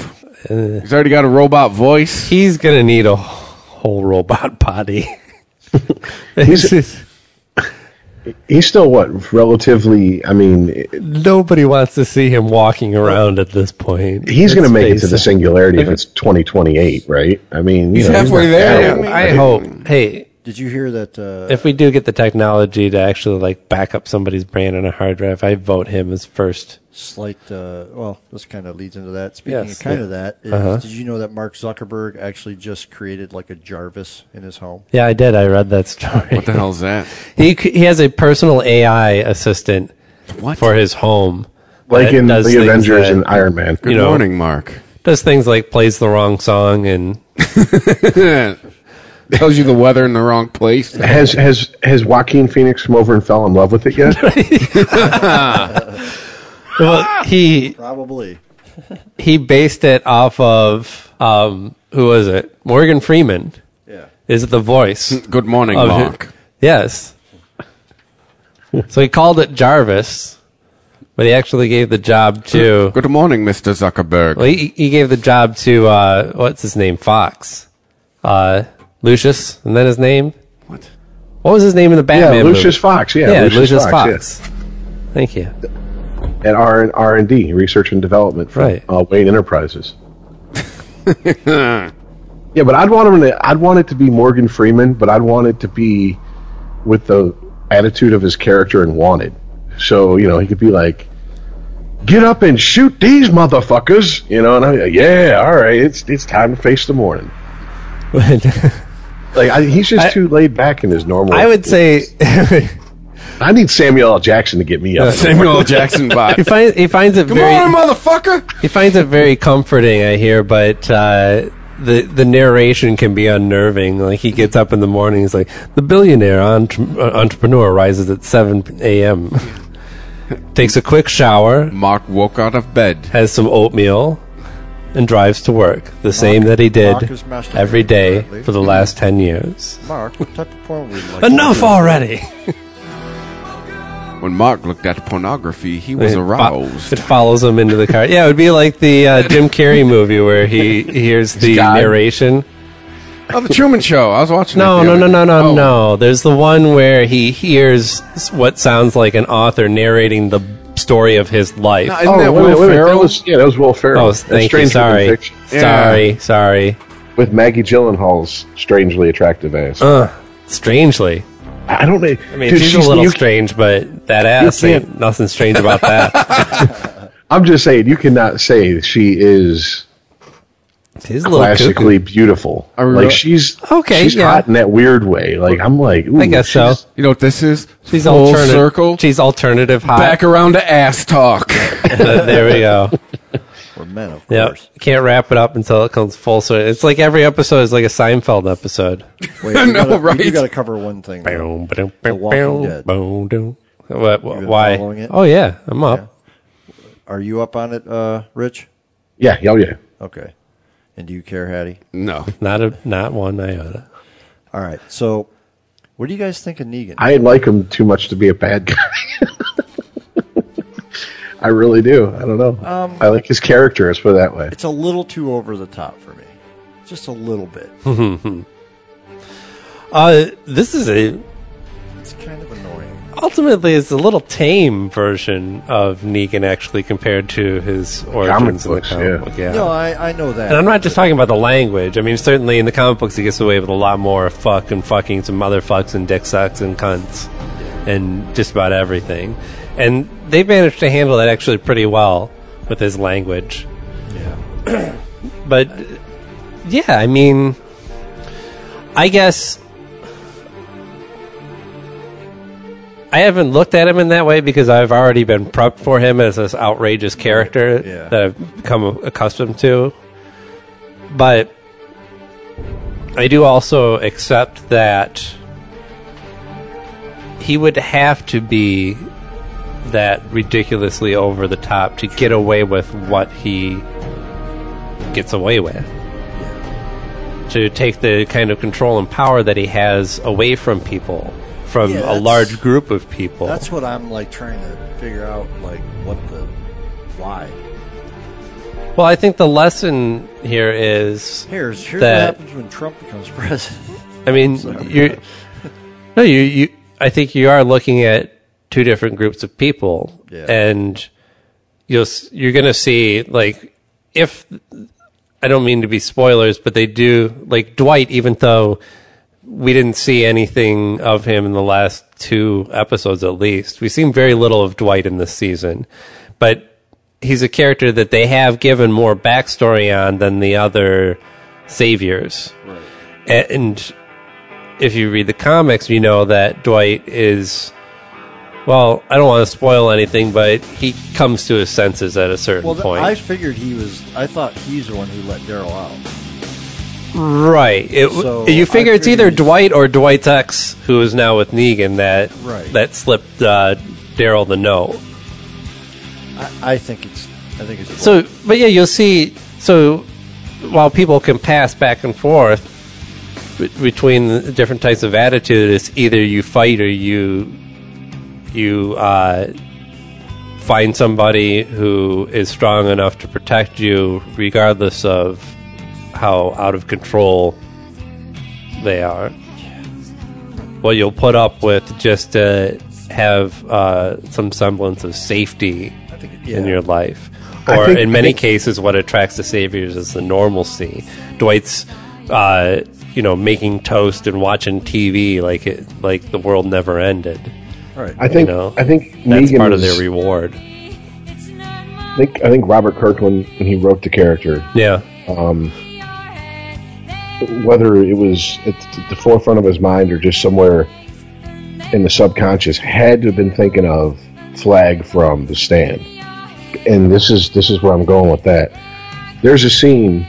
Uh. He's already got a robot voice. He's gonna need a whole robot *laughs* body. This is- he's still what? Relatively, I mean, it- nobody wants to see him walking around at this point. he's going Let's to make it face to the singularity if it's 2028, right? I mean, you He's know, halfway not there. that Yeah, old. mean, I hope. Hey, Did you hear that? Uh, if we do get the technology to actually like back up somebody's brain on a hard drive, I vote him as first. slight. Uh, well, this kind of leads into that. Speaking Yes, Uh-huh. of kind yeah. of that, is, did you know that Mark Zuckerberg actually just created like a Jarvis in his home? Yeah, I did. I read that story. What the hell's that? *laughs* He c- he has a personal AI assistant What? for his home. Like that in the does things Avengers that- and Iron Man. Good you know- morning, Mark. *laughs* does things like plays the wrong song and Tells you the weather in the wrong place. Has has has Joaquin Phoenix come over and fell in love with *laughs* it yet? *laughs* well, he Probably. he based it off of um who was it? Morgan Freeman Yeah. is *laughs* the voice. Good morning, of hi- Mark. Yes. so he called it Jarvis, but he actually gave the job to. Good morning, Mr. Zuckerberg. Well, he, he gave the job to uh, what's his name? Fox, uh, Lucius, and then his name. What? What was his name in the Batman? yeah, Lucius movie? Fox. Yeah, Yeah, Lucius, Fox. Thank you. yeah. at R R and D, research and development, for Right. uh, *laughs* Wayne Enterprises. yeah, but I'd want him to. I'd want it to be Morgan Freeman, but I'd want it to be with the attitude of his character in Wanted. So you know, he could be like, "Get up and shoot these motherfuckers," you know, and I'm like, "Yeah, all right, it's it's time to face the morning." Like I, he's just I- too laid back in his normal. I would say *laughs* I need Samuel L. Jackson to get *laughs* me up. Samuel L. Jackson bot. he, find, he finds it Good very morning, motherfucker. he finds it very comforting. I hear, but uh, the the narration can be unnerving. Like he gets up in the morning, he's like, "The billionaire entre- uh, entrepreneur rises at seven a.m., *laughs* takes a quick shower, Mark woke out of bed. has some oatmeal, and drives to work. The same that he Mark did is masturbating every day currently. for the last ten years. Mark, what type of porn would you like? to Enough do? already." When Mark looked at pornography, he was It fo- aroused. It follows him into the car. Yeah, it would be like the uh, Jim Carrey movie where he hears the God. narration. Oh, the Truman Show. I was watching. No, that the no, no, other no, day. no, Oh. no. There's the one where he hears s- what sounds like an author narrating the story of his life. No, isn't that Oh, wait, a Will minute, wait, a minute. That Ferrell? was, yeah, that was Will Ferrell. oh, That's thank you. Strange Living Sorry, Fiction. sorry, sorry. With Maggie Gyllenhaal's strangely attractive ass. Strangely, I don't know. Uh. I mean, she's, a little strange, but that ass you ain't nothing strange about that. I'm just saying, you cannot say she is *laughs* She's a little cuckoo. classically beautiful. really? Like she's Okay, She's yeah. hot in that weird way. Like I'm like, ooh, I guess so. she's- You know what this is? She's full alternative. circle. She's alternative hot. back *laughs* around to ass talk. there we go. For men, of Yep. course. Can't wrap it up until it comes full circle. It's like every episode is like a Seinfeld episode. *laughs* Wait, we know, gotta, right? You got to cover one thing. Boom, though. boom, boom, Walking boom, Dead. boom, boom. What, what- been why? following it? Oh, yeah. I'm up. Are you up on it, uh, Rich? yeah, yeah, yeah. Okay. And do you care, Hattie? no, Not a, not one iota. All right. So, what do you guys think of Negan? I like him too much to be a bad guy. *laughs* I really do. I don't know. Um, I like his character. Let's put it that way. it's a little too over the top for me. Just a little bit. Hmm. Uh, this is a, it's kind of annoying. ultimately, it's a little tame version of Negan actually compared to his origins books, in the comic yeah. book. Yeah. No, I, I know that. And I'm not just talking about the language. I mean, certainly in the comic books, he gets away with a lot more fuck and fucking some motherfucks and dick sucks and cunts and just about everything. And they managed to handle that actually pretty well with his language. Yeah. but uh, yeah, I mean, I guess I haven't looked at him in that way because I've already been prepped for him as this outrageous character Yeah. that I've become accustomed to. But I do also accept that he would have to be that ridiculously over the top to get away with what he gets away with. To take the kind of control and power that he has away from people, from Yeah, a that's- large group of people. That's what I'm like trying to figure out, like what the why. Well, I think the lesson here is Here's here's That- what happens when Trump becomes *laughs* president. I mean, Sorry. you're no, you you. I think you are looking at two different groups of people, Yeah. and you'll s- you're going to see like if I don't mean to be spoilers, but they do like Dwight, even though we didn't see anything of him in the last two episodes at least. We've seen very little of Dwight in this season, but he's a character that they have given more backstory on than the other saviors. Right. And if you read the comics, you know that Dwight is. Well, I don't want to spoil anything, but he comes to his senses at a certain Well, th- point. I figured he was. I thought he's the one who let Daryl out. Right. It, So, you I figure it's either figured- Dwight or Dwight's ex, who is now with Negan, that Right. that slipped uh, Daryl the note. I, I think it's. I think it's. So, but yeah, you'll see. So, while people can pass back and forth be- between the different types of attitude, it's either you fight or you you uh, find somebody who is strong enough to protect you, regardless of how out of control they are. What you'll put up with just to have uh, some semblance of safety I think it- in yeah. your life. I Or think- in I many think- cases, what attracts the saviors is the normalcy. Dwight's, uh, you know, making toast and watching TV like it, like the world never ended. Right. I think You know, I think That's Negan part of was- their reward. I think I think Robert Kirkland when he wrote the character, Yeah, whether it was at th- the forefront of his mind or just somewhere in the subconscious, had to have been thinking of Flag from The Stand. And this is this is where I'm going with that. There's a scene,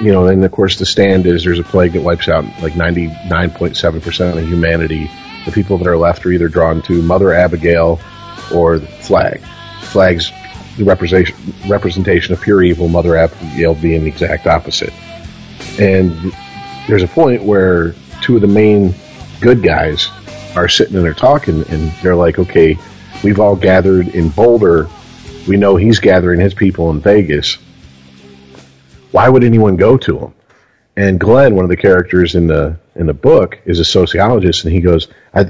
you know, and of course The Stand is there's a plague that wipes out like 99.7% of humanity. The people that are left are either drawn to Mother Abigail or the Flag. Flag's the representation representation of pure evil. Mother Abigail being the exact opposite and there's a point where two of the main good guys are sitting and they're talking and they're like okay we've all gathered in boulder we know he's gathering his people in vegas why would anyone go to him and glenn one of the characters in the in the book is a sociologist and he goes i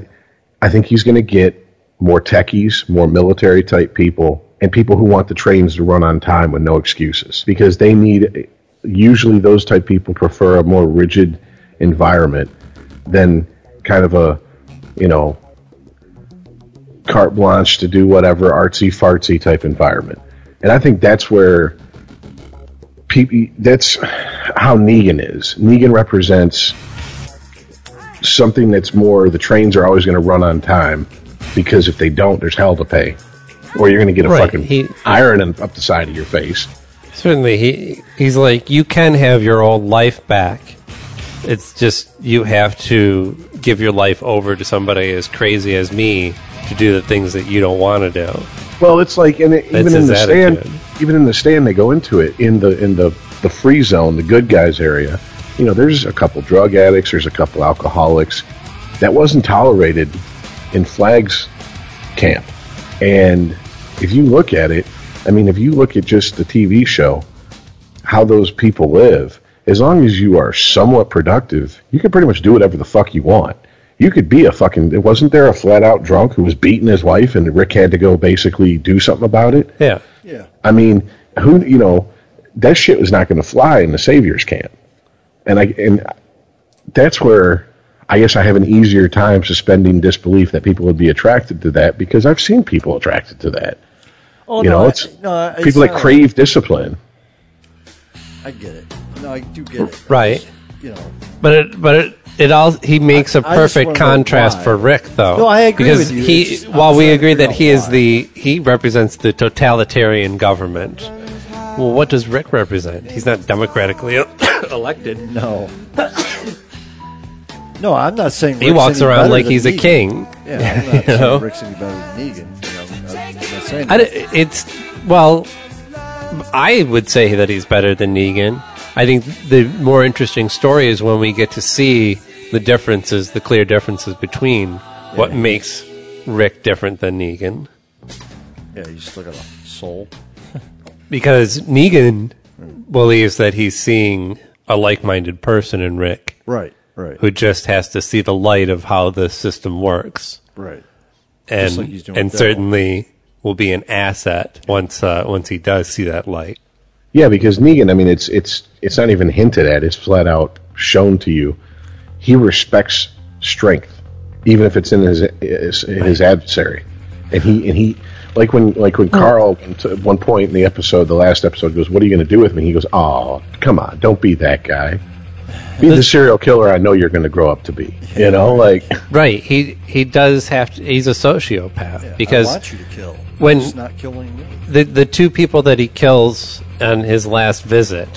i think he's going to get more techies more military type people and people who want the trains to run on time with no excuses because they need usually those type people prefer a more rigid environment than kind of a you know carte blanche to do whatever artsy fartsy type environment and i think that's where people that's how negan is negan represents something that's more the trains are always going to run on time because if they don't there's hell to pay or you're going to get a Right, fucking he- iron in- up the side of your face certainly. He he's like you can have your old life back. It's just you have to give your life over to somebody as crazy as me to do the things that you don't want to do. Well, it's like, and it, even in his the attitude. stand, even in the stand, they go into it in the in the the free zone, the good guys area. You know, there's a couple drug addicts, there's a couple alcoholics. That wasn't tolerated in Flag's camp. And if you look at it, I mean, if you look at just the TV show, how those people live, as long as you are somewhat productive, you can pretty much do whatever the fuck you want. You could be a fucking. Wasn't there a flat out drunk who was beating his wife and Rick had to go basically do something about it? Yeah, yeah. I mean, who, you know, that shit was not going to fly in the Saviors camp. And I, and that's where I guess I have an easier time suspending disbelief that people would be attracted to that because I've seen people attracted to that. Oh, you no, know, I- it's no, it's people that not- crave discipline. I get it. No, I do get it. Right. You know, But it, but it, it all he makes a I- I just perfect wanna know contrast why. for Rick though. No, I agree because with you. he It's just- while I'm we trying to agree figure that out he is why. the he represents the totalitarian government. Well, what does Rick represent? He's not democratically *coughs* elected. No. *coughs* no, I'm not saying He Rick's walks any around better like than he's a Negan. king. Yeah, I'm *laughs* You not saying know? Rick's any better than Negan. You know, I'm not saying I that. d it's well, I would say that he's better than Negan. I think the more interesting story is when we get to see the differences, the clear differences between what makes Rick different than Negan. yeah, you just look at the soul. Because Negan believes that he's seeing a like-minded person in Rick, Right, right, who just has to see the light of how the system works. right. and Just like he's doing and with Deadpool. certainly will be an asset once uh, once he does see that light. Yeah, because Negan, I mean, it's it's it's not even hinted at; it's flat out shown to you. He respects strength, even if it's in his his, his adversary, and he and he like when like Oh. when Carl went to- at one point in the episode, the last episode, goes, "What are you going to do with me?" He goes, "Oh, come on, don't be that guy." Be the serial killer I know you're going to grow up to be. You know, like Right. He he does have to. He's a sociopath I because want you to kill. when- it's not killing me. the the two people that he kills on his last visit,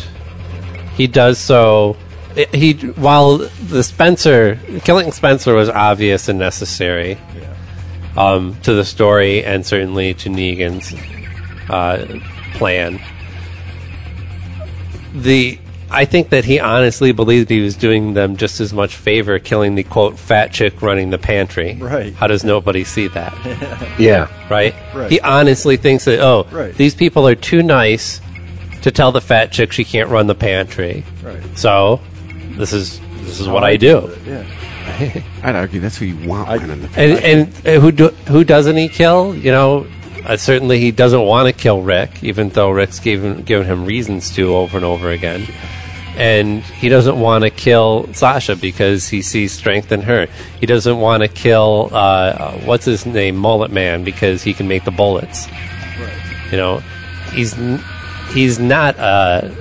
he does so. eh, He while the Spencer killing Spencer was obvious and necessary um, to the story and certainly to Negan's uh, plan. The I think that he honestly believed he was doing them just as much favor killing the quote fat chick running the pantry. Right. How does nobody see that? yeah, right? Right. He honestly thinks that, oh, Right. these people are too nice to tell the fat chick she can't run the pantry. Right. So, this is this is what I do. Yeah, I'd argue that's who you want running the And, and uh, who do, who doesn't he kill? You know, uh, certainly he doesn't want to kill Rick, even though Rick's given given him reasons to over and over again. And he doesn't want to kill Sasha because he sees strength in her. He doesn't want to kill uh, uh, what's his name, Mullet Man, because he can make the bullets. You know, he's n- he's not a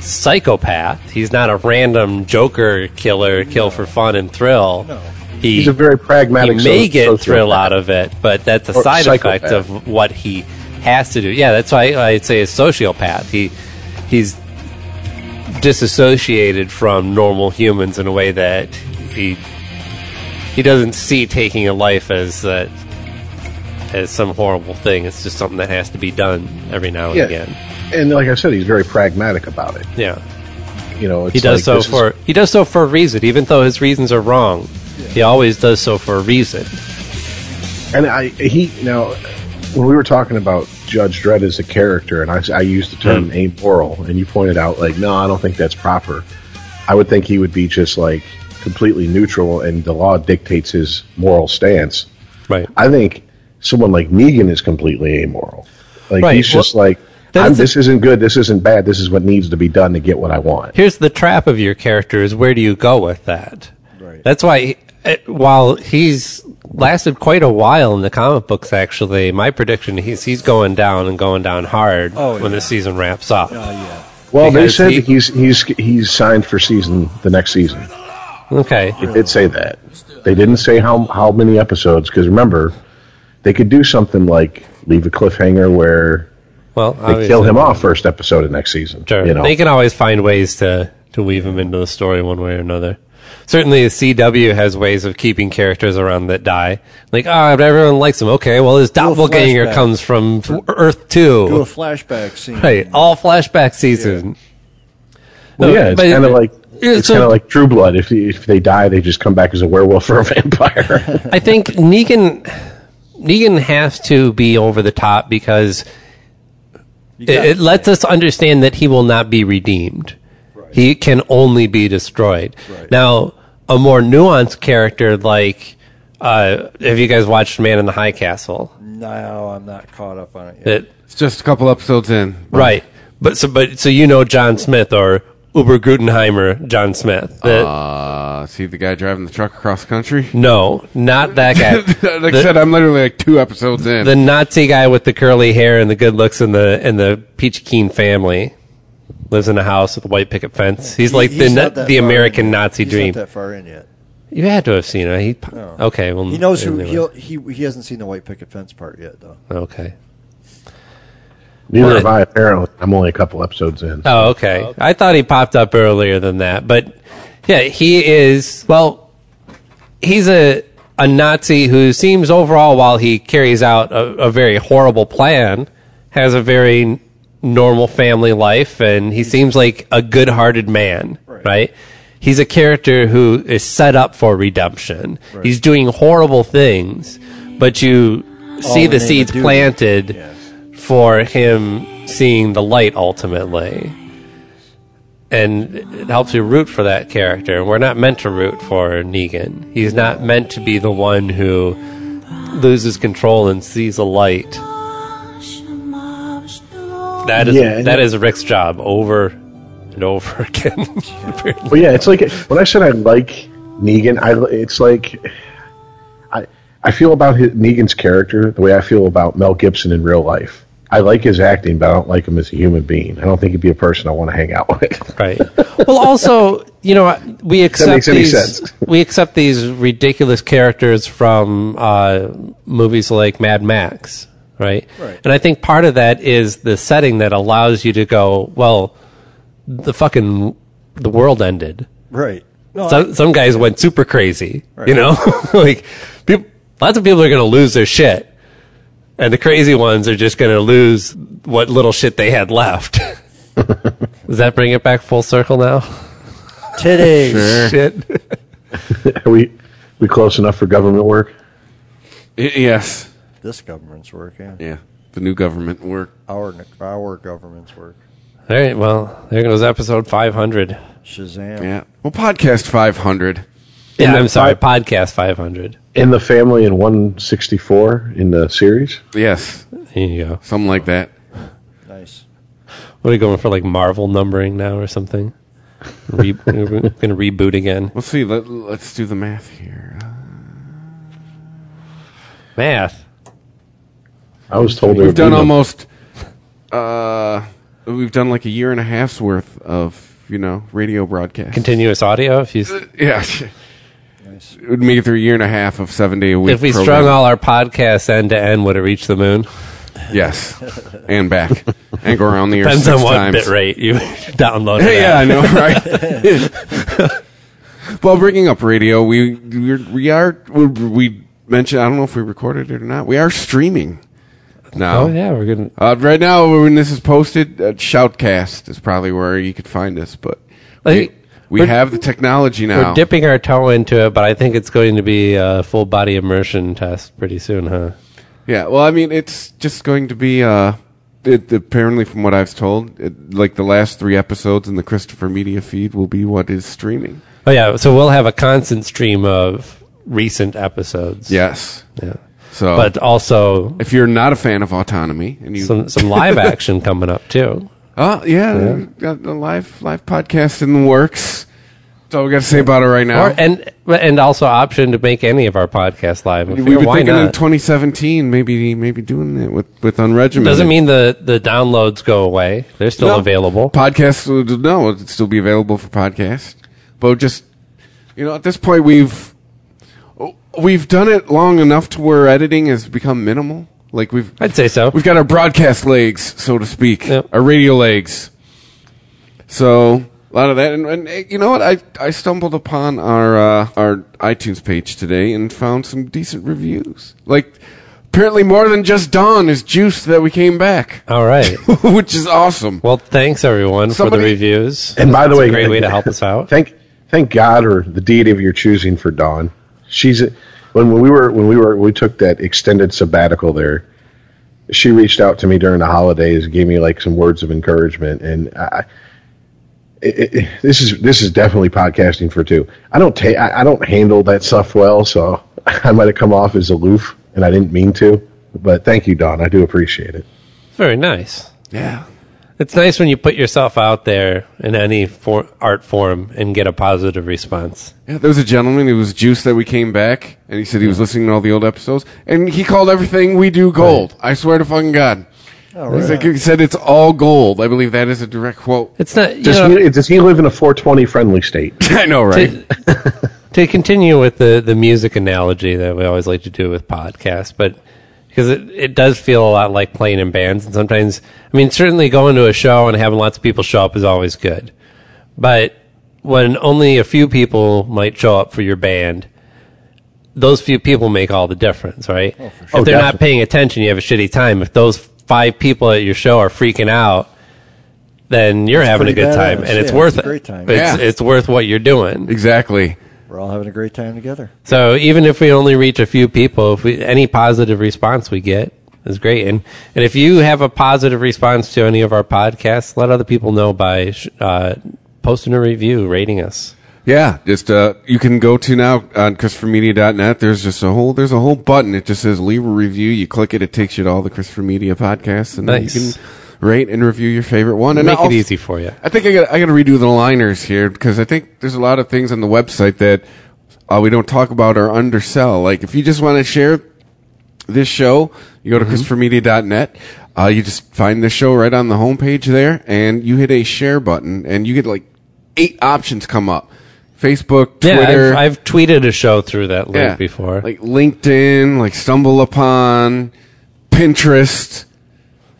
psychopath. He's not a random Joker killer, kill for fun and thrill. No. He, he's a very he pragmatic. may so- get sociopath. thrill out of it, but that's a Or side psychopath. effect of what he has to do. Yeah, that's why I- I'd say a sociopath. He he's disassociated from normal humans in a way that he he doesn't see taking a life as that as some horrible thing. It's just something that has to be done every now and Yeah. again. And like I said, he's very pragmatic about it. Yeah. You know, it's He does like, so this is- for he does so for a reason, even though his reasons are wrong. He always does so for a reason. And I he now when we were talking about Judge Dredd as a character, and I, I used the term Hmm. amoral, and you pointed out like, no, I don't think that's proper. I would think he would be just like completely neutral, and the law dictates his moral stance. Right. I think someone like Negan is completely amoral. Like Right, he's just well, like, that I'm, is the- this isn't good, this isn't bad, this is what needs to be done to get what I want. here's the trap of your character is where do you go with that Right. that's why he, eh, while he's lasted quite a while in the comic books actually my prediction he's he's going down and going down hard Oh, when yeah. the season wraps up Well, they Because said he- he's he's he's signed for season the next season. okay They did say that. They didn't say how how many episodes because remember, they could do something like leave a cliffhanger where well they obviously- kill him off first episode of next season. Sure. You know, They can always find ways to, to weave them into the story one way or another. Certainly, the CW has ways of keeping characters around that die. Like, oh, but everyone likes him. Okay, well, his doppelganger flashback. comes from Earth do a 2. flashback scene. Right. All flashback season. Well, yeah, it's but- kind of like Yeah, it's so- kind of like True Blood. If if they die, they just come back as a werewolf or *laughs* a vampire. I think Negan Negan has to be over the top because it, got it lets us understand that he will not be redeemed. He can only be destroyed. Now, a more nuanced character like uh, have you guys watched Man in the High Castle? No, I'm not caught up on it yet. That It's just a couple episodes in. right, but so but so you know John Smith or Uber Gutenheimer John Smith. That- Uh, see the guy driving the truck across the country? *laughs* no, not that guy. *laughs* like I The- said, I'm literally like two episodes in. the Nazi guy with the curly hair and the good looks and the and the peach keen family. lives in a house with a white picket fence. He's like He- the he's Na- not that the far American in yet. Nazi He's dream. Not that far in yet. You had to have seen it. He, Okay, well He knows who anyway. he'll, he he hasn't seen the white picket fence part yet though. Okay. Neither What? have I. Apparently, I'm only a couple episodes in. Oh, okay. I thought he popped up earlier than that, but yeah, he is. Well, he's a a Nazi who seems overall, while he carries out a, a very horrible plan, has a very n- normal family life, and he seems like a good-hearted man, right? Right. He's a character who is set up for redemption. He's doing horrible things, but you see in the name the of seeds duty. planted Yes. for him seeing the light ultimately. And it helps you root for that character. We're not meant to root for Negan. He's not meant to be the one who loses control and sees a light. That is Yeah, and- that is Rick's job over and over *laughs* again. apparently. Well, yeah, it's like when I said I like Negan. I li- it's like I I feel about his, Negan's character the way I feel about Mel Gibson in real life. I like his acting, but I don't like him as a human being. I don't think he'd be a person I want to hang out *laughs* with. right. *laughs* Well, also, you know, we accept makes any these sense. we accept these ridiculous characters from uh, movies like Mad Max, right? Right. And I think part of that is the setting that allows you to go, well, the fucking the world ended. Right. No, Some some guys went super crazy, you Right. know, *laughs* like people, lots of people are going to lose their shit. And the crazy ones are just going to lose what little shit they had left. *laughs* Does that bring it back full circle now? I- titties. shit. *laughs* Are we we close enough for government work? Y- yes. This government's work. Yeah. Yeah. The new government work. Our our government's work. All right. Well, there goes episode 500. Shazam. Yeah. Well, podcast 500. Yeah, the I'm sorry. podcast 500. In the family in 164 in the series. Yes. There you go. Something like that. Nice. What are we going for, like Marvel numbering now or something? Re- *laughs* We're going to reboot again. Let's see. Let, let's do the math here. Math. I was told there We've would be done no- almost. Uh, we've done like a year and a half's worth of you know radio broadcasts. Continuous audio. If you Yeah, Nice. it would make it through a year and a half of seven day a week. if we program. strung all our podcasts end to end, would it reach the moon? yes, and back, and go around the earth Depends six on what times. bit rate you *laughs* download. *laughs* it yeah, at. I know, right? *laughs* well, bringing up radio, we we're, we are we, we mentioned. I don't know if we recorded it or not. We are streaming now. Oh yeah, we're gonna. Uh, right now, when this is posted, uh, Shoutcast is probably where you could find us. But we, Like, we we're- have the technology now. We're dipping our toe into it, but I think it's going to be a full body immersion test pretty soon, huh? Yeah, well, I mean, it's just going to be. Uh, it, apparently, from what I was told, it, like the last three episodes in the Christopher Media feed will be what is streaming. Oh yeah, so we'll have a constant stream of recent episodes. Yes. Yeah. So, But also if you're not a fan of autonomy, and Oh. you, some some *laughs* live action coming up too. oh yeah, we've got a live live podcast in the works. That's all we got to say about it right now. Or, and and also option to make any of our podcasts live. I we figure, were why thinking in not? 2017, maybe maybe doing it with with unregimented. Doesn't mean the the downloads go away. They're still No. available. Podcasts, uh, no, it'd still be available for podcast. But just, you know, at this point, we've oh, we've done it long enough to where editing has become minimal. Like we've I'd say so. we've got our broadcast legs, so to speak, Yep. our radio legs. So a lot of that, and, and eh, you know what? I I stumbled upon our uh, our iTunes page today and found some decent reviews. Like apparently, more than just Dawn is juiced that we came back, *laughs* All *laughs* right. which is awesome. Well, thanks everyone for Somebody- the reviews. And by the It's way, uh, a *laughs* great way to help us out. Thank, thank God or the deity of your choosing for Dawn. She's a- when when we were when we were we took that extended sabbatical there. She reached out to me during the holidays, gave me like some words of encouragement, and I, it, it- it, this is this is definitely podcasting for two. I don't ta- I, I don't handle that stuff well, so *laughs* I might have come off as aloof, and I didn't mean to. But thank you, Dawn. I do appreciate it. Very nice. Yeah. It's nice when you put yourself out there in any for- art form and get a positive response. Yeah, there was a gentleman who was juiced that we came back, and he said he was listening to all the old episodes, and he called everything we do gold. I swear to fucking God. He's like, he said it's all gold. I believe that is a direct quote. It's not. You Does, know, he, does he live in a 420 friendly state? *laughs* I know, right? to, to continue with the, the music analogy that we always like to do with podcasts, but because it, it does feel a lot like playing in bands. And sometimes, I mean, certainly going to a show and having lots of people show up is always good. But when only a few people might show up for your band, those few people make all the difference, right? Oh, If they're not definitely. paying attention, you have a shitty time. If those five people at your show are freaking out, then you're having a pretty good time, badass. and it's Yeah, worth it's a it. great time. It's, Yeah. it's worth what you're doing. exactly. We're all having a great time together. So even if we only reach a few people, if we, any positive response we get is great. And and if you have a positive response to any of our podcasts, let other people know by sh- uh, posting a review, rating us. Yeah, just uh, you can go to now on ChristopherMedia.net. There's just a whole there's a whole button. It just says leave a review. You click it, it takes you to all the Christopher Media podcasts, and then you Nice. can rate and review your favorite one. And Make I'll- it easy for you. I think I got I got to redo the liners here because I think there's a lot of things on the website that uh, we don't talk about or undersell. Like if you just want to share this show, you go Mm-hmm. to ChristopherMedia.net. Uh, you just find the show right on the homepage there, and you hit a share button, and you get like eight options come up: Facebook, Yeah, Twitter, I've, I've tweeted a show through that link yeah, before. like LinkedIn, like Stumble Upon, Pinterest,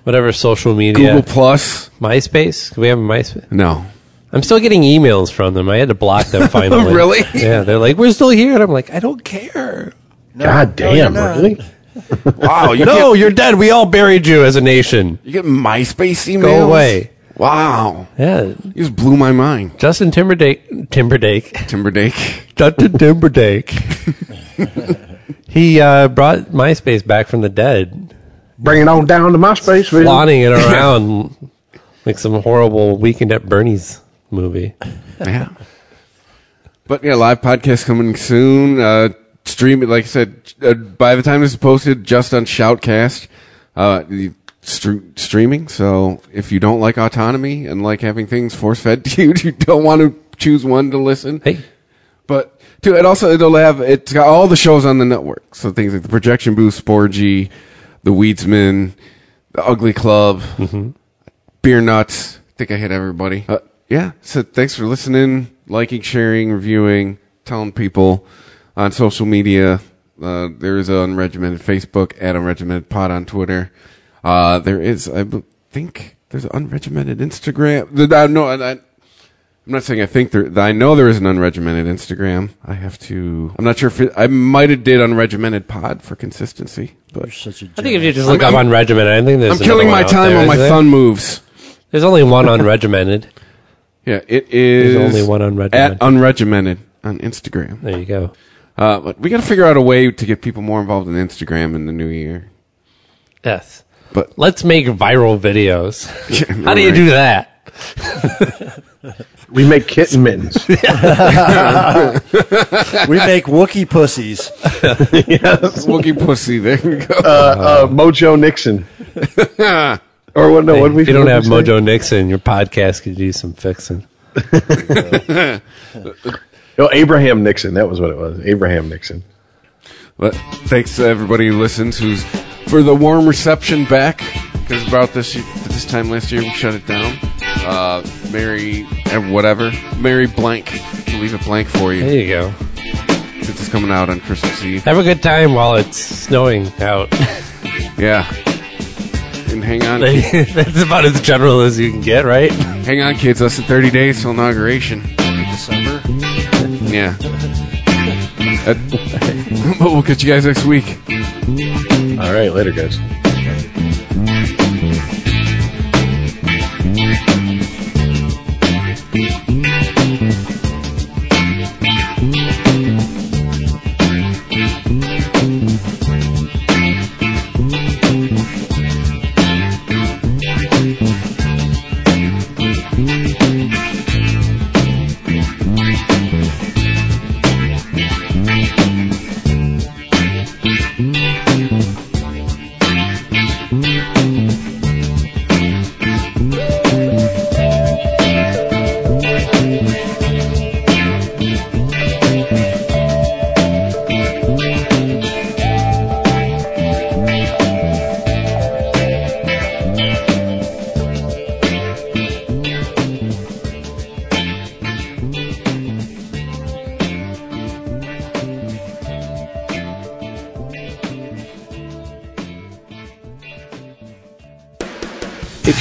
Whatever social media, Google Plus. MySpace. Can we have a MySpace? No, I'm still getting emails from them. I had to block *laughs* them finally. Really? Yeah, they're like, "We're still here," and I'm like, "I don't care." God damn, not. really? wow, *laughs* you No, *laughs* get, you're dead. We all buried you as a nation. you get MySpace emails. away. Wow. Yeah, You just blew my mind, Justin Timberlake. Timberlake. Timberdake. Justin Timberlake. he uh, brought MySpace back from the dead, Bring it on down to MySpace. baby. flaunting it around like some horrible Weekend at Bernie's movie. Yeah. But yeah, live podcast coming soon. Uh, stream it, like I said, uh, by the time this is posted, just on Shoutcast, uh, you- stre- streaming. So if you don't like autonomy and like having things force fed *laughs* to you, you don't want to choose one to listen. Hey, But too, it also it'll have it's got all the shows on the network. So things like the Projection Booth, Sporgy, the Weedsman, the Ugly Club, Beer Nuts. I think I hit everybody. Mm-hmm. Uh, yeah. So thanks for listening, liking, sharing, reviewing, telling people on social media. Uh, there is unregimented Facebook at unregimented pod on Twitter. Uh, there is, I b- think, there's unregimented Instagram. Th- I, no, I, I- I'm not saying I think there. I know there is an unregimented Instagram. I have to. I'm not sure if it, I might have did unregimented pod for consistency, but You're such a I think if gentleman. you just look I'm- up on Regiment, I think I'm there's. another killing one my out time there, on my isn't there? thumb moves. There's only one unregimented. Yeah, it is. only one unregimented. at unregimented on Instagram. There you go. Uh, but we got to figure out a way to get people more involved in Instagram in the new year. Yes. But Let's make *laughs* viral videos. Yeah, How do you right. do that? We make kitten *laughs* mittens. we make Wookie pussies. yes. Wookie pussy, there we *laughs* go. uh, Mojo *laughs* Nixon. or what? No, what we if you don't have what'd we say? Mojo Nixon, your podcast could use some fixing. No, Abraham Nixon. That was what it was. Abraham Nixon. But thanks to everybody who listens, who's for the warm reception back. Because about this this time last year, we shut it down. Uh, Mary, eh, whatever, Mary blank. We'll leave it blank for you There you go. since it's coming out on Christmas *laughs* Eve. Have a good time while it's snowing out. Yeah, and hang on, *laughs* That's about as general as you can get, right? hang on, kids. Less than thirty days till inauguration. December. Yeah. Uh, *laughs* but we'll catch you guys next week. All right, later, guys. If